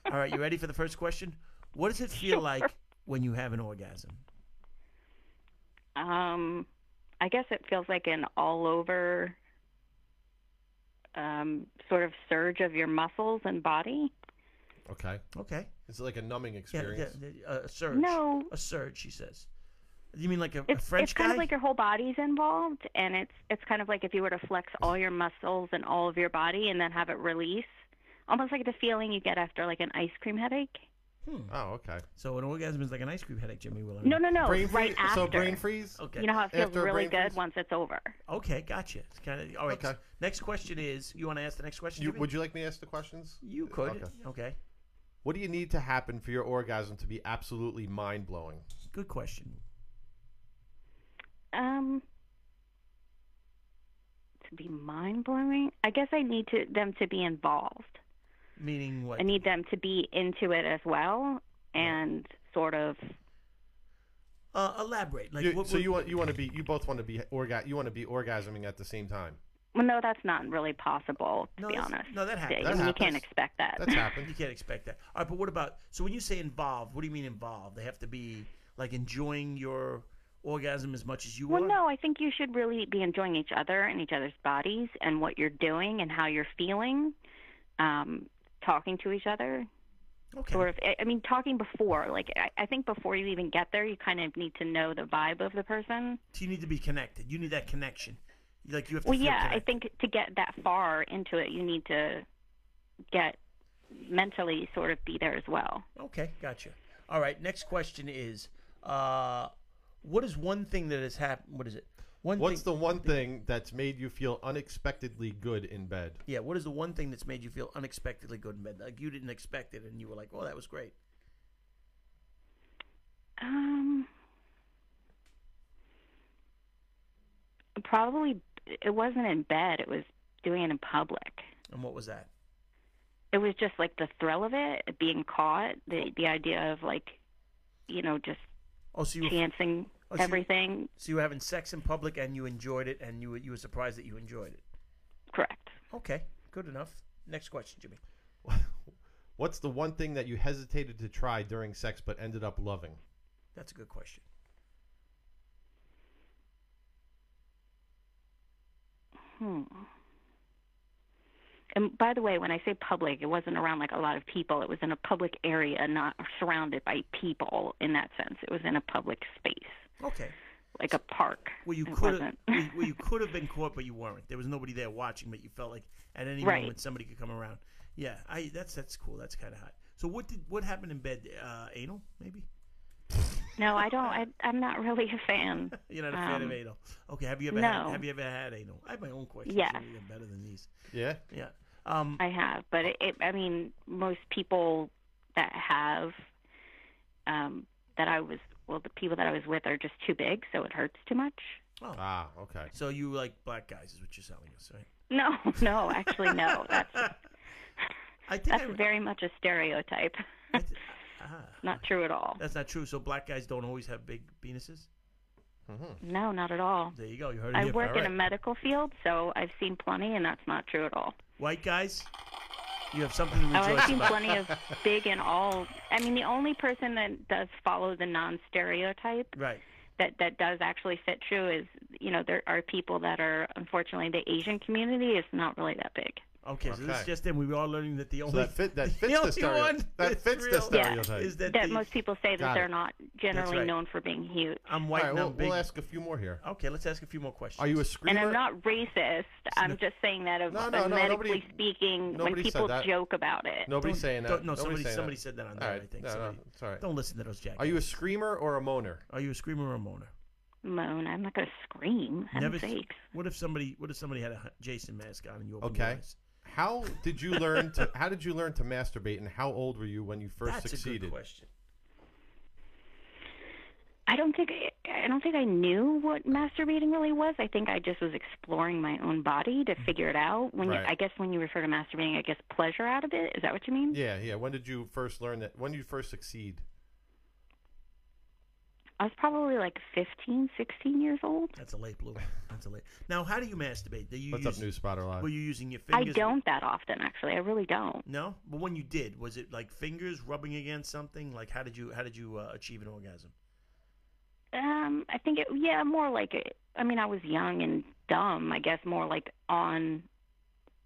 All right, you ready for the first question? What does it feel like when you have an orgasm? Um, I guess it feels like an all over um, sort of surge of your muscles and body. Okay. Okay. It's like a numbing Yeah, yeah, experience. the- uh, a a surge. No. A surge, she says. You mean like a, a It's, French it's kind guy? of like your whole body's involved, and it's it's kind of like if you were to flex all your muscles and all of your body, and then have it release, almost like the feeling you get after like an ice cream headache. Oh okay. so an orgasm is like an ice cream headache, Jimmy Willard. No, no, no, Brain freeze. right after. So brain freeze. Okay. You know how it feels After a really brain good freeze? once it's over. Okay, gotcha. It's kind of all right. Okay. Next question is you want to ask the next question? You, Jimmy? would you like me to ask the questions? You could. Okay. okay. What do you need to happen for your orgasm to be absolutely mind blowing? Good question. Um, to be mind blowing, I guess I need to them to be involved. Meaning what? I need them to be into it as well and sort of uh, elaborate. Like You- what, so what- you want you want to be you both want to be orga- you want to be orgasming at the same time. well no that's not really possible to No, be that's- honest. no, that happens. I That mean, you can't happens. expect that. That's You happened. can't expect that. All right, but what about so when you say involved, what do you mean involved? They have to be like enjoying your orgasm as much as you well are. no, I think you should really be enjoying each other and each other's bodies and what you're doing and how you're feeling. Um talking to each other Okay. sort of I- i mean talking before like I, I think before you even get there you kind of need to know the vibe of the person So you need to be connected. You need that connection. Like you have to. Well, feel yeah, I connected. think to get that far into it, you need to get mentally sort of be there as well. Okay, gotcha. All right. Next question is, uh, what is one thing that has happened? What is it? One. What's the thing, one thing that's made you feel unexpectedly good in bed? Yeah. What is the one thing that's made you feel unexpectedly good in bed? Like you didn't expect it, and you were like, "Oh, that was great." Um, probably it wasn't in bed; it was doing it in public. And what was that? It was just like the thrill of it, being caught, the the idea of like, you know, just Oh, so you were, chancing Oh, so you- everything. so you were having sex in public, and you enjoyed it, and you were, you were surprised that you enjoyed it. Correct. Okay, good enough. Next question, Jimmy. What's the one thing that you hesitated to try during sex but ended up loving? That's a good question. Hmm. And by the way, when I say public, it wasn't around like a lot of people. It was in a public area, not surrounded by people in that sense. It was in a public space, Okay. like a park. Well, you It could have wasn't. well, you- well, you could have been caught, but you weren't. There was nobody there watching, but you felt like at any Right. moment somebody could come around. Yeah, I that's that's cool. That's kind of hot. So what did what happened in bed? Uh, anal, maybe? no, I don't. I, I'm not really a fan. You're not a fan of Um, anal. Okay. Have you ever had, no. have you ever had anal? I have my own questions. Yeah. Maybe They're better than these. Yeah. Yeah. Um, I have, but it, it, I mean, most people that have um, that I was well, the people that I was with are just too big, so it hurts too much. oh. Ah, okay. So you like black guys is what you're telling us, right? No, no, actually, no. That's I think that's I, very much a stereotype. I th- ah, Not true at all. that's not true. So black guys don't always have big penises. Mm-hmm. No, not at all. There you go. You heard it I here work in first. a medical field, so I've seen plenty, and that's not true at all. White guys, you have something to Oh, rejoice I've seen about. plenty of big and all. I mean, the only person that does follow the non-stereotype right. that that does actually fit true is, you know, there are people that are unfortunately the Asian community is not really that big. Okay, so this Okay. is just then. We were all learning that the only that fit- that fits the the only stereo- one that that's fits the real stereotype. Is that, that the- most people say that Got they're it. not That's generally right. known for being huge. I'm white All right, and we'll, I'm big. we'll ask a few more here. Okay, let's ask a few more questions. Are you a And screamer? I'm not racist. I'm just saying that, of, No, no, of no, medically nobody- speaking, when nobody said people that. joke about it. Nobody's Don't- saying that. don't- no, Nobody's somebody- saying somebody said that on there, All right, I think. No, Somebody- no, it's all right. Don't listen to those jackasses. Are you a screamer or a moaner? Are you a screamer or a moaner? Moan. I'm not going to scream. Heaven's s- sakes. What if somebody? What if somebody had a hu- Jason mask on and you opened your Okay. eyes? How did you learn to? How did you learn to masturbate? And how old were you when you first That's a good succeeded? question. I don't think I don't think I knew what masturbating really was. I think I just was exploring my own body Mm. to figure it out. When Right. you, I guess when you refer to masturbating, I guess pleasure out of it. Is that what you mean? Yeah, yeah. When did you first learn that? When did you first succeed? I was probably like 15, 16 years old. That's a late bloomer. That's a late. Now, how do you masturbate? Are you What's up, use- News Spotter Live? Were you using your I fingers? don't that often actually. I really don't. No, but when you did, was it like fingers rubbing against something? Like how did you how did you uh, achieve an orgasm? Um, I think it yeah, more like it, I mean, I was young and dumb. I guess more like on.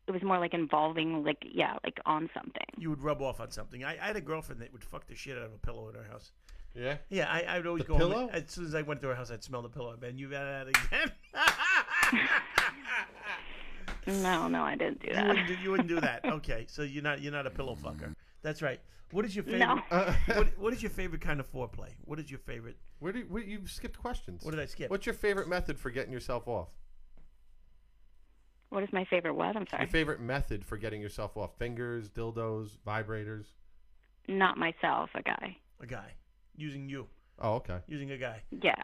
It was more like involving like yeah, like on something. You would rub off on something. I, I had a girlfriend that would fuck the shit out of a pillow in her house. Yeah. Yeah, I, I would always The go home- pillow? as soon as I went to her house. I'd smell the pillow. Man, you had that again. No, no, I didn't do You that. wouldn't do, you wouldn't do that. Okay, so you're not you're not a pillow fucker. That's right. What is your favorite? No. what, what is your favorite kind of foreplay? What is your favorite? Where did where, you skipped questions? What did I skip? What's your favorite method for getting yourself off? What is my favorite? What I'm sorry. Your favorite method for getting yourself off? Fingers, dildos, vibrators. Not myself, a guy. A guy using you, Oh, okay. using a guy. Yeah.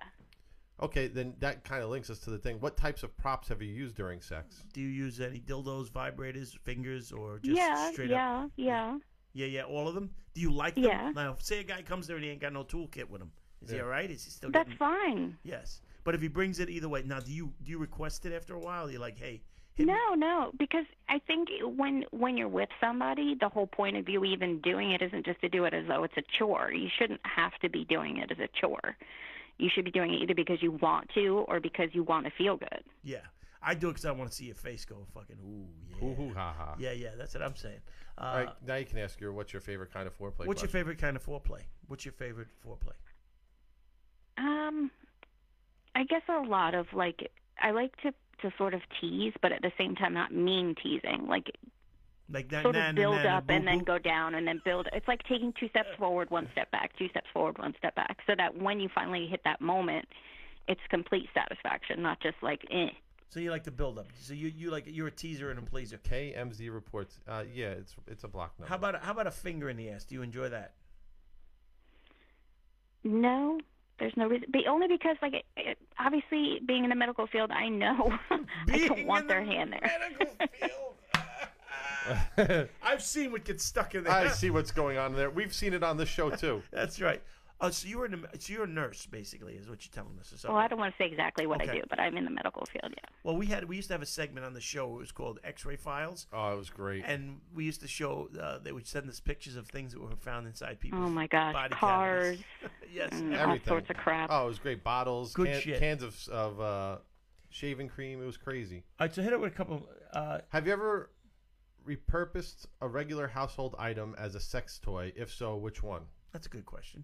Okay, then that kind of links us to the thing. What types of props have you used during sex? Do you use any dildos, vibrators, fingers, or just yeah, straight up? yeah, yeah. Yeah, yeah, all of them. Do you like them? Yeah. Now, say a guy comes there and he ain't got no toolkit with him. Is he Yeah. all right? Is he still That's getting? fine. Yes, but if he brings it either way, now do you do you request it after a while? You're like, hey, hit me- No, no, because I think when when you're with somebody, the whole point of you even doing it isn't just to do it as though it's a chore. You shouldn't have to be doing it as a chore. You should be doing it either because you want to or because you want to feel good. yeah, I do it because I want to see your face go fucking ooh yeah, Hoo hoo ha ha. yeah, yeah. That's what I'm saying. Uh, All right, now you can ask your what's your favorite kind of what's foreplay? your question. favorite kind of foreplay? What's your favorite foreplay? Um, I guess a lot of like I like to to sort of tease, but at the same time not mean teasing. Like Like that sort na- na- of build na- na- up and then boo-boo? go down and then build. It's like taking two steps forward, one step back, two steps forward, one step back, so that when you finally hit that moment, it's complete satisfaction, not just like eh. So you like the build up. So you you like you're a teaser and a pleaser. KMZ reports. Uh, yeah, it's it's a block number. How about how about a finger in the ass? Do you enjoy that? No, there's no reason. But only because like it, it, obviously being in the medical field, I know I Being don't in want the their hand there. medical field. I've seen what gets stuck in there. I see what's going on there. We've seen it on this show too. That's right. Oh, so you're in a, so you're a nurse basically, is what you're telling us. Or something. Well, Oh, I don't want to say exactly what I Okay. do, but I'm in the medical field. Yeah. Well, we had we used to have a segment on the show. It was called X-ray Files, Oh, it was great. and we used to show uh, they would send us pictures of things that were found inside people's Oh my gosh, body cars Mm. cavities. yes, and all Everything. sorts of crap. Oh, it was great. Bottles, Good can- shit. cans of of uh, shaving cream. It was crazy. All right, so hit it with a couple. Uh, Have you ever repurposed a regular household item as a sex toy? If so, which one? that's a good question.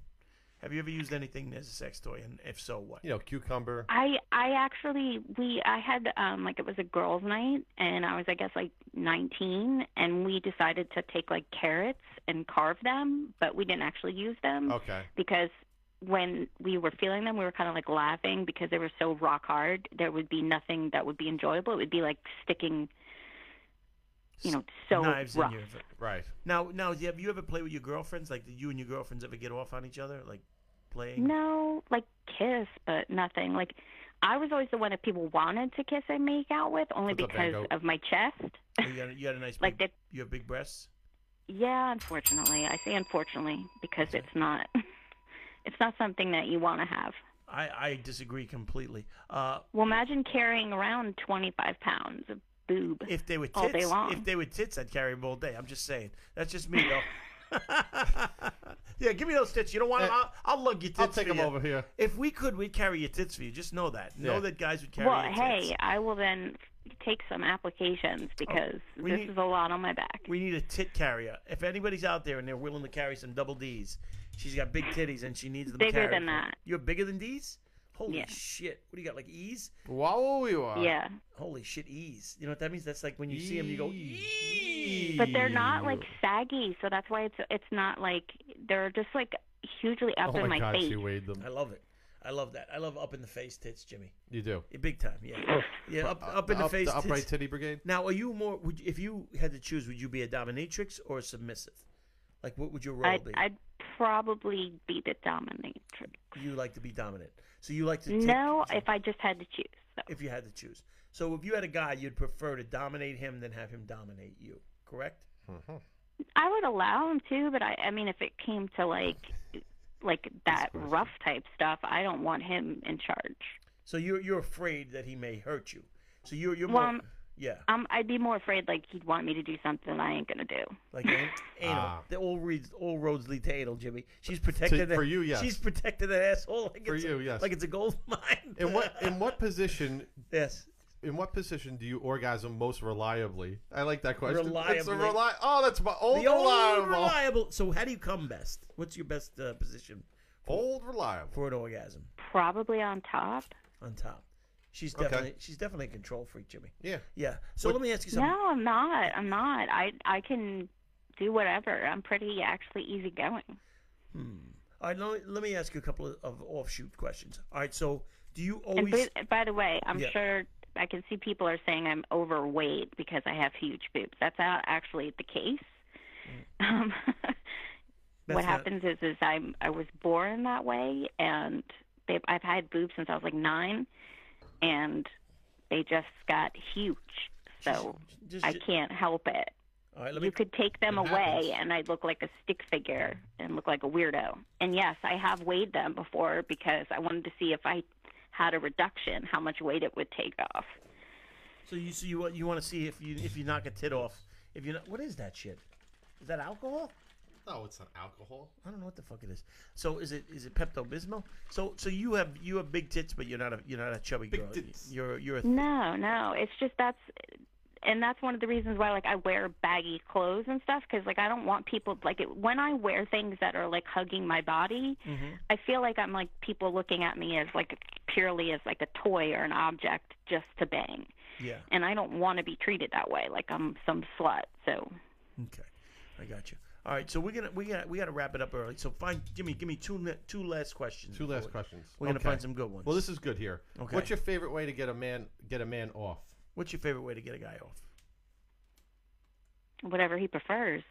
Have you ever used anything as a sex toy, and if so, what? You know, cucumber. I I actually we I had um like it was a girls' night and I was I guess like 19 and we decided to take like carrots and carve them but we didn't actually use them Okay. because when we were feeling them we were kind of like laughing because they were so rock hard there would be nothing that would be enjoyable it would be like sticking you know so Knives rough. in your. Right. Now, now, have you ever played with your girlfriends? Like, did you and your girlfriends ever get off on each other, like playing? No, like kiss, but nothing. Like I was always the one that people wanted to kiss and make out with, only What's up, because Van Gogh? of my chest. You got, a- you got a nice Like big, that- you have big breasts. yeah, unfortunately, I say unfortunately because it's not, it's not something that you want to have. I, I disagree completely. Uh, Well, imagine carrying around 25 pounds of boob if they were tits, all day long. if they were tits, I'd carry them all day. I'm just saying. That's just me, though. yeah, give me those tits. You don't Uh, want them? I'll, I'll lug your tits. I'll take for them you. over here. If we could, we'd carry your tits for you. Just know that. Yeah. Know that guys would carry well, your tits. hey, I will then take some applications because Oh, we this need- is a lot on my back. We need a tit carrier. If anybody's out there and they're willing to carry some double D's, she's got big titties and she needs them Bigger carried than for her. that. You're bigger than D's? Holy Yeah. shit! What do you got, like E's? Wow, oh, you are. yeah, Holy shit, E's. You know what that means? That's like when you see them, you go. Eee. but they're not like saggy, so that's why it's it's not like they're just like hugely up oh in my my god, face. she weighed them. I love it. I love that. I love up in the face tits, Jimmy. You do. Yeah, Big time, yeah, yeah. Up, up in the face. The upright tits. titty brigade. Now, are you more? Would if you had to choose, would you be a dominatrix or a submissive? Like, what would your role I'd, be? I'd probably be the dominatrix. You like to be dominant, so you like to take, No, if I just had to choose. So. if you had to choose. So, if you had a guy, you'd prefer to dominate him than have him dominate you, correct? Mm-hmm. I would allow him to, but I, I mean, if it came to like, like that rough type stuff, I don't want him in charge. So you're you're afraid that he may hurt you. So you're you're Well, more, I'm- yeah, Um, I'd be more afraid like he'd want me to do something I ain't gonna do. like an- anal. Ah. The all reads all roads lead to anal, Jimmy. She's protecting that for you, yes. She's protecting that asshole like For it's a- you, yes. Like it's a gold mine. In what in what position yes. in what position do you orgasm most reliably? I like that question. It's a Reliably. reli- oh, that's my old The old reliable. reliable. So how do you come best? What's your best uh, position Old reliable. for an orgasm Probably on top. on top? She's Okay. definitely she's definitely a control freak, Jimmy. Yeah. Yeah. So let me ask you something. No, I'm not. I'm not. I I can do whatever. I'm pretty actually easygoing. All right, let me, let me ask you a couple of, of offshoot questions. All right, so do you And always by, by the way, I'm Yeah. sure I can see people are saying I'm overweight because I have huge boobs. That's not actually the case. Um, That's what Mm. not- happens is is I'm I was born that way, and they, I've had boobs since I was like nine, and they just got huge. So just, I can't help it. All right, let me you could take them It happens. away and I'd look like a stick figure and look like a weirdo. And yes, I have weighed them before because I wanted to see if I had a reduction, how much weight it would take off. So you so you want you want to see if you if you knock a tit off if you what is that shit? Is that alcohol? No, it's not alcohol. I don't know what the fuck it is. So is it is it Pepto Bismol? So so you have you have big tits, but you're not a you're not a chubby Big girl. tits. You're you're a No, no, it's just that's and that's one of the reasons why like I wear baggy clothes and stuff cuz like I don't want people like it, when I wear things that are like hugging my body, Mm-hmm. I feel like I'm like people looking at me as like purely as like a toy or an object just to bang. yeah. and I don't want to be treated that way, like I'm some slut. So Okay, I got you. All right, so we're gonna we got we got to wrap it up early. So find Jimmy, give me two ne- two last questions. Two last before we- questions. We're gonna Okay. find some good ones. Well, this is good here. Okay. What's your favorite way to get a man get a man off? What's your favorite way to get a guy off? whatever he prefers.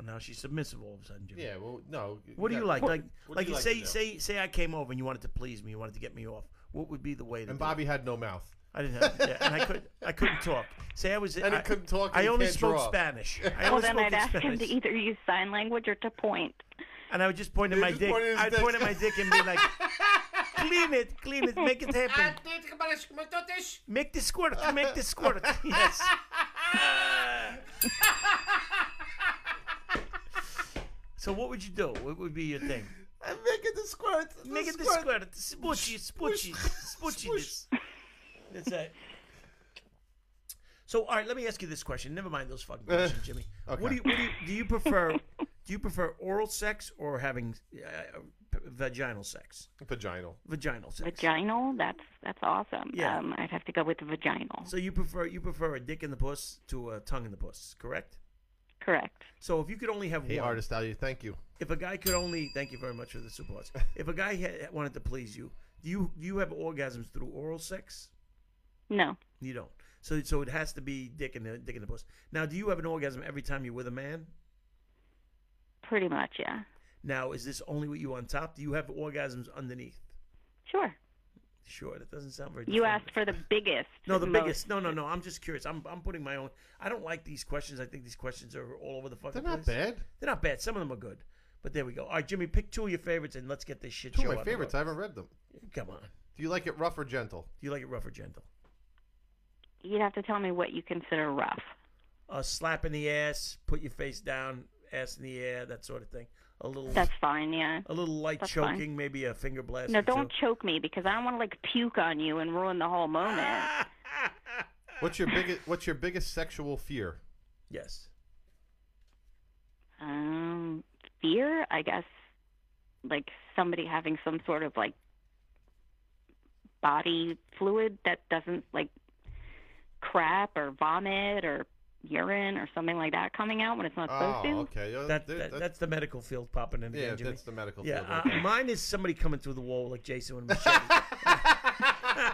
Oh, now she's submissive all of a sudden, Jimmy. Yeah. Well, no. What do you like? Like, what do like you you like to say, do? say, say, I came over and you wanted to please me, you wanted to get me off. What would be the way to? And do it? Bobby had no mouth. I didn't have, yeah, and I couldn't, I couldn't talk. Say I was, And he I couldn't talk and I he only can't spoke draw. Spanish. I Well, only then spoke I'd in ask him Spanish. to either use sign language or to point. And I would just point at You my just dick. pointed his I'd dick. point at my dick and be like, "Clean it, clean it, make it happen, make this squirt, make this squirt." Yes. so what would you do? What would be your thing? I'm making the squirt. Make it the squirt, smoochy, smoochy, smoochy. this. That's it. So, all right, let me ask you this question. Never mind those fucking questions, Jimmy. What Eh, okay. do you, what do you do? You prefer do you prefer oral sex or having uh, p- vaginal sex? Vaginal. Vaginal sex. Vaginal, that's that's awesome. Yeah. Um, I'd have to go with the vaginal. So you prefer you prefer a dick in the puss to a tongue in the puss, correct? Correct. So if you could only have Hey, one, artist out thank you. if a guy could only thank you very much for the support. if a guy had, wanted to please you, do you do you have orgasms through oral sex? No, You don't. So so it has to be dick in the dick in the puss. Now, do you have an orgasm every time you're with a man? pretty much, yeah. Now, is this only with you on top? Do you have orgasms underneath? Sure. Sure, that doesn't sound very. You definitive. asked for the biggest. No, the most- biggest. No, no, no. I'm just curious. I'm I'm putting my own. I don't like these questions. I think these questions are all over the fucking They're not place. bad. They're not bad. Some of them are good, But there we go. All right, Jimmy, pick two of your favorites and let's get this shit Two show of out my the favorites. I road. haven't read them. Come on. Do you like it rough or gentle? Do you like it rough or gentle? You'd have to tell me what you consider rough. A slap in the ass, put your face down, ass in the air, that sort of thing. A little. That's fine, yeah. A little light That's choking, fine. maybe a finger blast. No, or two. don't choke me because I don't want to like puke on you and ruin the whole moment. What's your biggest What's your biggest sexual fear? Yes. Um, fear, I guess, like somebody having some sort of like body fluid that doesn't like crap or vomit or urine or something like that coming out when it's not Oh, supposed to. That, that, that's the medical field popping in Yeah, again, Jimmy. that's the medical yeah, field uh, right there. mine is somebody coming through the wall like Jason when machete.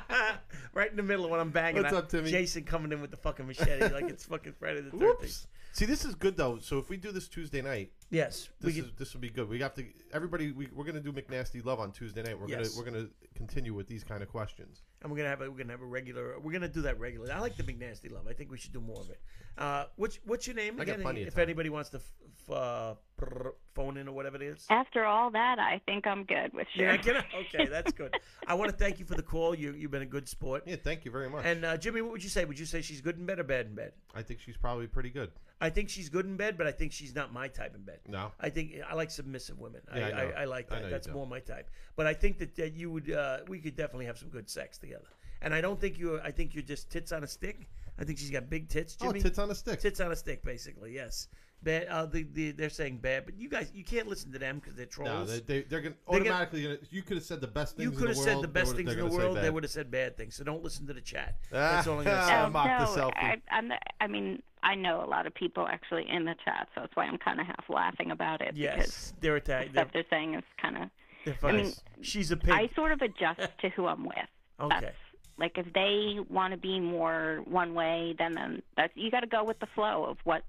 right in the middle when I'm banging. What's I- up, Timmy? Jason coming in with the fucking machete like it's fucking Friday the 13th. See, this is good though. So if we do this Tuesday night, Yes, we this could- is this will be good. We have to everybody. We, we're going to do McNasty Love on Tuesday night. We're Yes. gonna we're gonna continue with these kind of questions. And we're gonna have a, we're gonna have a regular. We're gonna do that regularly. I like the big nasty love. I think we should do more of it. Uh, what's what's your name I got again? plenty of if time. anybody wants to f- f- uh, prr- phone in or whatever it is. After all that, I think I'm good with you. Yeah, can I- okay, that's good. I want to thank you for the call. You you've been a good sport. Yeah, thank you very much. And uh, Jimmy, what would you say? Would you say she's good in bed or bad in bed? I think she's probably pretty good. I think she's good in bed, but I think she's not my type in bed. No. I think I like submissive women. Yeah, I, I I, know. I, like I that. know you That's do. more my type. But I think that, that you would, uh, we could definitely have some good sex together. And I don't think you. I think you're just tits on a stick. I think she's got big tits, Oh, Jimmy. tits on a stick. Tits on a stick, basically. Yes. Bad. Uh, the, the, they're saying bad, but you guys, you can't listen to them because they're No, trolls. they, they, they're gonna They get- automatically. Gonna, you could have said the best things. you could have in the said world, the they best would've- things they're in the gonna say world. They bad. would have said bad things. So don't listen to the chat. Ah, That's all I'm gonna say. Oh, no, I, I'm the, I mean, I know a lot of people actually in the chat, so that's why I'm kind of half laughing about it. yes, they're because attacked. the stuff they're saying is kind of. They're I fucking- mean, she's a pig. I sort of adjust to who I'm with. Okay. That's, like if they want to be more one way, then then that's you got to go with the flow of what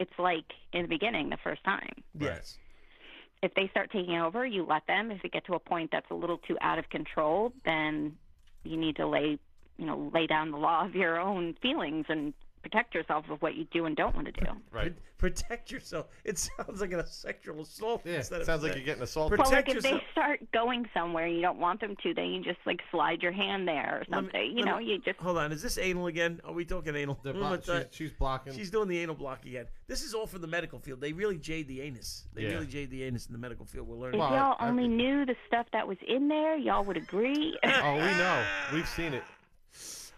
it's like in the beginning, the first time. Yes. If they start taking over, you let them. If you get to a point that's a little too out of control, then you need to lay, you know, lay down the law of your own feelings and protect yourself of what you do and don't want to do. Right. Protect yourself. It sounds like a sexual assault. Yeah, instead sounds of like you're getting assaulted. Protect well, like if yourself. they start going somewhere you don't want them to, then you just like slide your hand there or Let something. me- you let know, me- you just Hold on, is this anal again? Are we talking anal? Mm, They're Who blo- wants she's, that? she's blocking. She's doing the anal block again. This is all from the medical field. They really jade the anus. They Yeah. really jade the anus in the medical field. We're if learning. y'all only knew the stuff that was in there, y'all would agree. oh, we know. We've seen it.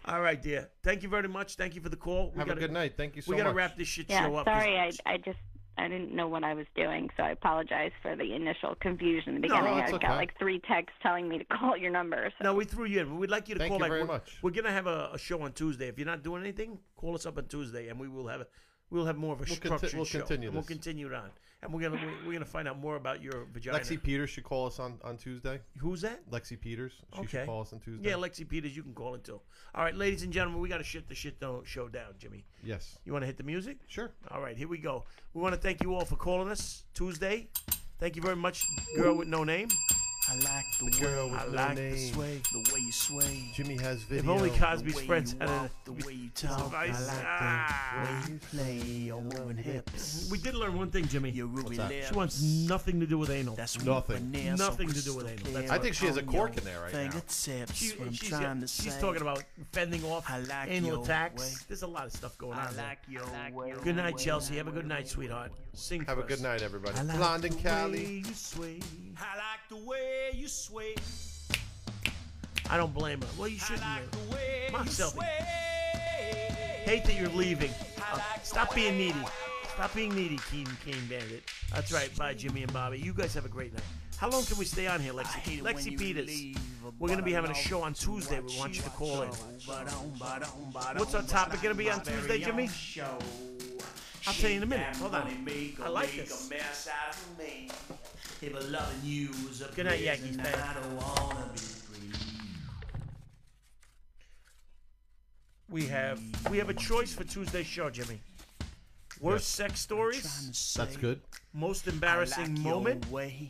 all right, dear. Thank you very much. Thank you for the call. We Have a gotta, good night. Thank you so we gotta much. wrap this shit yeah, show up. 'cause- sorry, I I just I didn't know what I was doing, so I apologize for the initial confusion in the No, beginning. I it's okay. got like three texts telling me to call your number. So No, we threw you in. We'd like you to Thank call. you like, very we're, much. We're gonna have a, a show on Tuesday. If you're not doing anything, call us up on Tuesday, and we will have a, we'll have more of a We'll conti- structured we'll show. continue and we'll this. continue it on, and we're gonna we're, we're gonna find out more about your vagina. Lexi Peters should call us on, on Tuesday. Who's that? Lexi Peters. She should call us on Tuesday. Yeah, Lexi Peters, you can call it too. All right, ladies and gentlemen, we got to shit the shit don't show down, Jimmy. Yes. You want to hit the music? Sure. All right, here we go. We want to thank you all for calling us Tuesday. Thank you very much, girl with no name. I like the, The girl way with I no like name. the sway, the way you sway. Jimmy has If video. only the Cosby's way friends you had a walk, the way you talk. I like device. Ah! the way you play your moving hips. We did learn one thing, Jimmy. Your ruby that? lips. She wants nothing to do with anal. That's Nothing. Nails Nothing are to do with crystal anal. That's clear I think she has a on cork your in there right now. Fingertips, She- what I'm she's, trying to she's say. talking about fending off I like anal your attacks. way. There's a lot of stuff going I on. there. like your way. Good night, Chelsea. Have a good night, sweetheart. Sing. Have for a good us. night, everybody. I like London, the way Cali. You sway. I like the way you sway. I don't blame her. Well, you shouldn't. I like the way Mom, you Selby. sway. Hate that you're leaving. I Uh, like the stop being way- needy. Stop being needy, Keen Kane Bandit. That's right. Bye, Jimmy and Bobby. You guys have a great night. How long can we stay on here, I Lexi? hate it when Lexi you Peters. leave, We're gonna but be I having a love show on to Tuesday. watch We want you to call in. Ba-dum, ba-dum, ba-dum, What's our topic gonna be on my very Tuesday, Jimmy? own Show. I'll tell you in a She minute. got Hold on. money, make I a- like make this. a mess out of me. If a loving you is a Good night, prison, Yankees fan. I don't wanna be free. We have we have a choice for Tuesday's show, Jimmy. Worst sex Trying stories, to That's say good. most I embarrassing like your moment, Way.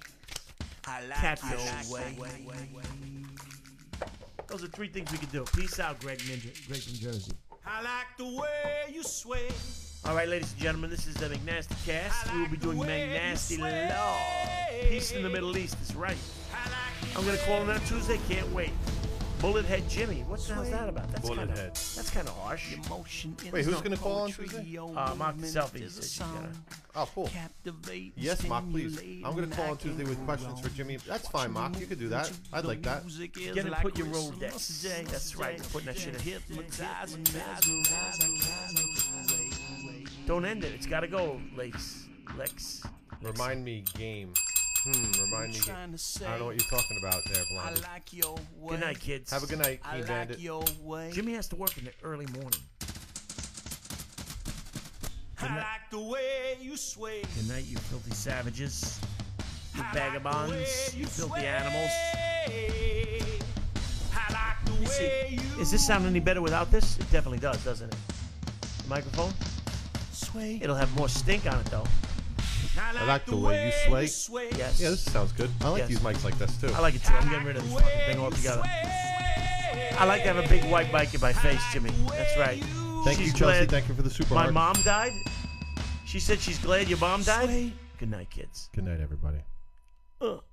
I like Catfish. your way. Those are three things we could do. Peace out, Greg Ninja, Greg from Jersey. I like the way you sway. All right, ladies and gentlemen, this is the McNasty cast. we will be doing McNasty Law. Peace in the Middle East is right. I'm going to call him out Tuesday. Can't wait. Bullethead Jimmy. What the hell's that about? That's kind of Bullethead. that's kind of harsh. Wait, who's gonna call on Tuesday? Uh, Mark Selfie. said she's gonna- Oh, cool. Yes, Mark, please. I'm going to call on Tuesday with questions for Jimmy. That's fine, Mark. You could do that. I'd like that. Get and put your Rolodex. That's right. Putting that shit in. Don't end it. It's got to go, Lex. Lex. Remind me game. Hmm, remind me game. Trying to I don't know what you're talking about there, Blondie. Good night, kids. Have a good night, you bandit. Jimmy has to work in the early morning. I like the way you sway. Good night, you filthy savages. You I like the vagabonds. way You filthy sway. animals. I like the way you Is this sound any better without this? It definitely does, doesn't it? Microphone? sway. It'll have more stink on it, though. I like the way you sway. Yes. Yeah, this sounds good. I like Yes. these mics like this, too. I like it too. I'm getting rid of this fucking thing altogether. I like to have a big white mic in my face, Jimmy. That's right. Thank you, She's Chelsea. glad Thank you for the super My heart. mom died. She said she's glad your mom died. Good night, kids. Good night, everybody. Ugh.